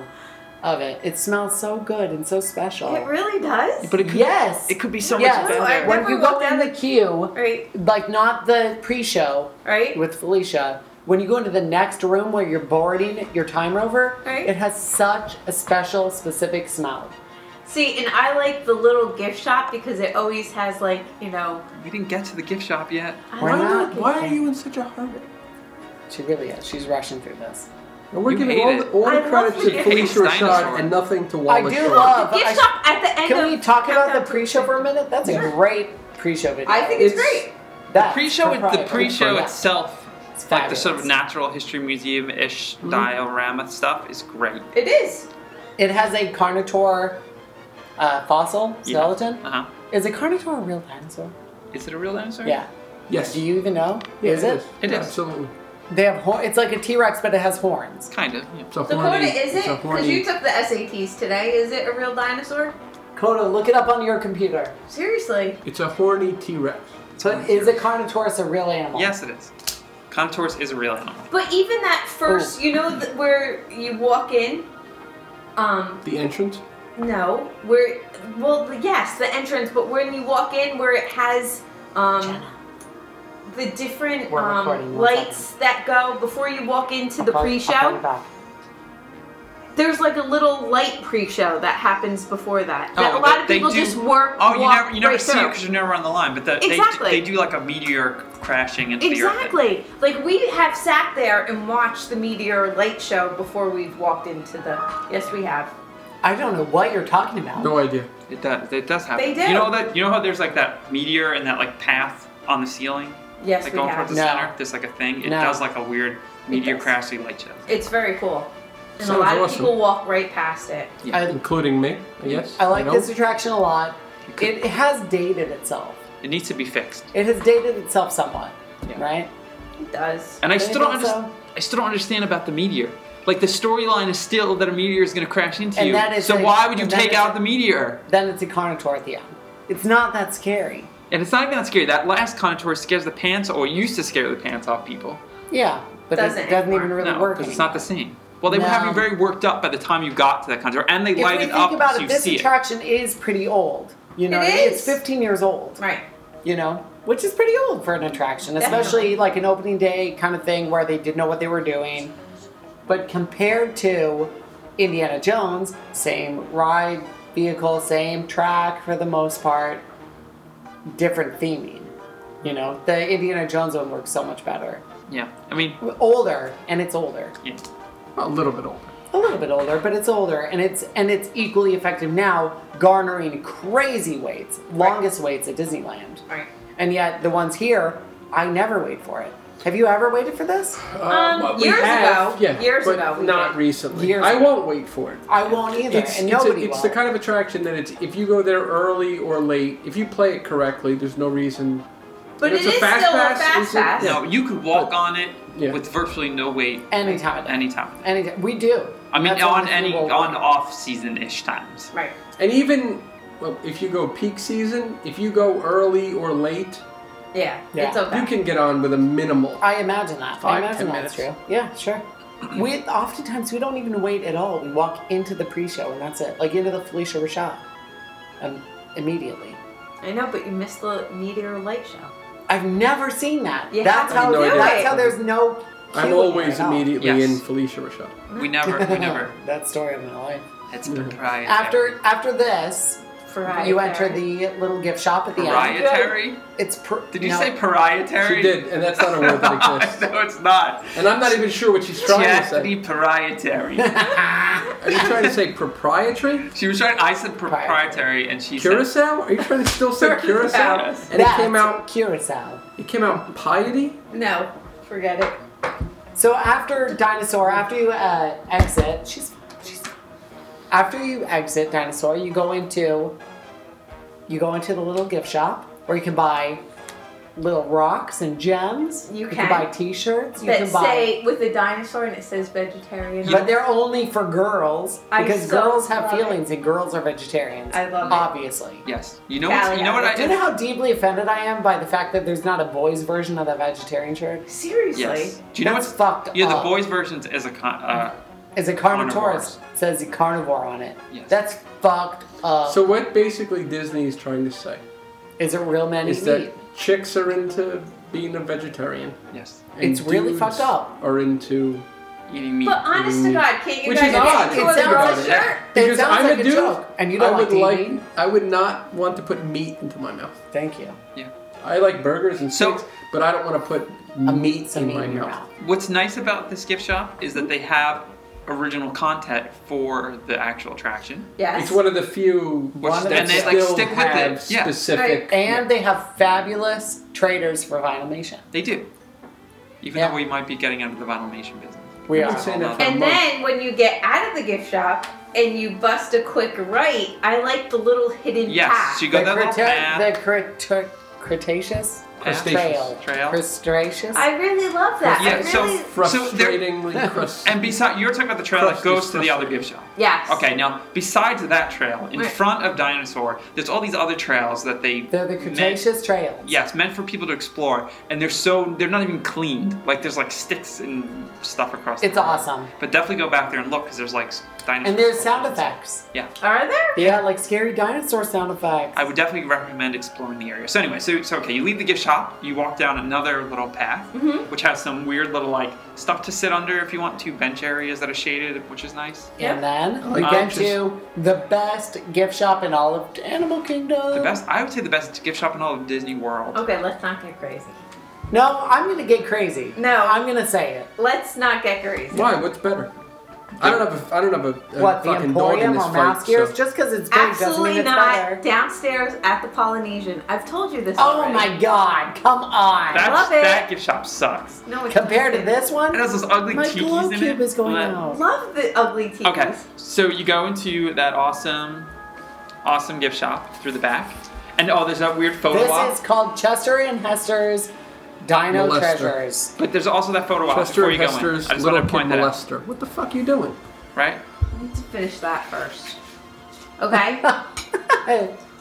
Speaker 1: of it. It smells so good and so special.
Speaker 3: It really does.
Speaker 2: But it could,
Speaker 1: yes.
Speaker 2: it could be so
Speaker 1: yes.
Speaker 2: much
Speaker 3: No, I
Speaker 2: better.
Speaker 1: When
Speaker 3: remember
Speaker 1: you
Speaker 3: what
Speaker 1: go down
Speaker 3: that-
Speaker 1: the queue,
Speaker 3: right,
Speaker 1: like not the pre-show
Speaker 3: right.
Speaker 1: with Felicia. When you go into the next room where you're boarding your timer over,
Speaker 3: Right.
Speaker 1: it has such a special, specific smell.
Speaker 3: See, and I like the little gift shop because it always has like you know.
Speaker 2: We didn't get to the gift shop yet.
Speaker 3: I
Speaker 1: Why
Speaker 3: love
Speaker 1: not?
Speaker 3: it.
Speaker 4: Why are you in such a hurry?
Speaker 1: She really is. She's rushing through this.
Speaker 4: And we're
Speaker 2: You
Speaker 4: giving
Speaker 2: hate
Speaker 4: all
Speaker 2: it.
Speaker 4: the, all
Speaker 3: I
Speaker 4: the
Speaker 3: love
Speaker 4: credit
Speaker 3: it.
Speaker 4: to Felicia
Speaker 2: It's dinosaur.
Speaker 4: Rashad and nothing to Wallace.
Speaker 1: do
Speaker 4: Shawn.
Speaker 1: love-
Speaker 3: The gift
Speaker 1: I-
Speaker 3: shop at the end.
Speaker 1: Can we
Speaker 3: of
Speaker 1: talk about the
Speaker 3: Countdown to
Speaker 1: pre-show for a minute? That's a
Speaker 4: Yeah.
Speaker 1: great pre-show video.
Speaker 3: I think it's,
Speaker 4: It's-
Speaker 3: great.
Speaker 1: That's
Speaker 2: Pre-show, it- the
Speaker 1: proprietary.
Speaker 2: pre-show
Speaker 1: Yeah.
Speaker 2: itself,
Speaker 1: It's
Speaker 2: like the sort
Speaker 1: fabulous.
Speaker 2: of
Speaker 1: Mm-hmm.
Speaker 2: natural history museum-ish diorama stuff, is great.
Speaker 3: It is.
Speaker 1: It has a Carnotaur uh, fossil skeleton.
Speaker 2: Uh huh.
Speaker 1: Is a Carnotaur a real dinosaur?
Speaker 3: Mm-hmm.
Speaker 2: Is it a real dinosaur?
Speaker 1: Yeah.
Speaker 4: Yes.
Speaker 1: Do you even know?
Speaker 4: Yeah,
Speaker 1: is it?
Speaker 2: It
Speaker 4: Yeah,
Speaker 2: is.
Speaker 4: Absolutely.
Speaker 1: They have hor- it's like a T Rex, but it has horns.
Speaker 2: Kind of. Yeah.
Speaker 4: It's a
Speaker 3: Dakota,
Speaker 4: horny-
Speaker 3: is
Speaker 4: it's a
Speaker 3: it? Because
Speaker 4: horny-
Speaker 3: you took the SATs today. Is it a real dinosaur?
Speaker 1: Coda, look it up on your computer.
Speaker 3: Seriously.
Speaker 4: It's a horny T-Rex.
Speaker 1: But is a Carnotaurus a real animal?
Speaker 2: Yes, it is. Contours is a real animal.
Speaker 3: But even that
Speaker 1: Oh.
Speaker 3: first, you know, th- where you walk in. Um,
Speaker 4: The entrance.
Speaker 3: no, where, well, yes, the entrance, but when you walk in, where it has, um, the different
Speaker 1: We're
Speaker 3: um,
Speaker 1: recording, one
Speaker 3: lights that go before you walk into the
Speaker 1: I'll call- I'll call you
Speaker 3: pre-show.
Speaker 1: back.
Speaker 3: There's like a little light pre-show that happens before that. that
Speaker 2: Oh,
Speaker 3: a lot
Speaker 2: but
Speaker 3: of
Speaker 2: they
Speaker 3: people
Speaker 2: do-
Speaker 3: just work.
Speaker 2: Oh, you
Speaker 3: walk
Speaker 2: never you never
Speaker 3: right
Speaker 2: see it
Speaker 3: through.
Speaker 2: because you're never on the line. But that they,
Speaker 3: Exactly.
Speaker 2: they do like a meteor crashing into the earth.
Speaker 3: Exactly. Like we have sat there and watched the meteor light show before we've walked into the. Yes, we have.
Speaker 1: I don't know what you're talking about.
Speaker 4: No idea.
Speaker 2: It does. It does happen.
Speaker 3: They do.
Speaker 2: You know that. You know how there's like that meteor and that like path on the ceiling,
Speaker 3: Yes,
Speaker 2: like
Speaker 3: we
Speaker 2: going
Speaker 3: have.
Speaker 2: towards the
Speaker 1: No.
Speaker 2: center. There's like a thing. It
Speaker 1: No.
Speaker 2: does like a weird meteor
Speaker 1: does.
Speaker 2: crashy light show.
Speaker 3: It's very cool, and
Speaker 4: Sounds
Speaker 3: a lot of
Speaker 4: awesome.
Speaker 3: people walk right past it.
Speaker 1: I,
Speaker 4: Including me, I guess.
Speaker 1: I like
Speaker 4: know.
Speaker 1: this attraction a lot. It, it has dated itself.
Speaker 2: It needs to be fixed.
Speaker 1: It has dated itself somewhat, right?
Speaker 3: It does.
Speaker 2: And I
Speaker 1: But I
Speaker 2: still don't.
Speaker 1: think
Speaker 2: Under-
Speaker 1: so.
Speaker 2: I still don't understand about the meteor. Like the storyline is still that a meteor is going to crash into
Speaker 1: And
Speaker 2: you.
Speaker 1: that is
Speaker 2: so
Speaker 1: a-
Speaker 2: why would you
Speaker 1: and that
Speaker 2: take
Speaker 1: is
Speaker 2: out
Speaker 1: a-
Speaker 2: the meteor?
Speaker 1: Then it's a Carnotaurus. It's not that scary.
Speaker 2: And it's not even that scary. That last contour scares the pants, or used to scare the pants off people.
Speaker 1: Yeah, but
Speaker 3: Doesn't
Speaker 1: it doesn't
Speaker 3: anymore.
Speaker 1: even really
Speaker 2: no,
Speaker 1: work.
Speaker 2: because it's not the
Speaker 1: anymore.
Speaker 2: same. Well, they would have
Speaker 1: No.
Speaker 2: you very worked up by the time you got to that contour, and they
Speaker 1: If
Speaker 2: light
Speaker 1: we
Speaker 2: it
Speaker 1: think
Speaker 2: up
Speaker 1: about
Speaker 2: so you
Speaker 1: it, this
Speaker 2: see
Speaker 1: attraction is pretty old. You know,
Speaker 3: It
Speaker 1: what I mean? it's
Speaker 3: is.
Speaker 1: 15 years old.
Speaker 3: Right.
Speaker 1: You know, which is pretty old for an attraction, especially
Speaker 3: Definitely.
Speaker 1: like an opening day kind of thing where they didn't know what they were doing. But compared to Indiana Jones, same ride vehicle, same track for the most part, different theming. You know, the Indiana Jones one works so much better.
Speaker 2: it. Yeah, I mean,
Speaker 1: Older, and it's older.
Speaker 2: yeah.
Speaker 4: a little bit older.
Speaker 1: a little bit older, but it's older, and it's and it's equally effective now, garnering crazy waits, longest waits at Disneyland,
Speaker 3: Right.
Speaker 1: and yet the ones here, I never wait for it. Have you ever waited for this?
Speaker 3: Um,
Speaker 4: Uh, what we
Speaker 3: years
Speaker 4: have-
Speaker 3: ago-
Speaker 4: yeah,
Speaker 3: years
Speaker 4: but
Speaker 3: ago we
Speaker 4: not
Speaker 3: did.
Speaker 4: recently.
Speaker 1: Years
Speaker 4: I
Speaker 1: ago.
Speaker 4: won't wait for it.
Speaker 1: I won't either,
Speaker 4: It's,
Speaker 1: and
Speaker 4: it's, a-
Speaker 1: nobody
Speaker 4: it's
Speaker 1: will.
Speaker 4: the kind of attraction that it's if you go there early or late, if you play it correctly, there's no reason.
Speaker 3: But
Speaker 4: It's
Speaker 3: it
Speaker 4: a
Speaker 3: is
Speaker 4: fast
Speaker 3: still
Speaker 4: pass,
Speaker 3: a fast
Speaker 4: is it?
Speaker 3: pass.
Speaker 4: Yeah.
Speaker 2: No, you could walk on it
Speaker 4: Yeah.
Speaker 2: with virtually no weight
Speaker 1: any time of day.
Speaker 2: anytime.
Speaker 1: Any ti- we do.
Speaker 2: I mean,
Speaker 1: That's
Speaker 2: on
Speaker 1: always
Speaker 2: any
Speaker 1: the rule.
Speaker 2: on off season ish times.
Speaker 3: Right.
Speaker 4: And even well, if you go peak season, if you go early or late,
Speaker 3: Yeah.
Speaker 1: Yeah.
Speaker 3: It's okay.
Speaker 4: you can get on with a minimal.
Speaker 1: I imagine that.
Speaker 4: Five,
Speaker 1: I imagine
Speaker 4: ten
Speaker 1: that's true.
Speaker 4: minutes.
Speaker 1: Yeah, sure. We oftentimes we don't even wait at all. We walk into the pre-show and that's it, like into the Felicia Rashad, um, immediately.
Speaker 3: I know, but you missed the meteor light show.
Speaker 1: I've never seen that.
Speaker 3: You
Speaker 1: that's
Speaker 3: have
Speaker 1: how.
Speaker 4: to do
Speaker 1: that's
Speaker 3: it.
Speaker 1: how there's no.
Speaker 4: I'm
Speaker 1: queuing
Speaker 4: always
Speaker 1: at all.
Speaker 4: immediately
Speaker 2: Yes.
Speaker 4: in Felicia Rashad.
Speaker 2: We never, we never.
Speaker 1: that story of my life.
Speaker 2: It's proprietary.
Speaker 1: After after this,
Speaker 3: Right.
Speaker 1: you enter the little gift shop at the end.
Speaker 2: proprietary.
Speaker 1: It's per-
Speaker 2: Did you
Speaker 1: no,
Speaker 2: say proprietary?
Speaker 4: She did, and that's not a word that exists.
Speaker 2: no, it's not.
Speaker 4: And I'm not even sure what she's
Speaker 2: She
Speaker 4: trying to
Speaker 2: has to
Speaker 4: say.
Speaker 2: be proprietary.
Speaker 4: Are you trying to say proprietary?
Speaker 2: She was trying. I said proprietary, and she said
Speaker 4: Curacao? Are you trying to still say Curacao?
Speaker 2: Yes.
Speaker 4: And it
Speaker 1: that's
Speaker 4: came out.
Speaker 1: curacao.
Speaker 4: It came out piety.
Speaker 3: No. Forget it.
Speaker 1: So after dinosaur, after you uh, exit, she's she's. After you exit dinosaur, you go into. You go into the little gift shop where you can buy little rocks and gems.
Speaker 3: You
Speaker 1: can
Speaker 3: can.
Speaker 1: buy T-shirts. You
Speaker 3: That
Speaker 1: can buy.
Speaker 3: say with a dinosaur and it says vegetarian.
Speaker 1: But they're only for girls
Speaker 3: I
Speaker 1: because
Speaker 3: so
Speaker 1: girls have
Speaker 3: love it.
Speaker 1: feelings and girls are vegetarians.
Speaker 3: I love it.
Speaker 1: obviously.
Speaker 2: yes. You know what? You know what
Speaker 1: Do you
Speaker 2: I
Speaker 1: know how deeply offended I am by the fact that there's not a boys' version of that vegetarian shirt?
Speaker 3: Seriously.
Speaker 2: Yes. Do you know
Speaker 1: That's
Speaker 2: what's
Speaker 1: fucked
Speaker 2: Yeah, the
Speaker 1: up.
Speaker 2: boys' version is a con. Uh,
Speaker 1: It's a
Speaker 2: Carnivores.
Speaker 1: Carnotaurus. Says a carnivore on it.
Speaker 2: Yes.
Speaker 1: That's fucked up.
Speaker 4: So what basically Disney is trying to say
Speaker 1: is it real men
Speaker 4: is
Speaker 1: eat
Speaker 4: that
Speaker 1: meat?
Speaker 4: chicks are into being a vegetarian.
Speaker 2: yes.
Speaker 4: and
Speaker 1: It's really
Speaker 4: dudes
Speaker 1: fucked up.
Speaker 4: Are into
Speaker 2: Eating meat.
Speaker 3: But honest to God, can't you
Speaker 4: Which
Speaker 3: guys
Speaker 4: is odd.
Speaker 3: get
Speaker 1: It
Speaker 3: two of the
Speaker 1: sounds
Speaker 3: girls'
Speaker 1: like
Speaker 4: about it.
Speaker 3: shirt?
Speaker 1: It
Speaker 4: because
Speaker 1: sounds
Speaker 4: I'm
Speaker 1: like
Speaker 4: a
Speaker 1: a
Speaker 4: dude.
Speaker 1: joke, and you don't
Speaker 4: I
Speaker 1: like
Speaker 4: would
Speaker 1: to eat
Speaker 4: like,
Speaker 1: meat?
Speaker 4: I would not want to put meat into my mouth.
Speaker 1: Thank you.
Speaker 2: Yeah.
Speaker 4: I like burgers and
Speaker 2: So-
Speaker 4: steaks, but I don't want to put
Speaker 1: A
Speaker 4: meat
Speaker 1: meat's a
Speaker 4: in
Speaker 1: meat
Speaker 4: my
Speaker 1: in your
Speaker 4: mouth.
Speaker 1: mouth.
Speaker 2: What's nice about this gift shop is that they have original content for the actual attraction.
Speaker 3: Yes.
Speaker 4: It's one of the few
Speaker 2: Which
Speaker 1: One of
Speaker 2: and
Speaker 1: the-
Speaker 2: they
Speaker 4: that
Speaker 2: like
Speaker 4: still
Speaker 2: stick with
Speaker 4: have
Speaker 2: it. Yeah,
Speaker 4: specific.
Speaker 1: And they have fabulous traders for Vinyl Nation.
Speaker 2: they do. Even
Speaker 1: Yeah.
Speaker 2: though we might be getting out of the vinyl nation business.
Speaker 1: We
Speaker 4: I've
Speaker 1: are.
Speaker 4: been saying that for a
Speaker 3: And
Speaker 4: month.
Speaker 3: then when you get out of the gift shop and you bust a quick right, I like the little hidden
Speaker 2: Yes,
Speaker 3: path.
Speaker 2: she
Speaker 1: The,
Speaker 2: got that little
Speaker 1: Creta-
Speaker 2: path.
Speaker 1: the Creta- Cretaceous?
Speaker 2: Crustaceous.
Speaker 1: Trail.
Speaker 2: Trail.
Speaker 1: Crustaceous.
Speaker 3: I really love that.
Speaker 2: Yeah,
Speaker 3: I
Speaker 2: so
Speaker 3: really,
Speaker 4: Frustratingly crust.
Speaker 2: And besides, you're talking about the trail that
Speaker 4: Crust
Speaker 2: goes
Speaker 4: is
Speaker 2: to the other
Speaker 4: frustrating.
Speaker 2: gift shop.
Speaker 3: yes.
Speaker 2: Okay, now besides that trail, in
Speaker 3: Right.
Speaker 2: front of Dinosaur, there's all these other trails that they
Speaker 1: They're the
Speaker 2: meant,
Speaker 1: Cretaceous trails.
Speaker 2: yes meant for people to explore, and they're so they're not even cleaned. Like there's like sticks and stuff across. the
Speaker 1: It's
Speaker 2: road.
Speaker 1: awesome.
Speaker 2: But definitely go back there and look because there's like dinosaurs.
Speaker 1: And there's sound effects.
Speaker 2: Yeah,
Speaker 3: Are there?
Speaker 1: Yeah, like scary dinosaur sound effects.
Speaker 2: I would definitely recommend exploring the area. So anyway, so, so okay, you leave the gift shop, you walk down another little path,
Speaker 1: Mm-hmm.
Speaker 2: which has some weird little like stuff to sit under if you want to, bench areas that are shaded, which is nice.
Speaker 1: and then we
Speaker 4: like
Speaker 1: get
Speaker 4: that.
Speaker 1: to the best gift shop in all of Animal Kingdom.
Speaker 2: The best, I would say, the best gift shop in all of Disney
Speaker 1: Oh,
Speaker 2: World.
Speaker 3: Okay, let's not get crazy.
Speaker 1: No, I'm gonna get crazy.
Speaker 3: No.
Speaker 1: I'm gonna say it.
Speaker 3: Let's not get crazy.
Speaker 4: Why? What's better? I don't have a, I don't have a, a
Speaker 1: what the
Speaker 4: fucking dog in
Speaker 1: Emporium
Speaker 4: this
Speaker 1: or
Speaker 4: fight.
Speaker 1: Mouse Gears?
Speaker 4: so-
Speaker 1: Just because it's big doesn't mean
Speaker 3: Absolutely
Speaker 1: it's
Speaker 3: not.
Speaker 1: better.
Speaker 3: Downstairs at the Polynesian. I've told you this.
Speaker 1: Oh
Speaker 3: already.
Speaker 1: my God! Come on.
Speaker 2: That's,
Speaker 3: Love it.
Speaker 2: that gift shop sucks.
Speaker 3: No, it's
Speaker 1: Compared to
Speaker 3: not.
Speaker 1: this one,
Speaker 2: It has those ugly
Speaker 1: my
Speaker 2: tikis
Speaker 1: glow
Speaker 2: in it.
Speaker 1: cube is going
Speaker 2: Blah.
Speaker 1: out.
Speaker 3: Love the ugly teeth.
Speaker 2: Okay, so you go into that awesome, awesome gift shop through the back, and oh, there's that weird photo
Speaker 1: This
Speaker 2: op.
Speaker 1: is called Chester and Hester's Dino
Speaker 4: Molester.
Speaker 1: Treasures.
Speaker 2: but there's also that photo op
Speaker 4: Chester
Speaker 2: before
Speaker 4: and
Speaker 2: you go in. I
Speaker 4: Hester's
Speaker 2: just
Speaker 4: little
Speaker 2: wanted to
Speaker 4: kid
Speaker 2: point that out,
Speaker 4: molester. What the fuck are you doing?
Speaker 2: right?
Speaker 3: I need to finish that first. Okay.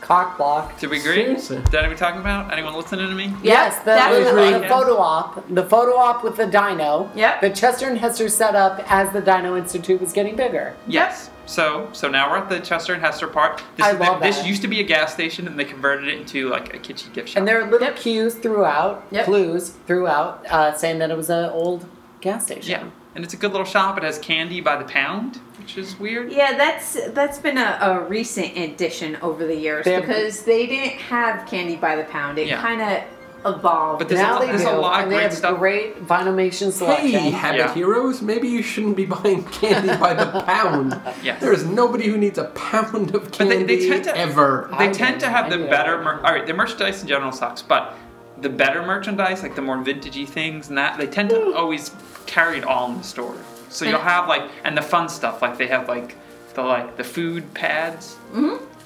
Speaker 1: Cock block.
Speaker 2: Did we agree?
Speaker 4: Seriously.
Speaker 2: Is that what we're talking about? Anyone listening to me?
Speaker 1: Yes, the,
Speaker 3: that
Speaker 1: the-
Speaker 3: was
Speaker 1: the
Speaker 2: great.
Speaker 1: photo op, the photo op with the dino.
Speaker 3: Yep.
Speaker 1: The Chester and Hester set up as the Dino Institute was getting bigger.
Speaker 2: Yes. So so now we're at the Chester and Hester part. This,
Speaker 1: I
Speaker 2: is-
Speaker 1: love
Speaker 2: this
Speaker 1: that.
Speaker 2: used to be a gas station and they converted it into like a kitschy gift shop.
Speaker 1: And there are little cues throughout,
Speaker 3: Yep.
Speaker 1: clues throughout, uh, saying that it was an old gas station.
Speaker 2: yeah. And it's a good little shop. It has candy by the pound, which is weird.
Speaker 3: Yeah, that's that's been a, a recent addition over the years
Speaker 1: They have-
Speaker 3: because they didn't have candy by the pound. It
Speaker 2: Yeah.
Speaker 3: kind of evolved.
Speaker 2: But this-
Speaker 1: Now
Speaker 2: a-
Speaker 1: they
Speaker 2: there's a
Speaker 1: do,
Speaker 2: lot of
Speaker 1: and they
Speaker 2: great
Speaker 1: have
Speaker 2: stuff.
Speaker 1: great Vinylmation selection.
Speaker 4: Hey, Habit
Speaker 2: Yeah.
Speaker 4: Heroes, maybe you shouldn't be buying candy by the pound.
Speaker 2: Yes.
Speaker 4: There is nobody who needs a pound of
Speaker 2: But they-
Speaker 4: candy
Speaker 2: they tend to-
Speaker 4: ever.
Speaker 1: I
Speaker 2: They tend to
Speaker 1: know, I
Speaker 2: have the
Speaker 1: know.
Speaker 2: better mer- all right, the merchandise in general sucks, but the better merchandise, like the more vintagey things and that they tend to always carry it all in the store. So you'll have like and the fun stuff, like they have like the like the food pads.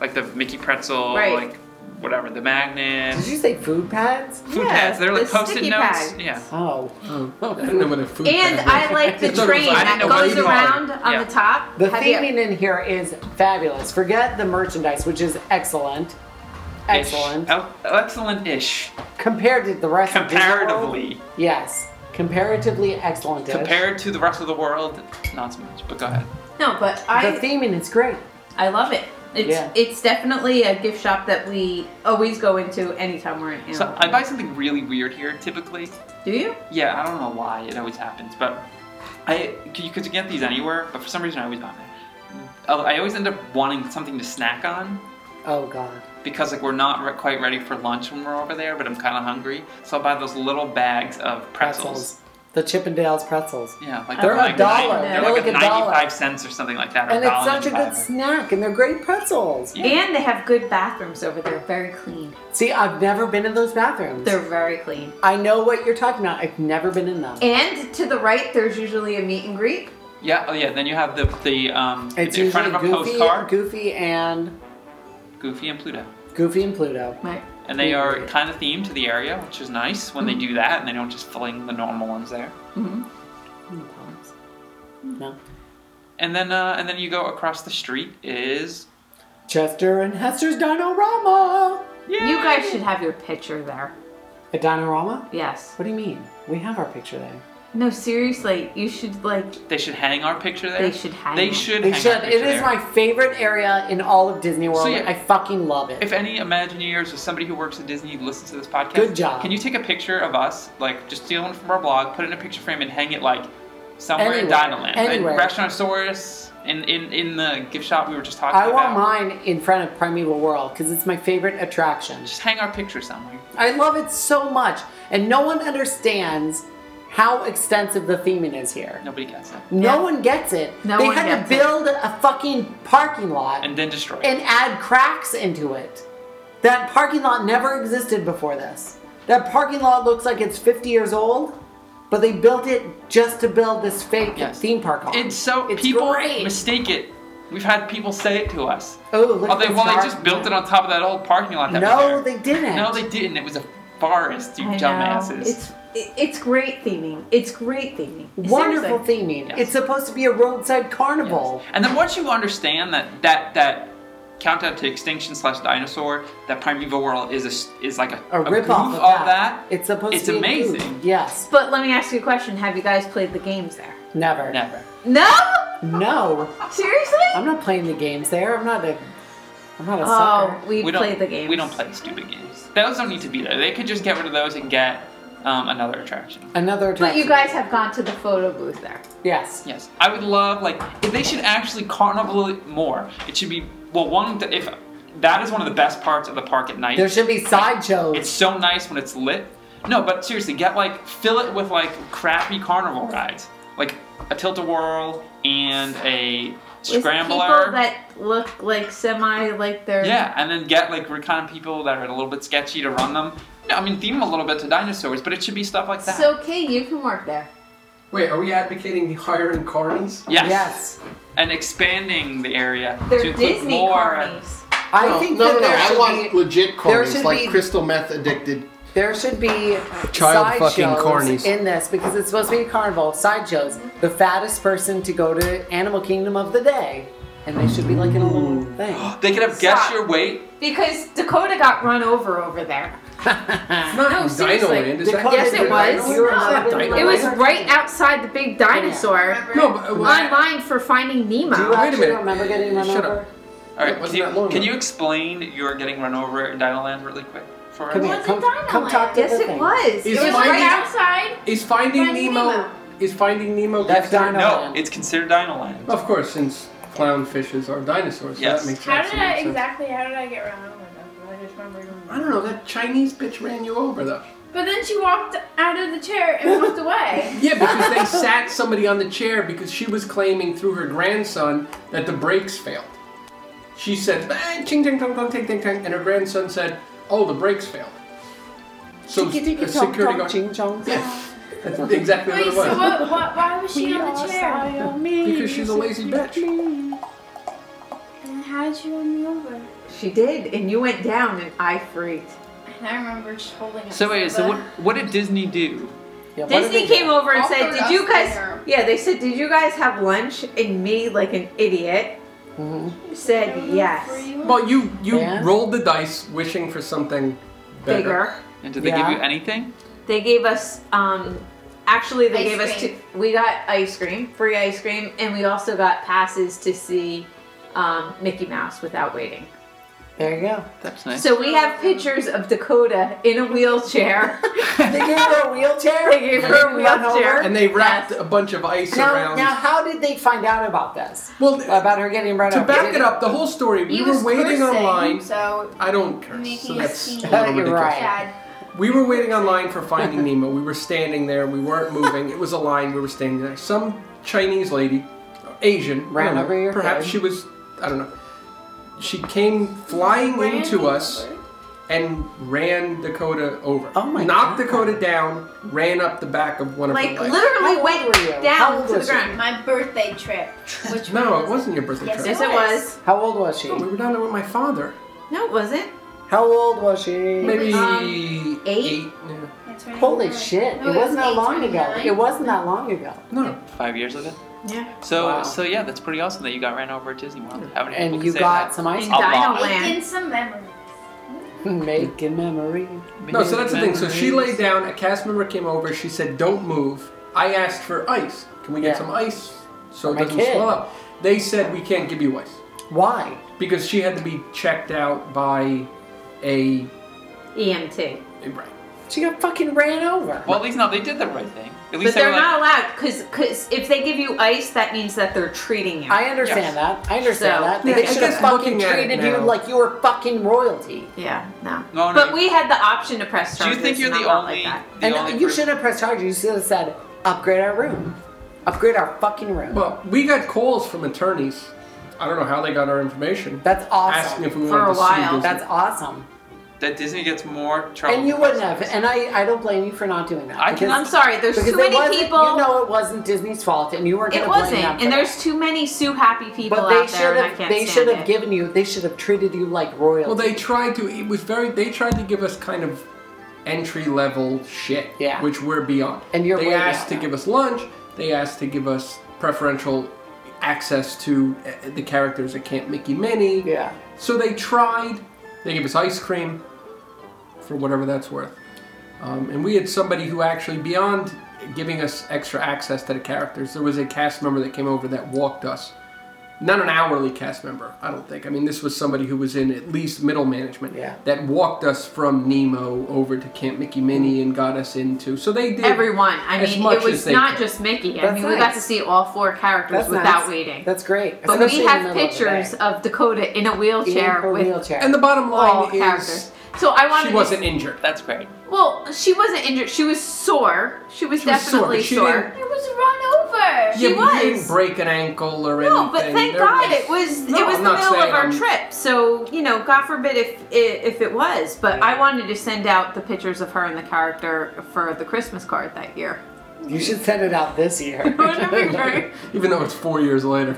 Speaker 2: Like the Mickey pretzel,
Speaker 3: Mm-hmm. Right.
Speaker 2: like whatever, the magnet.
Speaker 1: Did you say food pads?
Speaker 2: food
Speaker 3: Yeah,
Speaker 2: pads. They're like
Speaker 3: the
Speaker 2: post-it
Speaker 3: sticky
Speaker 2: notes.
Speaker 3: pads.
Speaker 2: Yeah.
Speaker 1: Oh.
Speaker 4: I don't know what a food
Speaker 3: and
Speaker 4: bag
Speaker 3: I
Speaker 4: is.
Speaker 3: like the
Speaker 4: It's not
Speaker 3: train
Speaker 4: a-
Speaker 2: I
Speaker 3: that
Speaker 2: didn't know what
Speaker 3: goes
Speaker 2: you called it.
Speaker 3: around on
Speaker 2: Yeah.
Speaker 3: the top.
Speaker 1: The
Speaker 3: Have you-
Speaker 1: theming in here is fabulous. Forget the merchandise, which is excellent.
Speaker 2: Ish.
Speaker 1: Excellent.
Speaker 2: Oh, Excellent-ish.
Speaker 1: Compared to the rest of the
Speaker 2: Comparatively.
Speaker 1: Yes. Comparatively excellent.
Speaker 2: Compared to the rest of the world, not so much. But go ahead.
Speaker 3: No, but
Speaker 1: The
Speaker 3: I
Speaker 1: theming is great.
Speaker 3: I love it. It's
Speaker 1: Yeah.
Speaker 3: it's definitely a gift shop that we always go into anytime we're in Animal.
Speaker 2: So I buy something really weird here typically.
Speaker 3: Do you?
Speaker 2: Yeah, I don't know why it always happens, but I you could get these anywhere, but for some reason I always buy them. Oh, I always end up wanting something to snack on
Speaker 1: Oh god.
Speaker 2: because like we're not re- quite ready for lunch when we're over there, but I'm kind of hungry, so I'll buy those little bags of pretzels.
Speaker 1: Pretzels. The Chippendales pretzels.
Speaker 2: Yeah, like
Speaker 1: They're a
Speaker 2: like
Speaker 1: dollar.
Speaker 2: nine- They're,
Speaker 1: They're
Speaker 2: like,
Speaker 1: like
Speaker 2: a
Speaker 1: a dollar.
Speaker 2: 95 cents or something like that. Or
Speaker 1: And it's
Speaker 2: dollar
Speaker 1: such a good
Speaker 2: 95.
Speaker 1: snack, and they're great pretzels.
Speaker 2: Yeah.
Speaker 3: And they have good bathrooms over there. Very clean.
Speaker 1: See, I've never been in those bathrooms.
Speaker 3: They're very clean.
Speaker 1: I know what you're talking about. I've never been in them.
Speaker 3: And to the right, there's usually a meet and greet.
Speaker 2: Yeah, oh yeah. Then you have the the um
Speaker 1: It's
Speaker 2: in
Speaker 1: usually
Speaker 2: front of a
Speaker 1: Goofy,
Speaker 2: postcard,
Speaker 1: Goofy and
Speaker 2: Goofy and Pluto,
Speaker 1: Goofy and Pluto.
Speaker 3: Right.
Speaker 2: and they are kind of themed to the area, which is nice when
Speaker 1: Mm-hmm.
Speaker 2: they do that, and they don't just fling the normal ones there.
Speaker 1: No.
Speaker 2: And then uh, and then you go across the street is
Speaker 1: Chester and Hester's Dinorama.
Speaker 3: You guys should have your picture there.
Speaker 1: A dinorama?
Speaker 3: Yes.
Speaker 1: What do you mean? We have our picture there.
Speaker 3: No, seriously, you should like
Speaker 2: They should hang our picture there.
Speaker 3: They should hang
Speaker 2: They
Speaker 3: it.
Speaker 2: should.
Speaker 1: They
Speaker 2: hang
Speaker 1: should.
Speaker 2: Our
Speaker 1: It
Speaker 2: picture
Speaker 1: is
Speaker 2: there.
Speaker 1: my favorite area in all of Disney World.
Speaker 2: So, yeah.
Speaker 1: I fucking love it.
Speaker 2: If any Imagineers or somebody who works at Disney listens to this podcast,
Speaker 1: Good job.
Speaker 2: Can you take a picture of us, like just steal one from our blog, put it in a picture frame, and hang it like somewhere in
Speaker 1: Anywhere.
Speaker 2: Dinoland,
Speaker 1: Anywhere.
Speaker 2: in Restaurantosaurus, in, in in the gift shop we were just talking
Speaker 1: I
Speaker 2: about?
Speaker 1: want mine in front of Primeval World because it's my favorite attraction.
Speaker 2: Just hang our picture somewhere.
Speaker 1: I love it so much, and no one understands how extensive the theming is here.
Speaker 2: Nobody gets it.
Speaker 1: No
Speaker 3: Yeah.
Speaker 1: one gets it.
Speaker 3: No
Speaker 1: they
Speaker 3: one
Speaker 1: had
Speaker 3: gets
Speaker 1: to
Speaker 3: it.
Speaker 1: build a fucking parking lot
Speaker 2: And then destroy. it.
Speaker 1: and add cracks into it. That parking lot never existed before this. That parking lot looks like it's 50 years old, but they built it just to build this fake
Speaker 2: Yes.
Speaker 1: theme park on.
Speaker 2: It's so
Speaker 1: it's
Speaker 2: people
Speaker 1: great.
Speaker 2: mistake it. We've had people say it to us.
Speaker 1: oh, look
Speaker 2: Oh,
Speaker 1: at
Speaker 2: they
Speaker 1: this
Speaker 2: well, they
Speaker 1: dark-
Speaker 2: just built it on top of that old parking lot. That was
Speaker 1: No,
Speaker 2: there.
Speaker 1: they didn't.
Speaker 2: No, they didn't. It was a forest, you
Speaker 3: I know.
Speaker 2: dumbasses.
Speaker 3: It's it- it's great theming. It's great theming.
Speaker 1: Wonderful
Speaker 3: Seriously.
Speaker 1: theming.
Speaker 2: Yes.
Speaker 1: It's supposed to be a roadside carnival.
Speaker 2: And then once you understand that that that countdown to extinction slash dinosaur, that primeval world is a s- is like a,
Speaker 1: A
Speaker 2: goof
Speaker 1: rip off of,
Speaker 2: of
Speaker 1: It's supposed
Speaker 2: It's
Speaker 1: to be a goof.
Speaker 2: amazing.
Speaker 1: Yes.
Speaker 3: But let me ask you a question: Have you guys played the games there?
Speaker 1: Never.
Speaker 2: Never.
Speaker 3: No,
Speaker 1: No.
Speaker 3: seriously.
Speaker 1: I'm not playing the games there. I'm not a I'm not a
Speaker 3: Oh,
Speaker 1: sucker.
Speaker 3: we,
Speaker 2: we don't
Speaker 3: played the games.
Speaker 2: We don't play stupid games. Those don't need to be there. They could just get rid of those and get um, another attraction.
Speaker 1: Another
Speaker 3: But you
Speaker 1: attraction.
Speaker 3: guys have gone to the photo booth there.
Speaker 1: Yes.
Speaker 2: Yes, I would love like if they should actually carnival it more. It should be well one th- if that is one of the best parts of the park at night.
Speaker 1: There should be sideshows.
Speaker 2: It's so nice when it's lit. No, but seriously, get like fill it with like crappy carnival rides, like a tilt a whirl and a
Speaker 3: With
Speaker 2: scrambler.
Speaker 3: people that look like semi, like they're
Speaker 2: yeah, and then get like recon people that are a little bit sketchy to run them. No, I mean theme them a little bit to dinosaurs, but it should be stuff like that.
Speaker 3: So, Kay, you can work there.
Speaker 4: Wait, are we advocating hiring carnies?
Speaker 2: yes.
Speaker 1: Yes.
Speaker 2: and expanding the area
Speaker 3: They're
Speaker 2: to include
Speaker 3: Disney
Speaker 2: more.
Speaker 3: carnies.
Speaker 1: I
Speaker 8: no,
Speaker 1: think
Speaker 8: no,
Speaker 1: that
Speaker 8: no,
Speaker 1: there
Speaker 8: no. I
Speaker 1: should
Speaker 8: want
Speaker 1: be
Speaker 8: legit
Speaker 1: should
Speaker 8: cornies, like
Speaker 1: be-
Speaker 8: crystal meth addicted.
Speaker 1: there should be
Speaker 4: Child
Speaker 1: side
Speaker 4: fucking
Speaker 1: shows
Speaker 4: cornies.
Speaker 1: in this because it's supposed to be a carnival. Sideshows. The fattest person to go to Animal Kingdom of the day. And they should be like in a little thing.
Speaker 2: They could have guessed
Speaker 3: Stop.
Speaker 2: your weight.
Speaker 3: Because Dakota got run over over there. no,
Speaker 4: Dino Land,
Speaker 3: seriously.
Speaker 4: is that-
Speaker 1: Dakota
Speaker 3: Yes, it
Speaker 1: did
Speaker 3: was.
Speaker 1: You were not
Speaker 4: It
Speaker 1: in the
Speaker 3: It was
Speaker 1: land.
Speaker 3: right outside the big dinosaur.
Speaker 4: No, but, uh,
Speaker 3: Online for finding
Speaker 1: Do you
Speaker 3: Nemo.
Speaker 4: Wait a
Speaker 1: actually
Speaker 4: minute.
Speaker 1: remember getting run
Speaker 4: Shut up.
Speaker 1: over?
Speaker 2: All right,
Speaker 4: It wasn't
Speaker 2: can, you,
Speaker 4: that long
Speaker 2: can
Speaker 4: ago.
Speaker 2: you explain your getting run over in Dinoland really quick for
Speaker 1: Come
Speaker 2: us?
Speaker 1: here. Come- come talk to
Speaker 3: Yes,
Speaker 1: the
Speaker 3: it
Speaker 1: thing.
Speaker 3: was.
Speaker 4: Is
Speaker 3: it was
Speaker 4: Finding-
Speaker 3: right outside.
Speaker 4: is Finding
Speaker 3: Finding
Speaker 4: Nemo,
Speaker 3: Nemo.
Speaker 4: is Finding Nemo
Speaker 1: That's
Speaker 4: considered-
Speaker 1: Dino-
Speaker 2: No,
Speaker 1: Dinoland.
Speaker 2: it's considered Dinoland.
Speaker 4: Of course, since clownfishes are dinosaurs, so
Speaker 2: Yes.
Speaker 4: that makes
Speaker 9: How did
Speaker 4: absolute
Speaker 9: I
Speaker 4: sense.
Speaker 9: exactly? How did I get run over? though? I just remembered.
Speaker 4: I don't know. That Chinese bitch ran you over though.
Speaker 9: But then she walked out of the chair and walked away.
Speaker 4: Yeah, because they sat somebody on the chair because she was claiming through her grandson that the brakes failed. She said, "Ah, ching, ching, tong, tong, ting, ting, ting, and her grandson said, oh, the brakes failed. So
Speaker 1: Tiki tiki
Speaker 4: a
Speaker 1: chong
Speaker 4: security
Speaker 1: uh, chong
Speaker 4: guard.
Speaker 1: ching chong.
Speaker 4: Yeah, that's exactly
Speaker 9: Wait,
Speaker 4: what it
Speaker 9: so
Speaker 4: was.
Speaker 9: what, what, why was she on the chair?
Speaker 4: Because she's a lazy bitch.
Speaker 9: And how did you run me over?
Speaker 3: She did, and you went down, and I freaked.
Speaker 9: And I remember just holding up
Speaker 2: So wait, so
Speaker 9: Simba.
Speaker 2: what, what did Disney do?
Speaker 1: Yeah, what did they
Speaker 3: Disney came
Speaker 1: do?
Speaker 3: over and said,
Speaker 9: Offered
Speaker 3: "Did
Speaker 9: us
Speaker 3: you guys?"
Speaker 9: dinner.
Speaker 3: Yeah, they said, "Did you guys have lunch?" And me, like an idiot,
Speaker 1: Mm-hmm.
Speaker 9: I don't
Speaker 3: said
Speaker 9: know,
Speaker 3: yes.
Speaker 9: free will?
Speaker 4: Well, you you
Speaker 1: Yeah.
Speaker 4: rolled the dice wishing for something better.
Speaker 3: Bigger.
Speaker 2: And did they
Speaker 1: Yeah.
Speaker 2: give you anything?
Speaker 3: They gave us. Um, actually, they
Speaker 9: Ice
Speaker 3: gave us. Two,
Speaker 9: cream.
Speaker 3: we got ice cream, free ice cream, and we also got passes to see um, Mickey Mouse without waiting.
Speaker 1: There you go.
Speaker 2: That's nice.
Speaker 3: So we have pictures of Dakota in a wheelchair.
Speaker 1: They gave her a wheelchair.
Speaker 3: They gave her a
Speaker 1: Run over?
Speaker 3: wheelchair.
Speaker 4: And they wrapped a bunch of ice
Speaker 1: Now,
Speaker 4: around.
Speaker 1: now, how did they find out about this?
Speaker 4: well,
Speaker 1: About her getting run
Speaker 4: to
Speaker 1: over?
Speaker 4: back
Speaker 1: Did-
Speaker 4: it up, the whole story.
Speaker 9: He
Speaker 4: We were
Speaker 9: was
Speaker 4: waiting
Speaker 9: cursing,
Speaker 4: online.
Speaker 9: So
Speaker 4: I don't curse, so
Speaker 9: Making a
Speaker 4: that's a
Speaker 9: scene.
Speaker 4: little
Speaker 1: You're
Speaker 4: ridiculous.
Speaker 1: right.
Speaker 9: sad.
Speaker 4: We were waiting online for Finding Nemo. We were standing there. We weren't moving. It was a line. We were standing there. Some Chinese lady, Asian,
Speaker 1: Ran
Speaker 4: I don't know,
Speaker 1: over your
Speaker 4: Perhaps
Speaker 1: kid.
Speaker 4: she was. I don't know. She came flying
Speaker 9: Ran
Speaker 4: into
Speaker 9: me
Speaker 4: us
Speaker 9: over.
Speaker 4: and ran Dakota over.
Speaker 1: Oh my
Speaker 4: Knocked
Speaker 1: God.
Speaker 4: Dakota down. Ran up the back of one of
Speaker 3: like
Speaker 4: her legs.
Speaker 3: literally
Speaker 1: How old
Speaker 3: went
Speaker 1: were you? How
Speaker 3: down
Speaker 1: old
Speaker 3: to the
Speaker 1: was she?
Speaker 3: ground.
Speaker 9: My birthday trip. Which
Speaker 4: No,
Speaker 9: one
Speaker 4: it wasn't your birthday
Speaker 9: Yes,
Speaker 4: trip.
Speaker 3: Yes, it was.
Speaker 1: How old was she?
Speaker 4: No, we were down there with my father.
Speaker 3: No, it wasn't.
Speaker 1: How old was she?
Speaker 4: Maybe
Speaker 3: um, eight?
Speaker 4: yeah.
Speaker 9: It's right
Speaker 1: Holy
Speaker 9: now.
Speaker 1: shit!
Speaker 9: No,
Speaker 1: It wasn't that
Speaker 9: eight,
Speaker 1: long ago.
Speaker 9: 29.
Speaker 1: It wasn't that long ago.
Speaker 4: No.
Speaker 2: Five years ago.
Speaker 3: Yeah.
Speaker 2: So
Speaker 1: Wow.
Speaker 2: so yeah, that's pretty awesome that you got ran over at Disney World. How many people
Speaker 1: And
Speaker 2: can
Speaker 1: you
Speaker 2: say
Speaker 1: got
Speaker 2: that?
Speaker 1: some ice
Speaker 3: In
Speaker 2: I'll buy-
Speaker 3: Dino
Speaker 9: Making
Speaker 3: Land.
Speaker 9: some memories.
Speaker 1: making memories.
Speaker 4: No, so that's the thing. So she laid down. A cast member came over. She said, "Don't move." I asked for ice. Can we get
Speaker 1: Yeah.
Speaker 4: some ice so it
Speaker 1: my
Speaker 4: doesn't
Speaker 1: kid.
Speaker 4: swell up? They said we can't give you ice
Speaker 1: Why?
Speaker 4: because she had to be checked out by a,
Speaker 3: E EMT.
Speaker 4: a right.
Speaker 1: She got fucking ran over.
Speaker 2: Well, at least no, they did the right thing. At
Speaker 3: But
Speaker 2: least they
Speaker 3: they're
Speaker 2: were like,
Speaker 3: not allowed because if they give you ice, that means that they're treating you.
Speaker 1: I understand
Speaker 2: Yes.
Speaker 1: that. I understand
Speaker 3: So-
Speaker 1: that.
Speaker 4: Yeah,
Speaker 1: They
Speaker 4: I
Speaker 1: should have
Speaker 4: guess
Speaker 1: fucking
Speaker 4: looking at it
Speaker 1: treated you
Speaker 4: now-
Speaker 1: like you were fucking royalty.
Speaker 3: yeah, no.
Speaker 2: No, no,
Speaker 3: but
Speaker 2: you-
Speaker 3: we had the option to press
Speaker 2: do
Speaker 3: charges.
Speaker 2: you think you're
Speaker 3: and
Speaker 2: the
Speaker 3: I'm not
Speaker 2: only?
Speaker 3: Like
Speaker 2: the
Speaker 1: And
Speaker 2: only
Speaker 1: you
Speaker 2: person-
Speaker 1: should have pressed charges. You should have said, upgrade our room. Upgrade our fucking room.
Speaker 4: Well, we got calls from attorneys. I don't know how they got our information.
Speaker 1: That's awesome.
Speaker 4: asking if we
Speaker 3: For
Speaker 4: wanted
Speaker 3: a
Speaker 4: to see
Speaker 3: while,
Speaker 4: Disney.
Speaker 1: That's awesome.
Speaker 2: that Disney gets more trouble.
Speaker 1: And you
Speaker 2: than
Speaker 1: wouldn't have.
Speaker 2: us.
Speaker 1: And I, I don't blame you for not doing that.
Speaker 2: I
Speaker 3: that.
Speaker 2: can-
Speaker 3: I'm sorry. There's
Speaker 1: because
Speaker 3: too
Speaker 1: it
Speaker 3: many
Speaker 1: wasn't-
Speaker 3: people.
Speaker 1: You know it wasn't Disney's fault, and you weren't going
Speaker 3: it
Speaker 1: to blame
Speaker 3: wasn't.
Speaker 1: them. for
Speaker 3: And
Speaker 1: that.
Speaker 3: there's too many Sue happy people
Speaker 1: But they
Speaker 3: out there,
Speaker 1: should
Speaker 3: and I
Speaker 1: have.
Speaker 3: can't
Speaker 1: They
Speaker 3: stand
Speaker 1: should have
Speaker 3: it.
Speaker 1: given you. They should have treated you like royalty.
Speaker 4: Well, they tried to. It was very. They tried to give us kind of entry level shit,
Speaker 1: Yeah.
Speaker 4: which we're beyond.
Speaker 1: And you're
Speaker 4: they
Speaker 1: way beyond
Speaker 4: asked to
Speaker 1: that.
Speaker 4: give us lunch. They asked to give us preferential access to uh, the characters at Camp Mickey Minnie.
Speaker 1: Yeah.
Speaker 4: So they tried. They gave us ice cream for whatever that's worth. Um, and we had somebody who actually, beyond giving us extra access to the characters, there was a cast member that came over that walked us. Not an hourly cast member, I don't think. I mean, this was somebody who was in at least middle management
Speaker 1: Yeah.
Speaker 4: that walked us from Nemo over to Camp Mickey Minnie and got us into. So they did.
Speaker 3: Everyone. I
Speaker 4: As
Speaker 3: mean,
Speaker 4: much
Speaker 3: it
Speaker 4: as
Speaker 3: was
Speaker 4: they
Speaker 3: not
Speaker 4: could.
Speaker 3: just Mickey. I
Speaker 1: That's
Speaker 3: mean, we got
Speaker 1: nice.
Speaker 3: to see all four characters
Speaker 1: That's
Speaker 3: without
Speaker 1: nice.
Speaker 3: waiting.
Speaker 1: That's great.
Speaker 3: but
Speaker 1: especially
Speaker 3: we
Speaker 1: in the
Speaker 3: have
Speaker 1: middle of the
Speaker 3: pictures
Speaker 1: day.
Speaker 3: of, Dakota in a wheelchair
Speaker 1: in her
Speaker 3: with
Speaker 1: wheelchair.
Speaker 4: And the bottom
Speaker 3: all
Speaker 4: line
Speaker 3: characters.
Speaker 4: is,
Speaker 3: So I wanted
Speaker 4: she
Speaker 3: to
Speaker 4: wasn't injured.
Speaker 2: That's great.
Speaker 3: Well, she wasn't injured. She was sore. She was
Speaker 4: She was sore,
Speaker 3: definitely
Speaker 4: but she
Speaker 3: sore.
Speaker 4: didn't-
Speaker 9: It was run over.
Speaker 3: she
Speaker 4: yeah, but you
Speaker 3: was.
Speaker 4: didn't break an ankle or anything.
Speaker 3: No, but thank
Speaker 4: There
Speaker 3: God it was
Speaker 4: No,
Speaker 3: it was
Speaker 4: I'm
Speaker 3: the
Speaker 4: not
Speaker 3: middle of
Speaker 4: saying
Speaker 3: our
Speaker 4: I'm-
Speaker 3: trip. So you know, God forbid if if, if it was. But I wanted to send out the pictures of her and the character for the Christmas card that year.
Speaker 1: you should send it out this year.
Speaker 3: Wouldn't it be great?
Speaker 4: Even though it's four years later.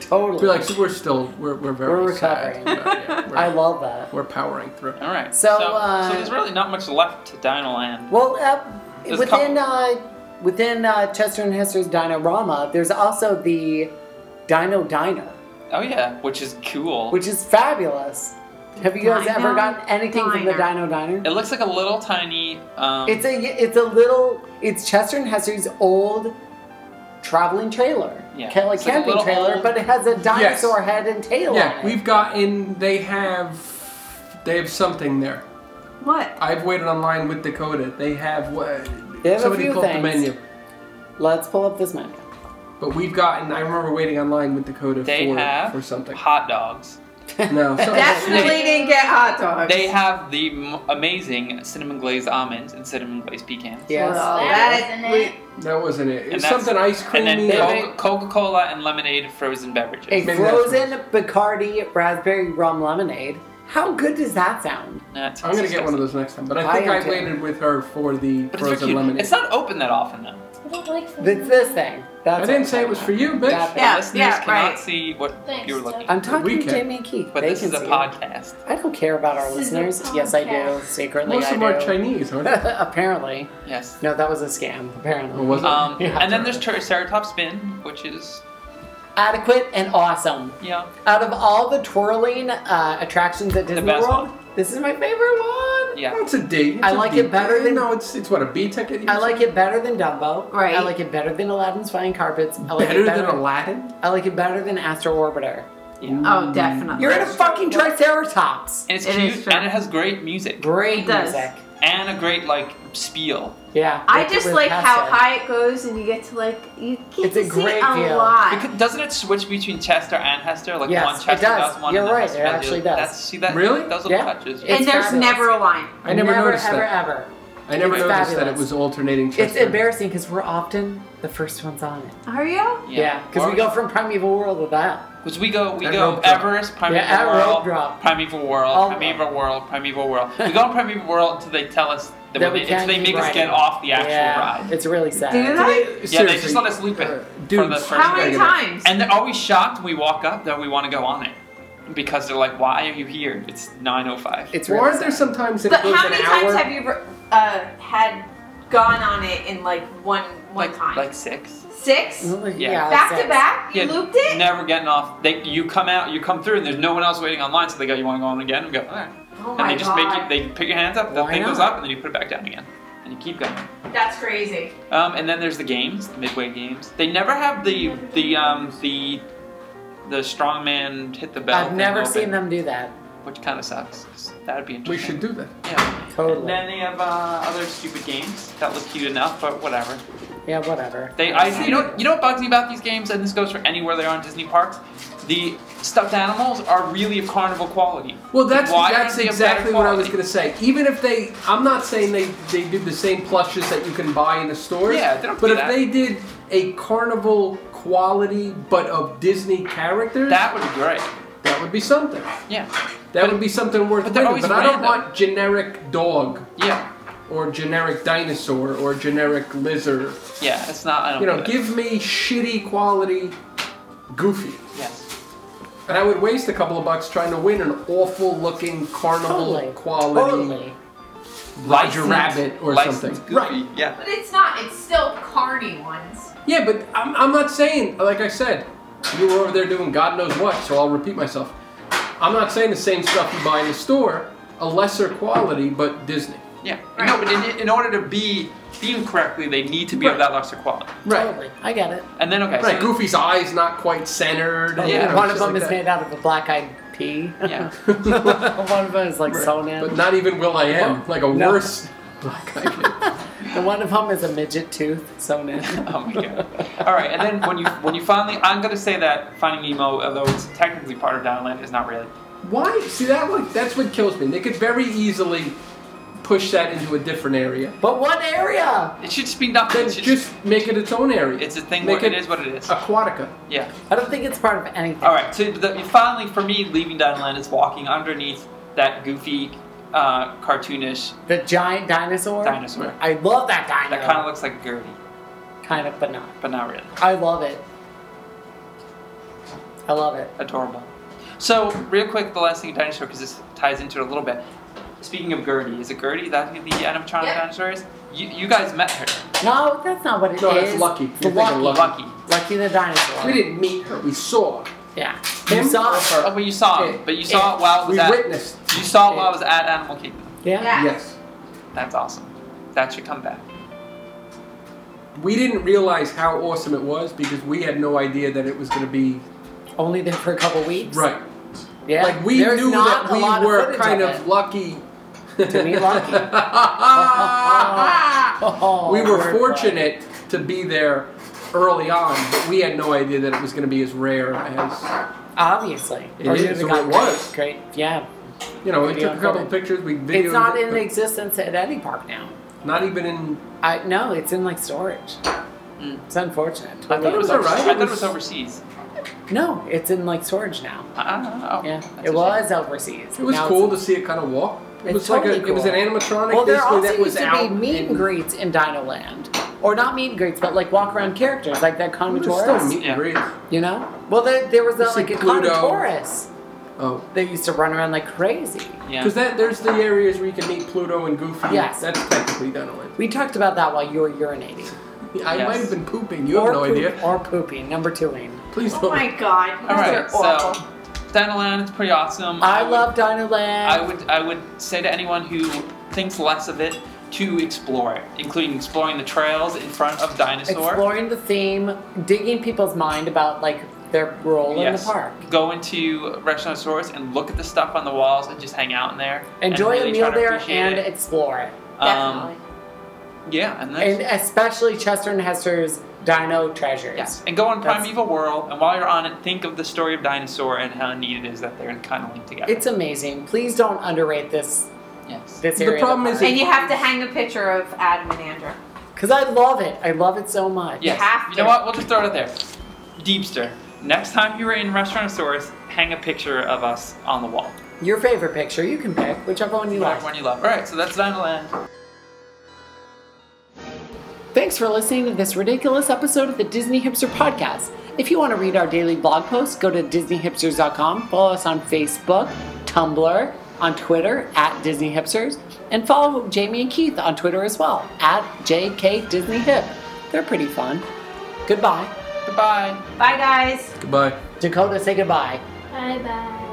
Speaker 1: totally.
Speaker 4: We're like, so we're still, we're, we're very
Speaker 1: We're
Speaker 4: sad.
Speaker 1: recovering.
Speaker 4: But, yeah, we're,
Speaker 1: I love that.
Speaker 4: we're powering through.
Speaker 2: All right.
Speaker 1: So,
Speaker 2: so,
Speaker 1: uh,
Speaker 2: so there's really not much left to Dinoland.
Speaker 1: Well, uh,
Speaker 2: There's a
Speaker 1: within uh, within uh, Chester and Hester's Dinorama, there's also the Dino Diner,
Speaker 2: Oh yeah, which is cool.
Speaker 1: which is fabulous. Have you guys
Speaker 3: Dino
Speaker 1: ever gotten anything from the Dino
Speaker 3: Diner.
Speaker 1: Diner?
Speaker 2: it looks like a little tiny. Um,
Speaker 1: It's a it's a little it's Chester and Hester's old traveling trailer,
Speaker 2: Yeah.
Speaker 1: kind of like
Speaker 2: It's like a
Speaker 1: camping
Speaker 2: little
Speaker 1: trailer,
Speaker 2: old-
Speaker 1: but it has a dinosaur head and tail. on
Speaker 4: Yeah,
Speaker 1: it.
Speaker 4: we've gotten. They have. They have something there.
Speaker 3: What?
Speaker 4: I've waited online with Dakota. They have. what?
Speaker 1: They have a
Speaker 4: somebody
Speaker 1: few
Speaker 4: pulled
Speaker 1: things.
Speaker 4: the menu,
Speaker 1: Let's pull up this menu.
Speaker 4: but we've gotten. I remember waiting online with Dakota
Speaker 2: they
Speaker 4: for
Speaker 2: have
Speaker 4: for something.
Speaker 2: hot dogs.
Speaker 4: No, something-
Speaker 3: Definitely didn't get hot dogs.
Speaker 2: They have the m- amazing cinnamon glazed almonds and cinnamon glazed pecans.
Speaker 1: Yes.
Speaker 3: Well,
Speaker 9: That
Speaker 3: that-
Speaker 9: wasn't it.
Speaker 4: that wasn't it. It
Speaker 2: And
Speaker 4: was
Speaker 2: that's-
Speaker 4: something ice
Speaker 2: And then
Speaker 4: creamy.
Speaker 1: They-
Speaker 2: Coca- Coca-Cola and lemonade frozen beverages.
Speaker 1: a
Speaker 4: that's
Speaker 1: frozen Bacardi raspberry rum lemonade. How good does that sound?
Speaker 2: That's
Speaker 4: I'm gonna get one of those next time. But I
Speaker 1: I
Speaker 4: think I,
Speaker 1: am too.
Speaker 4: waited with her for the
Speaker 2: But it's, very
Speaker 4: frozen
Speaker 2: cute.
Speaker 4: lemonade.
Speaker 2: it's not open that often though.
Speaker 9: I don't like
Speaker 1: It's this thing. That's
Speaker 4: I didn't say it was for you, bitch.
Speaker 1: That thing.
Speaker 3: Yeah,
Speaker 2: Listeners
Speaker 3: yeah,
Speaker 2: cannot
Speaker 3: right.
Speaker 2: see what
Speaker 9: Thanks,
Speaker 2: you were
Speaker 9: Doug.
Speaker 2: looking. at.
Speaker 1: I'm talking
Speaker 4: We
Speaker 1: to
Speaker 4: can.
Speaker 1: Jamie and Keith.
Speaker 2: But
Speaker 1: they
Speaker 2: this
Speaker 1: can
Speaker 2: is a
Speaker 1: see it.
Speaker 2: podcast.
Speaker 1: I don't care about our
Speaker 9: This is a
Speaker 1: listeners. Yes, I do.
Speaker 9: podcast.
Speaker 1: Secretly,
Speaker 4: Most
Speaker 1: I
Speaker 4: of them are
Speaker 1: do.
Speaker 4: Chinese, aren't they?
Speaker 1: Apparently,
Speaker 2: Yes.
Speaker 1: no, that was a scam. Apparently,
Speaker 4: Or was it?
Speaker 2: Um,
Speaker 1: Yeah.
Speaker 2: and then there's Ter- Ceratop Spin, which is
Speaker 1: adequate and awesome.
Speaker 2: yeah.
Speaker 1: Out of all the twirling uh, attractions at Disney
Speaker 2: best
Speaker 1: World,
Speaker 2: one.
Speaker 1: this is my favorite one.
Speaker 2: Yeah.
Speaker 4: It's a D. It's
Speaker 1: I
Speaker 4: a
Speaker 1: like
Speaker 4: D.
Speaker 1: it better than-
Speaker 4: no. It's it's what a B ticket. you
Speaker 1: I
Speaker 4: said?
Speaker 1: like it better than Dumbo.
Speaker 3: Right.
Speaker 1: I like it better than Aladdin's Flying Carpets. I like
Speaker 4: better,
Speaker 1: it better
Speaker 4: than Aladdin.
Speaker 1: I like it better than Astro Orbiter.
Speaker 3: oh, definitely.
Speaker 1: You're in a fucking Triceratops.
Speaker 2: And it's
Speaker 3: It is
Speaker 2: cute
Speaker 3: true.
Speaker 2: and it has great music
Speaker 1: Great
Speaker 3: It does.
Speaker 1: music.
Speaker 2: and a great like spiel
Speaker 1: Yeah.
Speaker 3: I
Speaker 1: with-
Speaker 3: just
Speaker 1: with
Speaker 3: like how
Speaker 1: Pastor.
Speaker 3: high it goes, and you get to like you get
Speaker 1: It's
Speaker 3: to
Speaker 1: a great
Speaker 3: see
Speaker 1: view.
Speaker 3: a lot.
Speaker 2: Because doesn't it switch between Chester and Hester? Like
Speaker 1: Yes,
Speaker 2: one Chester
Speaker 1: it does.
Speaker 2: one.
Speaker 1: You're
Speaker 2: and then
Speaker 1: right,
Speaker 2: Hester
Speaker 1: it
Speaker 2: does the
Speaker 1: actually
Speaker 2: other.
Speaker 1: does.
Speaker 2: That's, see that?
Speaker 4: Really?
Speaker 2: Those little
Speaker 1: Yeah.
Speaker 2: touches.
Speaker 1: It's
Speaker 3: and there's
Speaker 1: fabulous.
Speaker 3: never a line.
Speaker 4: I never, noticed
Speaker 1: ever,
Speaker 4: that.
Speaker 1: ever.
Speaker 4: I never
Speaker 1: It's
Speaker 4: noticed that
Speaker 1: fabulous.
Speaker 4: it was alternating.
Speaker 1: It's
Speaker 4: Chester.
Speaker 1: embarrassing because we're often the first ones on it.
Speaker 3: Are you?
Speaker 1: Yeah, because we go from Primeval World with that.
Speaker 2: Because we go, we
Speaker 4: At
Speaker 2: go
Speaker 4: Rope Drop.
Speaker 2: Everest, Primeval
Speaker 1: Yeah, at
Speaker 2: World,
Speaker 1: Rope Drop.
Speaker 2: Primeval World,
Speaker 1: All
Speaker 2: Primeval World, Primeval World. We go on Primeval World until they tell us that,
Speaker 1: That
Speaker 2: we,
Speaker 1: we
Speaker 2: until
Speaker 1: can't
Speaker 2: they
Speaker 1: keep
Speaker 2: make us
Speaker 1: riding.
Speaker 2: get off the actual
Speaker 1: yeah,
Speaker 2: ride.
Speaker 1: It's really sad.
Speaker 3: Do you
Speaker 4: They-
Speaker 3: like?
Speaker 2: Yeah, they
Speaker 4: seriously,
Speaker 2: just let us loop it
Speaker 4: uh,
Speaker 2: for
Speaker 4: dudes,
Speaker 2: the first
Speaker 4: you
Speaker 3: How
Speaker 4: gotta
Speaker 3: many
Speaker 4: get back.
Speaker 3: times?
Speaker 2: And they're always shocked when we walk up that we want to go on it because they're like, "Why are you here? It's 9:05."
Speaker 1: It's
Speaker 4: Or
Speaker 1: really
Speaker 4: aren't
Speaker 1: sad.
Speaker 4: there sometimes that
Speaker 3: But
Speaker 4: it goes
Speaker 3: how
Speaker 4: an
Speaker 3: many
Speaker 4: hour?
Speaker 3: times have you uh, had gone on it in like one one
Speaker 2: like
Speaker 3: time?
Speaker 2: like six.
Speaker 3: six
Speaker 1: Mm-hmm.
Speaker 2: Yeah.
Speaker 3: back
Speaker 1: it's
Speaker 3: to
Speaker 1: sad.
Speaker 3: back. You looped it.
Speaker 2: Never getting off. They, you come out, you come through, and there's no one else waiting online. So they go, "You want to go on again?" We go, "All right."
Speaker 3: Oh
Speaker 2: and
Speaker 3: my
Speaker 2: they just
Speaker 3: god,
Speaker 2: make you. They pick your hands up. The
Speaker 1: Why
Speaker 2: thing goes
Speaker 1: not?
Speaker 2: up, and then you put it back down again, and you keep going.
Speaker 3: that's crazy.
Speaker 2: Um, and then there's the games, the midway games. They never have the the um, the the strongman hit the bell.
Speaker 1: I've
Speaker 2: thing
Speaker 1: never
Speaker 2: open,
Speaker 1: seen them do that.
Speaker 2: which kind of sucks. 'cause That would be
Speaker 4: We
Speaker 2: interesting.
Speaker 4: should do that.
Speaker 2: Yeah. And
Speaker 1: Totally.
Speaker 2: then they have uh, other stupid games that look cute enough, but whatever.
Speaker 1: yeah, whatever.
Speaker 2: They, I, you know, you know what bugs me about these games, and this goes for anywhere they are in Disney parks. The stuffed animals are really of carnival quality.
Speaker 4: Well, that's
Speaker 2: Why
Speaker 4: that's
Speaker 2: aren't they of
Speaker 4: exactly
Speaker 2: better
Speaker 4: what I was
Speaker 2: quality?
Speaker 4: gonna say. Even if they, I'm not saying they they did the same plushes that you can buy in the stores.
Speaker 2: Yeah, they don't
Speaker 4: But
Speaker 2: do
Speaker 4: if
Speaker 2: that.
Speaker 4: they did a carnival quality, but of Disney characters,
Speaker 2: That would be great.
Speaker 4: that would be something.
Speaker 2: Yeah.
Speaker 4: That would be something worth.
Speaker 2: but they're
Speaker 4: winning,
Speaker 2: always
Speaker 4: but I don't
Speaker 2: random.
Speaker 4: want generic dog
Speaker 2: Yeah.
Speaker 4: or generic dinosaur or generic lizard.
Speaker 2: Yeah. It's not. I don't
Speaker 4: You know,
Speaker 2: get it.
Speaker 4: give me shitty quality Goofy.
Speaker 2: Yes.
Speaker 4: And I would waste a couple of bucks trying to win an awful looking carnival
Speaker 1: Totally.
Speaker 4: quality
Speaker 1: Totally.
Speaker 4: Roger
Speaker 2: Licensed-
Speaker 4: Rabbit or
Speaker 2: licensed
Speaker 4: something.
Speaker 2: Goofy.
Speaker 4: Right.
Speaker 2: Yeah.
Speaker 9: But it's not. It's still carny ones.
Speaker 4: Yeah, but I'm, I'm not saying, like I said, you were over there doing God knows what, so I'll repeat myself. I'm not saying the same stuff you buy in the store, a lesser quality, but Disney.
Speaker 2: Yeah.
Speaker 9: Right.
Speaker 2: No, but in, in order to be themed correctly, they need to be of
Speaker 4: Right.
Speaker 2: that lesser quality.
Speaker 1: Totally. I get it.
Speaker 2: And then okay, so,
Speaker 4: Right, Goofy's eye's not quite centered.
Speaker 2: Yeah.
Speaker 4: you know,
Speaker 1: Oh, One of
Speaker 4: just
Speaker 1: them
Speaker 4: like
Speaker 1: is
Speaker 4: that.
Speaker 1: made out of a black eyed pea.
Speaker 2: Yeah.
Speaker 1: one of them is like
Speaker 4: Right.
Speaker 1: sewn in.
Speaker 4: But not even Will I Am, like a
Speaker 1: No.
Speaker 4: worse black eye kid.
Speaker 1: The one of them is a midget tooth sewn in.
Speaker 2: Oh my god! All right, and then when you when you finally, I'm gonna say that Finding Nemo, although it's technically part of Dinoland, is not really.
Speaker 4: Why? See that one? That's what kills me. They could very easily push that into a different area.
Speaker 1: But what area?
Speaker 2: It should just be nothing.
Speaker 4: Then
Speaker 2: It should
Speaker 4: just make it its own area.
Speaker 2: it's a thing.
Speaker 4: Make Oh.
Speaker 2: What, it is what it is.
Speaker 4: Aquatica.
Speaker 2: Yeah.
Speaker 1: I don't think it's part of anything.
Speaker 2: All right. So the, finally, for me, leaving Dinoland is walking underneath that goofy, uh, cartoonish
Speaker 1: The giant dinosaur?
Speaker 2: dinosaur
Speaker 1: I love that dinosaur.
Speaker 2: that kind of looks like Gertie,
Speaker 1: kind of, but not.
Speaker 2: but not really.
Speaker 1: I love it. I love it.
Speaker 2: Adorable. So, real quick, the last thing dinosaur, because this ties into it a little bit. Speaking of Gertie, is it Gertie that the animatronic
Speaker 9: Yeah.
Speaker 2: dinosaur is? You, you guys met her.
Speaker 1: No, that's not what it is.
Speaker 4: No, that's Lucky.
Speaker 1: The
Speaker 4: You're thinking
Speaker 1: lucky.
Speaker 4: Lucky.
Speaker 2: Lucky.
Speaker 1: Lucky the dinosaur.
Speaker 4: We didn't meet her. We saw.
Speaker 1: Yeah. You
Speaker 4: Him
Speaker 1: saw
Speaker 4: or her?
Speaker 2: Oh, but you saw it.
Speaker 4: Yeah.
Speaker 2: But you saw it while it was
Speaker 4: We
Speaker 2: at.
Speaker 4: witnessed.
Speaker 2: You saw it while it was at Animal Kingdom.
Speaker 1: Yeah.
Speaker 9: Yeah.
Speaker 4: Yes.
Speaker 2: That's awesome. That should come back.
Speaker 4: We didn't realize how awesome it was because we had no idea that it was going to be
Speaker 1: Only there for a couple weeks.
Speaker 4: right.
Speaker 1: Yeah.
Speaker 4: Like we
Speaker 1: There's
Speaker 4: knew
Speaker 1: not
Speaker 4: that
Speaker 1: a
Speaker 4: we
Speaker 1: lot
Speaker 4: were
Speaker 1: footage
Speaker 4: kind
Speaker 1: of,
Speaker 4: of, lucky.
Speaker 1: To meet Lucky. it.
Speaker 4: we
Speaker 1: Oh,
Speaker 4: were
Speaker 1: word
Speaker 4: fortunate to be there early on, but we had no idea that it was going to be as rare as
Speaker 1: play. Obviously.
Speaker 4: It
Speaker 1: Or
Speaker 4: is,
Speaker 1: you'd have
Speaker 4: so
Speaker 1: got
Speaker 4: it was.
Speaker 1: Great. great- Yeah.
Speaker 4: you know. We
Speaker 1: Video
Speaker 4: took a couple
Speaker 1: footage.
Speaker 4: of pictures. We videoed.
Speaker 1: It's not
Speaker 4: it,
Speaker 1: in
Speaker 4: but
Speaker 1: existence at any park now.
Speaker 4: Not even in.
Speaker 1: I no, it's in like storage.
Speaker 2: Mm.
Speaker 1: It's unfortunate.
Speaker 2: I thought it was
Speaker 4: It was
Speaker 2: overseas.
Speaker 4: alright.
Speaker 2: I thought it was overseas.
Speaker 1: No, it's in like storage now.
Speaker 2: Ah, oh,
Speaker 1: Yeah,
Speaker 2: that's a
Speaker 1: it
Speaker 2: shame.
Speaker 1: was overseas.
Speaker 4: It was
Speaker 1: Now
Speaker 4: cool
Speaker 1: it's-
Speaker 4: to see it kind of walk. It
Speaker 1: It's
Speaker 4: was like
Speaker 1: totally
Speaker 4: a, it was an
Speaker 1: cool.
Speaker 4: animatronic
Speaker 1: well, there
Speaker 4: basically
Speaker 1: also
Speaker 4: that was
Speaker 1: used to be
Speaker 4: out.
Speaker 1: meet
Speaker 4: in-
Speaker 1: and greets in Dinoland, or not meet and greets, but like walk around characters, like that
Speaker 4: It was still
Speaker 1: Conotaurus.
Speaker 4: meet and greets.
Speaker 1: You know? Well, there, there was a,
Speaker 4: You see
Speaker 1: like a
Speaker 4: Pluto.
Speaker 1: Conotaurus
Speaker 4: Oh,
Speaker 1: that used to run around like crazy.
Speaker 2: Yeah.
Speaker 4: because that there's the areas where you can meet Pluto and Goofy.
Speaker 1: Yes.
Speaker 4: that's technically Dinoland.
Speaker 1: We talked about that while you were urinating,
Speaker 4: I
Speaker 2: Yes.
Speaker 4: might have been pooping. You
Speaker 1: or
Speaker 4: have no
Speaker 1: poop-
Speaker 4: idea.
Speaker 1: or pooping. Number twoing.
Speaker 4: Please don't.
Speaker 9: Oh my god.
Speaker 2: All right.
Speaker 9: Those are
Speaker 2: So,
Speaker 9: awful.
Speaker 2: Dinoland is pretty awesome.
Speaker 1: I,
Speaker 2: would-
Speaker 1: love Dinoland.
Speaker 2: I would I would say to anyone who thinks less of it to explore it, including exploring the trails in front of dinosaur.
Speaker 1: exploring the theme, digging people's mind about like their role
Speaker 2: yes.
Speaker 1: in the park.
Speaker 2: Go into restaurant stores and look at the stuff on the walls and just hang out in there. and
Speaker 1: Enjoy
Speaker 2: really
Speaker 1: a
Speaker 2: try
Speaker 1: meal
Speaker 2: to
Speaker 1: there
Speaker 2: appreciate
Speaker 1: and
Speaker 2: it.
Speaker 1: explore it.
Speaker 2: Um,
Speaker 9: Definitely.
Speaker 2: yeah, and that's
Speaker 1: And especially Chester and Hester's Dino Treasures.
Speaker 2: Yes, and go on
Speaker 1: That's-
Speaker 2: Primeval World, and while you're on it, think of the story of Dinosaur and how neat it is that they're kind of linked together.
Speaker 1: It's amazing. Please don't underrate this
Speaker 2: yes.
Speaker 1: this
Speaker 4: The
Speaker 1: area.
Speaker 4: problem is
Speaker 3: And you have to hang a picture of Adam and Andrew.
Speaker 1: because I love it. I love it so much.
Speaker 2: Yes.
Speaker 3: have
Speaker 2: you know
Speaker 3: to.
Speaker 2: what? We'll just throw it out there. Deepster. Next time you're in Restaurant Source, hang a picture of us on the wall.
Speaker 1: Your favorite picture, you can pick whichever one you
Speaker 2: Whatever
Speaker 1: like.
Speaker 2: one you love. All right, so that's Dinoland.
Speaker 1: Thanks for listening to this ridiculous episode of the Disney Hipster Podcast. If you want to read our daily blog posts, go to DisneyHipsters.com, follow us on Facebook, Tumblr, on Twitter, at Disney Hipsters, and follow Jamie and Keith on Twitter as well, at JK Disney Hip. They're pretty fun. Goodbye.
Speaker 2: Goodbye.
Speaker 3: Bye, guys.
Speaker 4: Goodbye.
Speaker 1: Dakota, say goodbye.
Speaker 9: Bye bye.